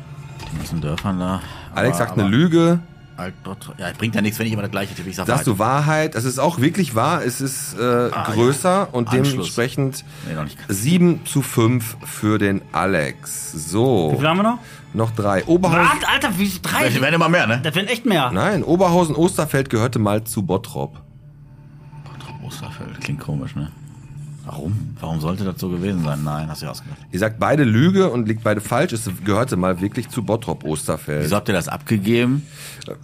Die ganzen Dörfern da.
Alex
Aber-
sagt eine
aber
Lüge,
Altbottrop- Ja, bringt ja nichts, wenn ich immer das gleiche tippe. Ich sag halt,
sagst du Wahrheit, es ist auch wirklich wahr, es ist äh, größer und
Ah, Anschluss.
dementsprechend
Nee, noch nicht.
7 zu 5 für den Alex.
Wie
So,
viel haben wir noch?
noch drei. Oberhausen,
Warte, Alter, wie drei?
Wahrheit. Wir werden immer mehr, ne?
Das wären echt mehr.
nein, Oberhausen-Osterfeld gehörte mal zu Bottrop.
Bottrop Osterfeld. Klingt komisch, ne? Warum? Warum sollte das so gewesen sein? Nein, hast du ja ausgedacht.
Ihr sagt beide Lüge und liegt beide falsch, es gehörte mal wirklich zu Bottrop-Osterfeld.
Wieso habt ihr das abgegeben?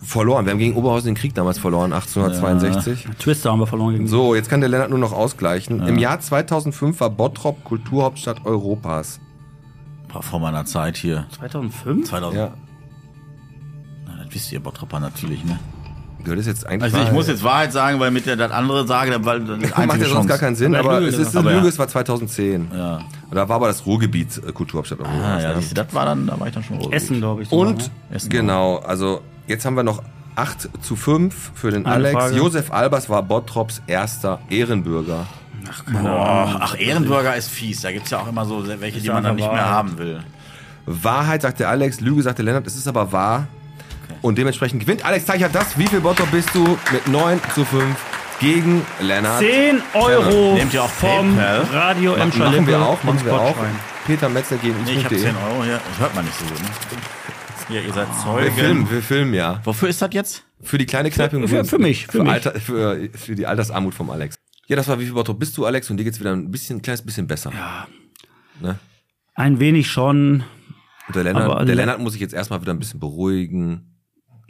Verloren. Wir haben gegen Oberhausen den Krieg damals verloren, 1862.
Twister haben wir verloren gegen.
So, jetzt kann der Lennart nur noch ausgleichen. Im Jahr 2005 war Bottrop Kulturhauptstadt Europas.
Boah, vor meiner Zeit hier.
2005?
2000.
Ja.
Na, das wisst ihr Bottroper natürlich, ne?
Gehört das jetzt eigentlich?
Also ich
Wahrheit?
muss jetzt Wahrheit sagen, weil mit der das andere sage, dann weil das ist
Macht
einzige
ja sonst
Chance.
gar keinen Sinn,
Aber
aber
Lüge,
es ist
ne?
eine
Aber
Lüge,
ja.
es war 2010.
Ja.
Da war aber das Ruhrgebiet äh, Kulturhauptstadt Europas.
Ah, ja,
ne?
siehst du, das war dann, da war ich dann schon rot.
Essen, glaube ich. sogar,
Und,
ne?
Essen.
genau, also jetzt haben wir noch 8 zu 5 für den
Eine
Alex.
Frage.
Josef Albers war Bottrops erster Ehrenbürger.
Boah, ach, Ehrenbürger ist fies. Da gibt's ja auch immer so welche, die
ja
man dann
einfach
nicht mehr
Wahrheit.
haben will.
Wahrheit sagt der Alex, Lüge sagt der Lennart, es ist aber wahr. Und dementsprechend gewinnt Alex Teichert das. Wie viel Bottrop bist du mit 9 zu 5 gegen Lennart?
10 Euro
Nehmt ihr auch
vom
PayPal?
Radio M.
Machen wir auch, machen
und
wir auch.
Spotify.
Peter Metzler gegen E.
Nee, ich habe
ich.de.
10 Euro hier. Das hört man nicht so gut, ne? Hier, ihr seid
Wir
Zeugen.
filmen, wir filmen, ja.
Wofür ist das jetzt?
Für die kleine Kneipe im
Für- für mich, für
für,
mich.
Alter, für, für die Altersarmut vom Alex. Ja, das war wie viel Bottrop bist du, Alex? Und dir geht's wieder ein bisschen, ein kleines bisschen besser.
Ein wenig schon.
Und der
Aber
Lennart, der
Le-
Lennart muss sich jetzt erstmal wieder ein bisschen beruhigen.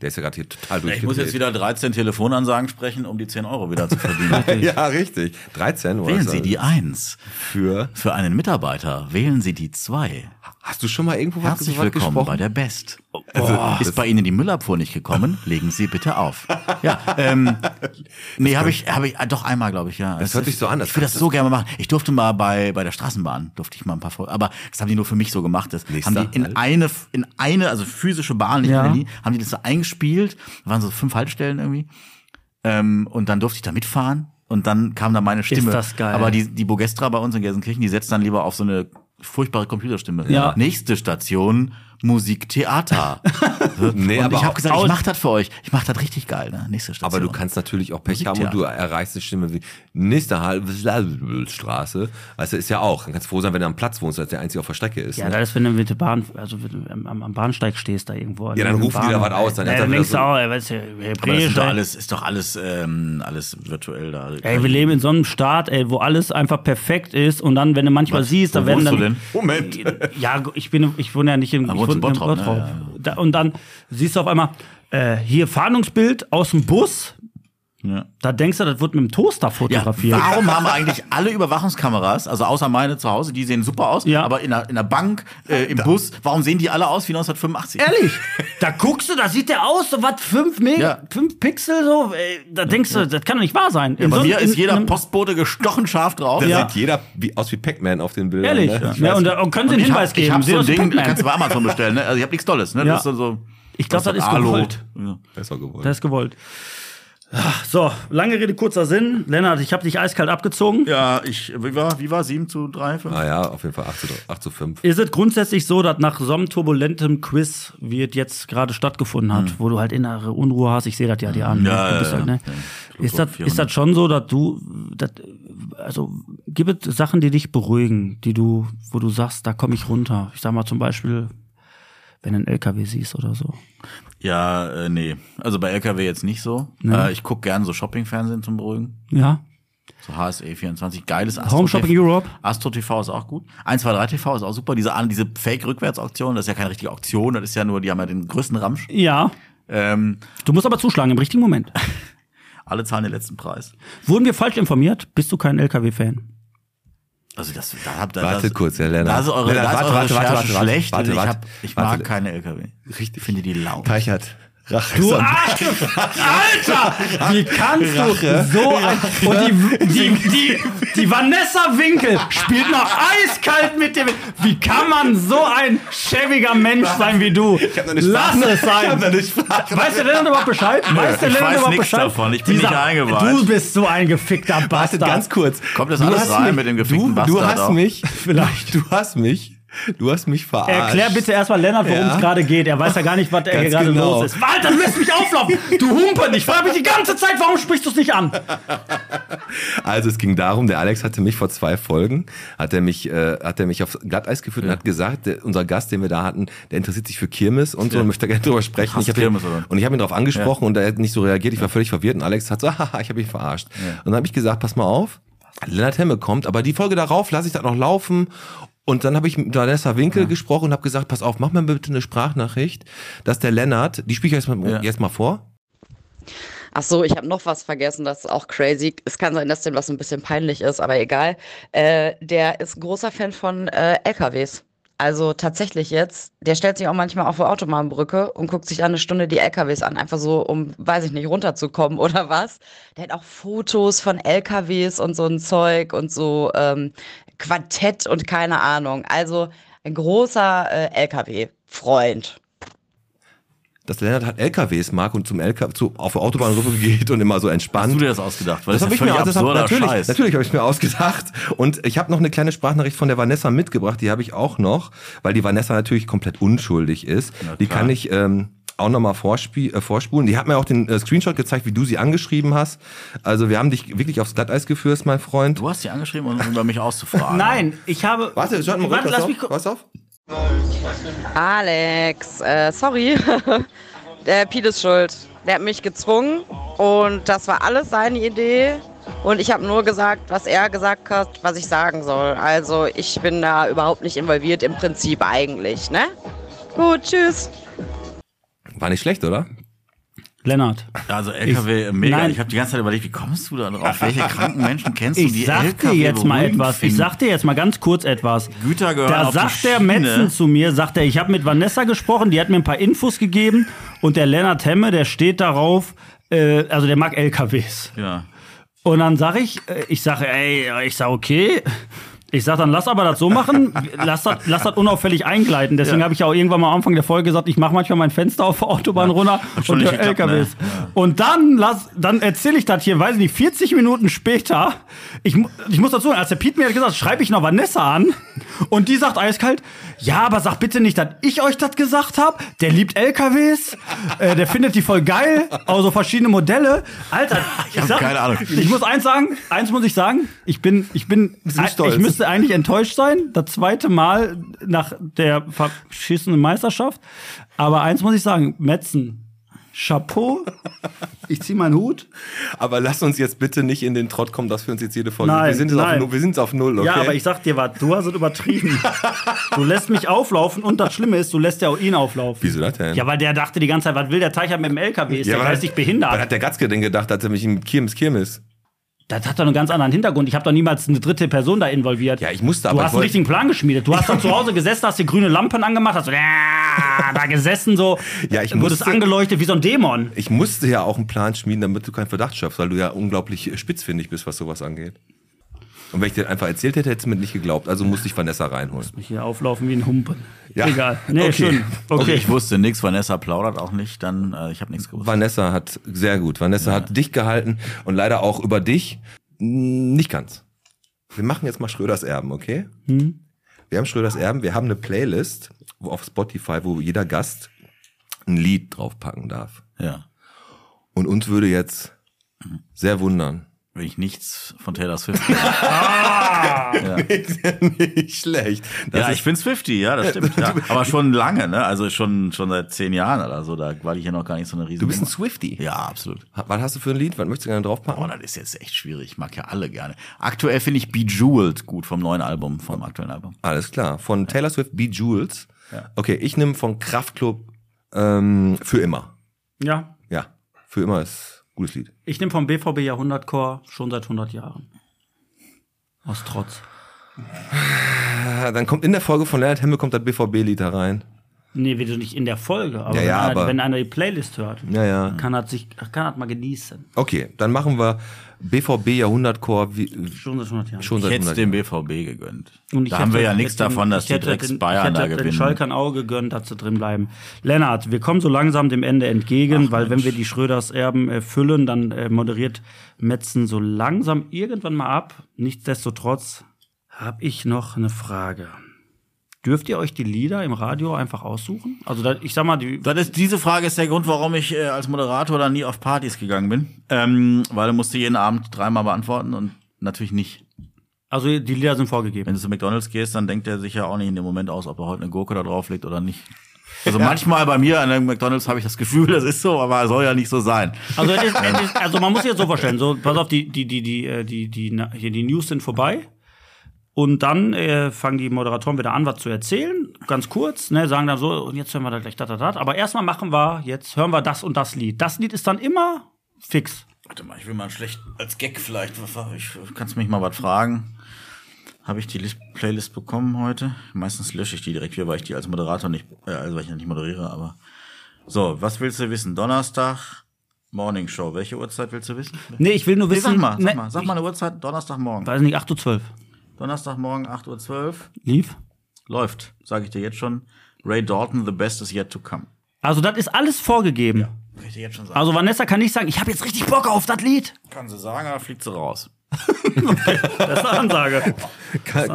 Der ist ja gerade hier total
Ich muss jetzt
durchgedreht.
wieder 13 Telefonansagen sprechen, um die 10 Euro wieder zu verdienen.
Ja, richtig. 13 oder
Wählen
so.
Sie die 1.
für.
Für einen Mitarbeiter wählen Sie die 2.
Hast du schon mal irgendwo was
Herzlich
was
willkommen
gesprochen?
bei der Best.
Oh,
Boah. Ist bei Ihnen die Müllabfuhr nicht gekommen? Legen Sie bitte auf. Ja, ähm, nee, habe ich, habe ich äh, doch einmal, glaube ich, ja.
Das
Es
hört
ist-
sich so an, das
Ich würde das
kannst
so gerne mal machen. Ich durfte mal bei bei der Straßenbahn durfte ich mal ein paar Folgen, aber das haben die nur für mich so gemacht. Das
Nächster
haben die in
Halt.
eine in eine, also physische Bahn, ich
Ja.
ja. nie, haben die das so eingespielt. Da waren so fünf Haltestellen irgendwie. Ähm, und dann durfte ich da mitfahren und dann kam da meine Stimme.
das geil.
Aber die, die Bogestra bei uns in Gelsenkirchen, die setzt dann lieber auf so eine furchtbare Computerstimme.
Ja.
Nächste Station, Musiktheater.
Nee,
und
aber
ich habe
auch-
gesagt, ich
aus-
mach das für euch. Ich mach das richtig geil. Ne? Nächste Station.
Aber du kannst natürlich auch Pech haben und
Musiktheater.
du erreichst eine Stimme wie nächste Halbstraße. Also ist ja auch. Dann kannst du froh sein, wenn du am Platz wohnst, als der einzige auf der Strecke ist.
Ja,
ne?
das ist, wenn du mit der Bahn, also wenn du am, am Bahnsteig stehst da irgendwo. an
Ja, dann
irgendeinem
rufen die da
Bahnhof,
was aus, dann
ey.
ist
Ja,
das
dann
wieder
denkst du
so-
auch, ey, weißt du,
Aber das
hebräisch.
ist doch
ey.
alles, ist doch alles, ähm, alles virtuell da.
Ey, wir leben in so einem Staat, ey, wo alles einfach perfekt ist und dann, wenn du manchmal
Was?
siehst, da
Wo
werden
wohnst
dann.
du denn?
Moment.
Ja, ich bin, ich wohne ja nicht im,
Ah,
ich
wohnst
wohne
in Bottrop, ne? Ja,
Da, und dann siehst du auf einmal äh, hier Fahndungsbild aus dem Bus.
Ja.
Da denkst du, das wird mit dem Toaster
Ja,
fotografiert.
warum haben eigentlich alle Überwachungskameras, also außer meine zu Hause, die sehen super aus,
Ja.
aber in der, in der Bank, äh, im Bus, warum sehen die alle aus wie 1985?
Ehrlich, da guckst du, da sieht der aus, so was, fünf, Meg
Ja.
fünf Pixel, so, ey, da denkst du, das kann doch nicht wahr sein. In
Bei
so-
mir
in-
ist jeder
in einem-
Postbote gestochen scharf drauf.
Da
Ja.
sieht jeder wie, aus wie Pac-Man auf den Bildern.
Ehrlich,
ne?
ja. Ja, und, da- und können sie einen
Ich hab-
Hinweis geben.
Ich hab
Sie
so ein
aus dem
Ding,
Pac-Man.
kannst du bei Amazon bestellen. Ne? Also ich habe nichts Tolles. Ne?
Ja.
Das ist dann so,
Ich glaub, das ist
Alu.
gewollt.
Ja.
Besser geworden.
Das ist gewollt. Ach, Ah, So, lange Rede, kurzer Sinn. Lennart, ich habe dich eiskalt abgezogen.
Ja, ich, wie war, wie war 7 zu 3?
ah ja, auf jeden Fall 8 zu, 8 zu 5.
Ist es grundsätzlich so, dass nach so einem turbulentem Quiz, wie es jetzt gerade stattgefunden hat, wo du halt innere Unruhe hast, ich sehe das ja dir an,
Ja,
du bist
ja,
halt,
ja.
ne? ist, das,
400.
ist das schon so, dass du, dass, also gibt es Sachen, die dich beruhigen, die du, wo du sagst, da komme ich runter. Ich sag mal zum Beispiel, wenn du einen LKW siehst oder so.
Ja, äh, nee. Also bei LKW jetzt nicht so.
Ne.
Äh, ich guck gerne so Shopping-Fernsehen zum Beruhigen.
Ja,
So HSE24, geiles
Home Shopping
TV.
Europe.
Astro TV ist auch gut. 123 TV ist auch super. Diese, an- diese Fake-Rückwärts-Auktion, das ist ja keine richtige Auktion, das ist ja nur, die haben ja den größten Ramsch.
Ja,
Ähm,
du musst aber zuschlagen im richtigen Moment.
alle zahlen den letzten Preis.
Wurden wir falsch informiert? Bist du kein LKW-Fan?
Also das, da habt ihr
Warte
das,
kurz, ja, Lennart.
Da ist eure,
Lennart,
da ist
warte,
eure
warte,
Recherche
warte, warte,
schlecht.
warte,
ich
warte,
hab, ich
warte.
mag keine LKW.
Richtig.
Ich finde die lau.
Peichert. Rache.
Du
So-
Arsch! Alter! Wie kannst du so ein. Und die, die, die, die Vanessa Winkel spielt noch eiskalt mit dir. mit. Wie kann man so ein schäbiger Mensch sein wie du? Ich
hab noch eine
Lass
Sprache.
es
Ich hab
sein!
noch eine Sprache.
Weißt du denn überhaupt Bescheid? Weißt du
ich
denn
weiß
überhaupt
nichts
Bescheid?
davon. Ich bin nicht eingeweiht.
Du bist so ein gefickter
Warte
Bastard.
ganz kurz.
Kommt das
Du
alles
hast
rein mit dem gefickten
du,
Bastard
Du hast
auch?
mich,
Vielleicht.
du hast mich, du hast mich verarscht.
Erklär bitte erstmal Lennart, worum es
Ah, Ja.
gerade geht. Er weiß ja gar nicht, was er
Ganz
hier gerade
genau.
los ist. Walter, du lässt mich auflaufen! Du Humpen! Ich frage mich die ganze Zeit, warum sprichst du es nicht an?
Also es ging darum, der Alex hatte mich vor zwei Folgen, hat er mich, äh, hat er mich aufs Glatteis geführt und hat gesagt, der, unser Gast, den wir da hatten, der interessiert sich für Kirmes und so und möchte gerne drüber sprechen.
Hasst
Ich hab ihn,
Kirmes, oder?
Und ich habe ihn darauf angesprochen und er hat nicht so reagiert. Ich war völlig verwirrt und Alex hat so, haha, ich habe ihn verarscht. Und dann habe ich gesagt, pass mal auf, Lennart Hemme kommt, aber die Folge darauf lasse ich das noch laufen. Und dann habe ich mit Vanessa Winkel gesprochen und habe gesagt, pass auf, mach mir bitte eine Sprachnachricht, dass der Lennart, die spiele ich jetzt mal,
Ja.
jetzt mal vor.
Ach so, ich habe noch was vergessen, das ist auch crazy. Es kann sein, dass dem was ein bisschen peinlich ist, aber egal. Äh, der ist ein großer Fan von äh, LKWs. Also tatsächlich jetzt, der stellt sich auch manchmal auf der Autobahnbrücke und guckt sich dann eine Stunde die LKWs an, einfach so, um, weiß ich nicht, runterzukommen oder was. Der hat auch Fotos von LKWs und so ein Zeug und so ähm, Quartett und keine Ahnung. Also ein großer äh, LKW-Freund.
dass Lennart halt LKWs mag und zum LKW zu, auf der Autobahnrufe geht und immer so entspannt.
Hast du dir das ausgedacht? Weil
das
das,
habe
ist
ich
ja
mir
völlig
das hab,
absurder
natürlich,
Scheiß.
natürlich habe ich mir ausgedacht und ich habe noch eine kleine Sprachnachricht von der Vanessa mitgebracht, die habe ich auch noch, weil die Vanessa natürlich komplett unschuldig ist. die
klar.
kann ich ähm, auch nochmal vorspie- äh, vorspulen. Die hat mir auch den äh, Screenshot gezeigt, wie du sie angeschrieben hast. Also wir haben dich wirklich aufs Glatteis geführt, mein Freund.
Du hast sie angeschrieben, um über mich auszufragen.
Nein, ich habe.
Warte, schau mal
Warte,
runter,
lass
pass
mich.
auf.
ko-
Pass auf.
Alex, äh, sorry. Der Piet ist schuld. Der hat mich gezwungen und das war alles seine Idee. Und ich habe nur gesagt, was er gesagt hat, was ich sagen soll. Also ich bin da überhaupt nicht involviert im Prinzip eigentlich, ne? Gut, tschüss.
War nicht schlecht, oder?
Lennart,
Also LKW, mega.
nein.
Ich habe die ganze Zeit überlegt, wie kommst du da drauf? Welche kranken Menschen kennst du,
ich
die
sag dir
LKW
jetzt mal
beruhigend
etwas. Ich
finden?
sag dir jetzt mal ganz kurz etwas.
Güter gehören
Da
auf die
sagt der
Schiene.
Metzen zu mir, sagt er, ich habe mit Vanessa gesprochen, die hat mir ein paar Infos gegeben und der Lennart Hemme, der steht darauf, äh, also der mag LKWs.
Ja.
Und dann sage ich, äh, ich sage, ey, ich sage, äh, okay. Ich sag dann, lass aber das so machen, lass das, lass das unauffällig eingleiten. Deswegen habe ich ja auch irgendwann mal am Anfang der Folge gesagt, ich mache manchmal mein Fenster auf der Autobahn runter
hat schon
und
nicht
höre
geklappt,
LKWs.
ne? Ja.
Und dann lass, dann erzähle ich das hier, weiß ich nicht, 40 Minuten später. Ich, mu- ich muss dazu sagen, als der Piet mir hat gesagt, schreibe ich noch Vanessa an. Und die sagt eiskalt, ja, aber sag bitte nicht, dass ich euch das gesagt habe. Der liebt LKWs, äh, der findet die voll geil, also verschiedene Modelle. Alter, ich,
hab
sag-
keine Ahnung.
Ich muss eins sagen, eins muss ich sagen, ich bin, ich bin, äh,
nicht stolz.
ich müsste eigentlich enttäuscht sein, das zweite Mal nach der verschissenen Meisterschaft. Aber eins muss ich sagen, Metzen, Chapeau, ich zieh meinen Hut.
Aber lass uns jetzt bitte nicht in den Trott kommen, dass wir uns jetzt jede Folge.
Nein,
wir sind jetzt auf
nein.
Null, wir sind jetzt auf Null, okay?
Ja, aber ich sag dir was, du hast es übertrieben. du lässt mich auflaufen und das Schlimme ist, du lässt ja auch ihn auflaufen.
Wieso das denn?
Ja, weil der dachte die ganze Zeit, was will der Teichert mit dem LKW? Ist
Ja,
der
weil-
geistig
Wann
behindert?
hat der Gatzke denn gedacht, als er mich im Kirmes Kirmes?
Das hat doch einen ganz anderen Hintergrund. Ich habe doch niemals eine dritte Person da involviert.
Ja, ich musste
Du
aber.
hast
ich
einen
wollte-
richtigen Plan geschmiedet. Du hast dann zu Hause gesessen, hast dir grüne Lampen angemacht, hast so, "Ja", da gesessen so.
Ja, ich
wurdest
musste-
angeleuchtet wie so ein Dämon.
ich musste ja auch einen Plan schmieden, damit du keinen Verdacht schaffst, weil du ja unglaublich äh, spitzfindig bist, was sowas angeht. Und wenn ich dir einfach erzählt hätte, hättest du mir nicht geglaubt. Also musste ich Vanessa reinholen.
Hier auflaufen wie ein Humpen.
Ja.
Egal. Nee,
Okay.
schön. Okay.
Also Ich wusste nichts, Vanessa plaudert auch nicht, dann äh, ich habe nichts gewusst.
Vanessa hat sehr gut. Vanessa hat dich gehalten und leider auch über dich mh, nicht ganz. Wir machen jetzt mal Schröders Erben, okay? Wir haben Schröders Erben, wir haben eine Playlist wo auf Spotify, wo jeder Gast ein Lied draufpacken darf.
Ja.
Und uns würde jetzt sehr wundern.
Wenn ich nichts von Taylor Swift. kenne.
nicht schlecht. Das
ja,
ist,
ich bin Swifty, ja, das stimmt. Ja. Aber schon lange, ne? Also schon schon seit zehn Jahren oder so. Da war ich ja noch gar nicht so eine riesen.
du bist ein
Nummer.
Swifty.
Ja, absolut.
Was hast du für ein Lied? Was möchtest du gerne draufpacken?
Oh, das ist jetzt echt schwierig. Ich mag ja alle gerne. Aktuell finde ich Bejeweled gut vom neuen Album, vom aktuellen Album.
Alles klar. Von Taylor Swift, Bejeweled. Okay, ich nehme von Kraftklub ähm, für immer.
Ja.
Ja, für immer ist ein gutes Lied.
Ich nehme vom BVB Jahrhundertchor schon seit 100 Jahren. Aus Trotz.
Ah, Dann kommt in der Folge von Leonard Hemmel kommt das BVB-Lied da rein.
Nee, wir sind nicht in der Folge, aber,
Ja, ja,
wenn, einer,
aber-
wenn einer die Playlist hört,
Ja, ja.
kann er sich kann er mal genießen.
Okay, dann machen wir BVB Jahrhundertchor wie, äh,
Schon seit 100 Jahren.
schon
Ich
seit 100
hätte es dem BVB gegönnt.
Und ich
da haben wir
hätte
ja nichts
den-
davon, dass
ich
die
hätte
Drecks
den-
Bayern
ich
da
hätte den
gewinnen.
Schalkern auch gegönnt, dass sie drin bleiben. Lennart, wir kommen so langsam dem Ende entgegen, weil wenn wir die Schröders Erben erfüllen, dann äh, moderiert Metzen so langsam irgendwann mal ab. Nichtsdestotrotz habe ich noch eine Frage. Dürft ihr euch die Lieder im Radio einfach aussuchen? Also da, ich sag mal, die,
Das ist, diese Frage ist der Grund, warum ich äh, als Moderator dann nie auf Partys gegangen bin. Ähm, weil du musst du jeden Abend dreimal beantworten und natürlich nicht.
also die Lieder sind vorgegeben.
Wenn du zu McDonalds gehst, dann denkt er sich ja auch nicht in dem Moment aus, ob er heute eine Gurke da drauflegt oder nicht. Also manchmal bei mir an einem McDonalds habe ich das Gefühl, das ist so, aber soll ja nicht so sein.
Also, es ist, es ist, also man muss sich jetzt so vorstellen, so, pass auf, die, die, die, die, äh, die, die, na, hier, die News sind vorbei. Und dann äh, fangen die Moderatoren wieder an, was zu erzählen, ganz kurz, ne, sagen dann so, und jetzt hören wir da gleich dat, dat, dat. Aber erstmal machen wir, jetzt hören wir das und das Lied. Das Lied ist dann immer fix.
Warte mal, ich will mal schlecht als Gag vielleicht. Ich, kannst mich mal was fragen? Habe ich die Lis- Playlist bekommen heute? Meistens lösche ich die direkt wieder, weil ich die als Moderator nicht, äh, also weil ich nicht moderiere, aber. So, was willst du wissen? Donnerstag, Morning Show. Welche Uhrzeit willst du wissen?
Nee, ich will nur
Nee,
wissen.
sag mal,
ne,
sag mal, sag mal eine Uhrzeit, Donnerstagmorgen.
Ich weiß nicht, 8.12 Uhr.
Donnerstagmorgen, 8.12 Uhr.
Lief.
Läuft, sage ich dir jetzt schon. Ray Dalton, the best is yet to come.
Also, das ist alles vorgegeben.
Kann ich dir jetzt schon sagen.
Also, Vanessa kann nicht sagen, ich habe jetzt richtig Bock auf das Lied.
Kann sie sagen, aber fliegt sie raus.
Das ist eine Ansage.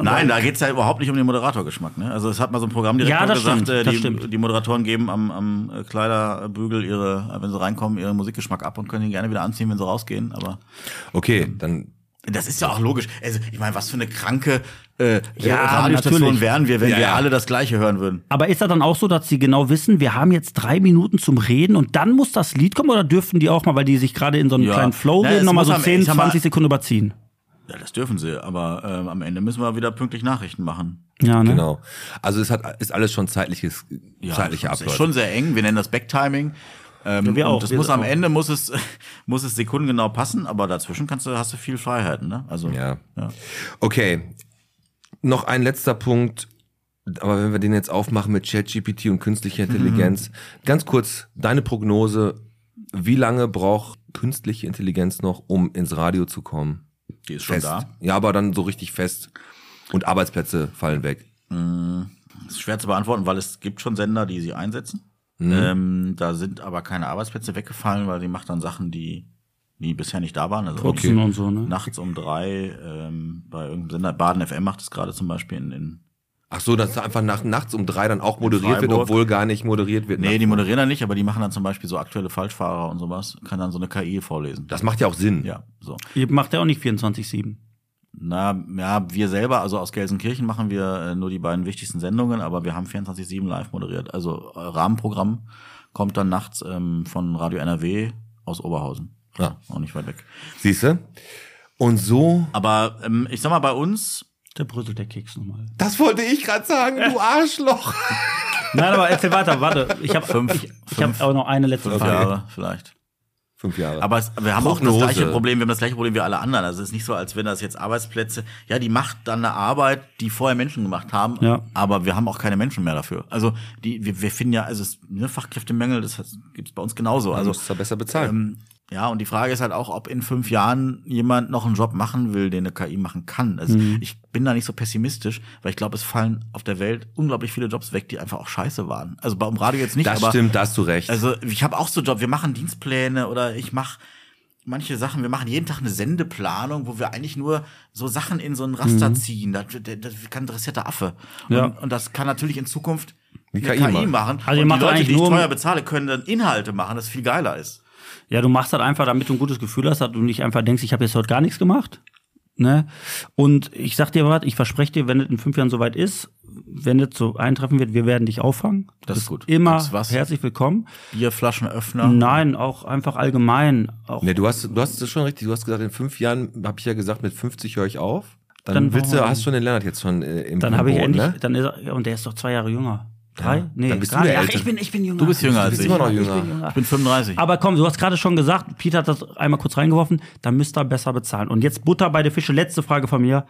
Nein, da geht's ja überhaupt nicht um den Moderatorgeschmack. Ne? Also es hat mal so ein Programmdirektor
Ja, das
gesagt,
stimmt,
äh,
das
die,
stimmt.
die Moderatoren geben am, am äh, Kleiderbügel ihre, äh, wenn sie reinkommen, ihren Musikgeschmack ab und können ihn gerne wieder anziehen, wenn sie rausgehen. Aber
Okay, dann
das ist ja auch logisch. Also ich meine, was für eine kranke äh,
Ja,
Radiostation
natürlich.
wären wir, wenn
Ja,
wir
ja.
alle das Gleiche hören würden.
Aber ist das dann auch so, dass sie genau wissen, wir haben jetzt drei Minuten zum Reden und dann muss das Lied kommen oder dürfen die auch mal, weil die sich gerade in so einem
Ja.
kleinen Flow
Na, es
reden, nochmal
muss
so
am-
10,
ich sag mal-
20 Sekunden überziehen?
Ja, das dürfen sie, aber ähm, am Ende müssen wir wieder pünktlich Nachrichten machen.
Ja, ne?
genau. Also es hat ist alles schon zeitliches zeitliche
das
Abläufe.
Ist schon sehr eng. Wir nennen das Backtiming. Ähm,
Ja, wir
und
auch,
Das
wir
muss am
auch.
Ende muss es muss es sekundengenau passen, aber dazwischen kannst du hast du viel Freiheiten, ne? Also
Ja.
Ja.
Okay. Noch ein letzter Punkt. Aber wenn wir den jetzt aufmachen mit ChatGPT und künstlicher
Mhm.
Intelligenz, ganz kurz deine Prognose, wie lange braucht künstliche Intelligenz noch, um ins Radio zu kommen?
die ist schon
fest.
da.
Ja, aber dann so richtig fest. Und Arbeitsplätze fallen weg.
Mhm. Das ist schwer zu beantworten, weil es gibt schon Sender, die sie einsetzen.
Mhm.
Hm?
Ähm, da sind aber keine Arbeitsplätze weggefallen, weil die macht dann Sachen, die, die bisher nicht da waren. Also
Putzen und so, ne?
nachts um drei ähm, bei irgendeinem Sender. Baden FM macht es gerade zum Beispiel in, in
Ach so, dass da einfach nach, nachts um drei dann auch moderiert wird,
Freiburg.
obwohl gar nicht moderiert wird.
Nee, die moderieren dann nicht, aber die machen dann zum Beispiel so aktuelle Falschfahrer und sowas, kann dann so eine KI vorlesen.
das macht ja auch Sinn.
ja, so.
Ihr macht ja auch nicht 24-7.
Na, ja, wir selber, also aus Gelsenkirchen machen wir äh, nur die beiden wichtigsten Sendungen, aber wir haben 24-7 live moderiert. Also äh, Rahmenprogramm kommt dann nachts ähm, von Radio NRW aus Oberhausen.
Ja.
Auch nicht weit weg.
Siehst du? Und so,
Aber ähm, ich sag mal, bei uns,
Da bröselt der Keks nochmal.
das wollte ich gerade sagen, du Arschloch.
Nein, aber erzähl weiter, warte. Ich habe
Fünf.
ich, ich hab auch noch eine letzte
fünf
Frage.
Jahre vielleicht.
Fünf Jahre.
Aber es, wir haben auch das
Prognose.
gleiche Problem, wir haben das gleiche Problem wie alle anderen. Also es ist nicht so, als wenn das jetzt Arbeitsplätze, ja, die macht dann eine Arbeit, die vorher Menschen gemacht haben,
Ja.
aber wir haben auch keine Menschen mehr dafür. Also die, wir, wir finden ja, also es, ne, Fachkräftemängel, das gibt es bei uns genauso.
also
Also
musst du besser bezahlen.
ähm, ja, und die Frage ist halt auch, ob in fünf Jahren jemand noch einen Job machen will, den eine KI machen kann. Also
Mhm.
ich bin da nicht so pessimistisch, weil ich glaube, es fallen auf der Welt unglaublich viele Jobs weg, die einfach auch scheiße waren. Also beim Radio jetzt nicht,
das
aber
stimmt, da hast du recht.
also ich habe auch so Job, wir machen Dienstpläne oder ich mache manche Sachen, wir machen jeden Tag eine Sendeplanung, wo wir eigentlich nur so Sachen in so ein Raster
Mhm.
ziehen. Das, das, das kann ein dressierter Affe.
Ja.
Und, und das kann natürlich in Zukunft
Die
eine
KI
KI
machen.
machen.
Also ihr
und die
macht
Leute,
eigentlich
die ich
nur-
teuer bezahle, können dann Inhalte machen, das viel geiler ist.
Ja, du machst das einfach, damit du ein gutes Gefühl hast dass du nicht einfach denkst, ich habe jetzt heute gar nichts gemacht. Ne? Und ich sag dir was, ich verspreche dir, wenn es in fünf Jahren soweit ist, wenn es so eintreffen wird, wir werden dich auffangen. Du
Das ist
bist
gut.
Immer
Gibt's was?
herzlich willkommen.
Bierflaschenöffner.
Nein, auch einfach allgemein. Auch
Nee, du hast, du hast das schon richtig. Du hast gesagt, in fünf Jahren habe ich ja gesagt, mit 50 höre ich auf. Dann,
Dann
willst du,
brauchen wir-
hast schon den Lennart jetzt schon äh, im
dann habe ich
Boot,
endlich,
ne?
dann ist er, ja, und der ist doch zwei Jahre jünger. Drei? nee,
dann bist du
gar
der
nicht. Ach,
Ältere.
ich bin, ich bin jünger.
Du bist jünger als
bist
ich.
immer noch
Ich
jünger.
bin 35.
Aber komm, du hast gerade schon gesagt, Peter hat das einmal kurz reingeworfen, da müsst ihr besser bezahlen. Und jetzt Butter bei der Fische, letzte Frage von mir.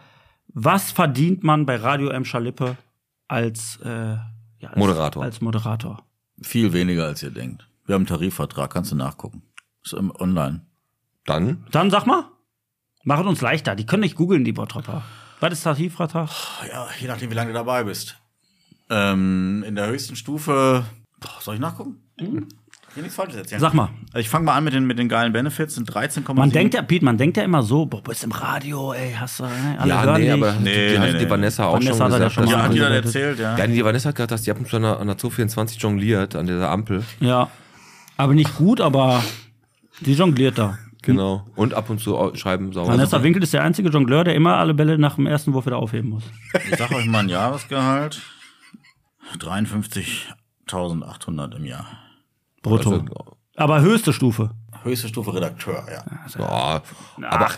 Was verdient man bei Radio M. Schalippe als, äh, ja, als
Moderator.
Als Moderator.
viel weniger als ihr denkt. Wir haben einen Tarifvertrag, kannst du nachgucken. Ist im online.
Dann
Dann sag mal, macht uns leichter. Die können nicht googeln, die Bottropper. Was ist Tarifvertrag?
Ja, je nachdem, wie lange du dabei bist. Ähm, in der höchsten Stufe. Boah, soll ich nachgucken? Ich will nichts Falsches erzählen.
Sag mal.
Also ich fange mal an mit den, mit den geilen Benefits. Sind 13,7.
Man denkt ja, Pete, man denkt ja immer so, boah, bist im Radio, ey, hast du, ne? alle
ja,
hören
nee,
dich.
aber
Nee,
die,
nee,
hatte die
nee.
Vanessa auch
Vanessa
schon
hat er ja
gesagt.
schon
dass
Ja, hat
man-
die dann
Angemeldet.
erzählt, ja.
ja, die Vanessa hat gesagt, dass die haben schon an der Zoo 24 jongliert, an dieser Ampel.
Ja. Aber nicht gut, aber die jongliert da.
Genau. Und ab und zu au- Also, schreiben sauber.
Vanessa Winkel ist der einzige Jongleur, der immer alle Bälle nach dem ersten Wurf wieder aufheben muss.
Ich sag euch mal ein Jahresgehalt. 53.800 im Jahr.
Brutto. Aber höchste Stufe.
Höchste Stufe Redakteur, ja.
ja, aber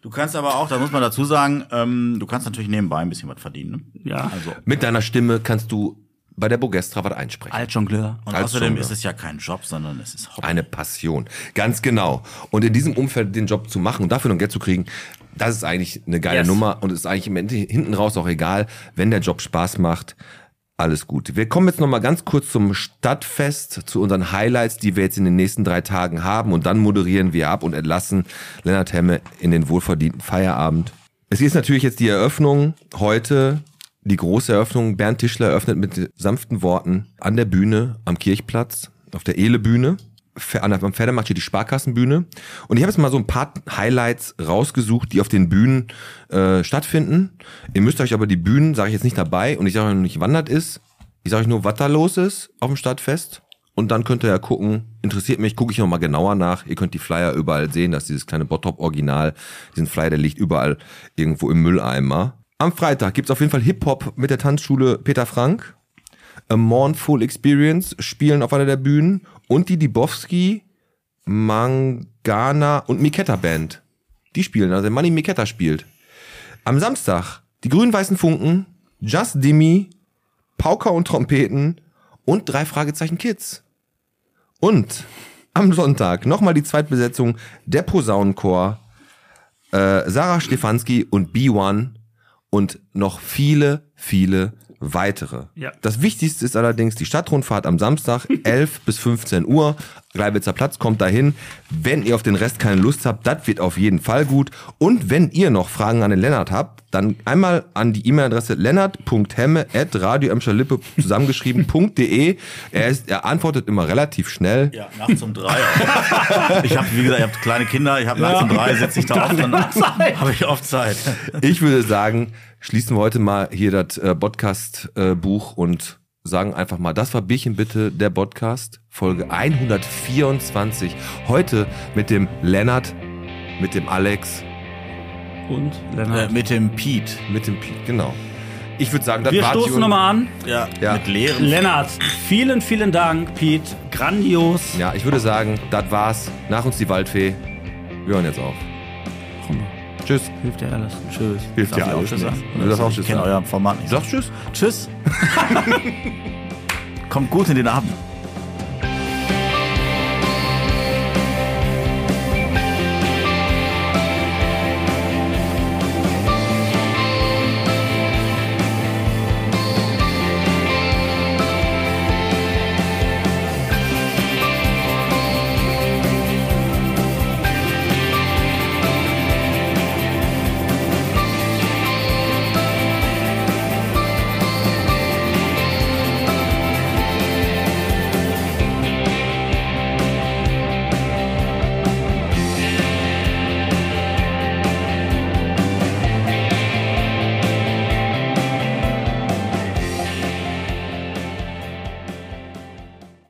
Du kannst aber auch, da muss man dazu sagen, ähm, du kannst natürlich nebenbei ein bisschen was verdienen. Ne?
Ja.
Also,
mit deiner Stimme kannst du bei der Bogestra was einsprechen.
Als Jongleur.
und
Als
außerdem
Jongleur.
ist es ja kein Job, sondern es ist Hobby.
Eine Passion. Ganz genau. Und in diesem Umfeld den Job zu machen und dafür noch Geld zu kriegen, das ist eigentlich eine geile
Yes.
Nummer und ist eigentlich im Ende hinten raus auch egal, wenn der Job Spaß macht. Alles gut. Wir kommen jetzt nochmal ganz kurz zum Stadtfest, zu unseren Highlights, die wir jetzt in den nächsten drei Tagen haben. Und dann moderieren wir ab und entlassen Lennart Hemme in den wohlverdienten Feierabend. Es ist natürlich jetzt die Eröffnung heute, die große Eröffnung. Bernd Tischler eröffnet mit sanften Worten an der Bühne am Kirchplatz, auf der Ehlebühne. Fe- an der- Am Pferdemarkt steht die Sparkassenbühne. Und ich habe jetzt mal so ein paar Highlights rausgesucht, die auf den Bühnen äh, stattfinden. Ihr müsst euch aber die Bühnen, sage ich jetzt nicht dabei, und ich sage euch noch nicht, wann das ist. Ich sage euch nur, was da los ist auf dem Stadtfest. Und dann könnt ihr ja gucken, interessiert mich, gucke ich nochmal genauer nach. Ihr könnt die Flyer überall sehen, dass dieses kleine Bottrop-Original, diesen Flyer, der liegt überall irgendwo im Mülleimer. Am Freitag gibt's auf jeden Fall Hip-Hop mit der Tanzschule Peter Frank. A Mournful Experience spielen auf einer der Bühnen. Und die Dibowski, Mangana und Miketta Band. Die spielen, also der Manni Miketta spielt. Am Samstag die grün-weißen Funken, Just Dimi, Pauker und Trompeten und drei Fragezeichen Kids. Und am Sonntag nochmal die Zweitbesetzung der Posaunenchor, äh, Sarah Stefanski und B1 und noch viele, viele weitere.
Ja.
Das Wichtigste ist allerdings die Stadtrundfahrt am Samstag, 11 bis 15 Uhr. Gleiwitzer Platz, kommt dahin. Wenn ihr auf den Rest keine Lust habt, das wird auf jeden Fall gut. Und wenn ihr noch Fragen an den Lennart habt, dann einmal an die E-Mail-Adresse lennart.hemme.radioemscherlippe zusammengeschrieben.de. Er, ist, er antwortet immer relativ schnell.
Ja, nachts um drei. ich habe, wie gesagt, ihr habt kleine Kinder, ich habe nachts um drei, sitze ich da oft und habe ich oft Zeit.
Ich würde sagen, schließen wir heute mal hier das äh, Podcast-Buch und sagen einfach mal, das war Bierchen bitte, der Podcast, Folge 124. Heute mit dem Lennart, mit dem Alex,
Und
Äh,
Lennart.
mit dem Piet.
mit dem Piet, genau. Ich würde sagen, das
Wir
war's.
stoßen nochmal an.
Ja,
Ja.
mit leeren
Lennart, vielen, vielen Dank, Pete. Grandios.
Ja, ich würde sagen, das war's. Nach uns die Waldfee. Wir hören jetzt auf. Tschüss.
Hilft dir alles. Tschüss.
Hilft
Darf
ja
ich auch
alles. ne?
Tschüss
nicht.
sagen?
Du darfst auch
Ich
Tschüss
kenne
sagen.
euer Format nicht.
Sag Tschüss.
Tschüss. Kommt gut in den Abend.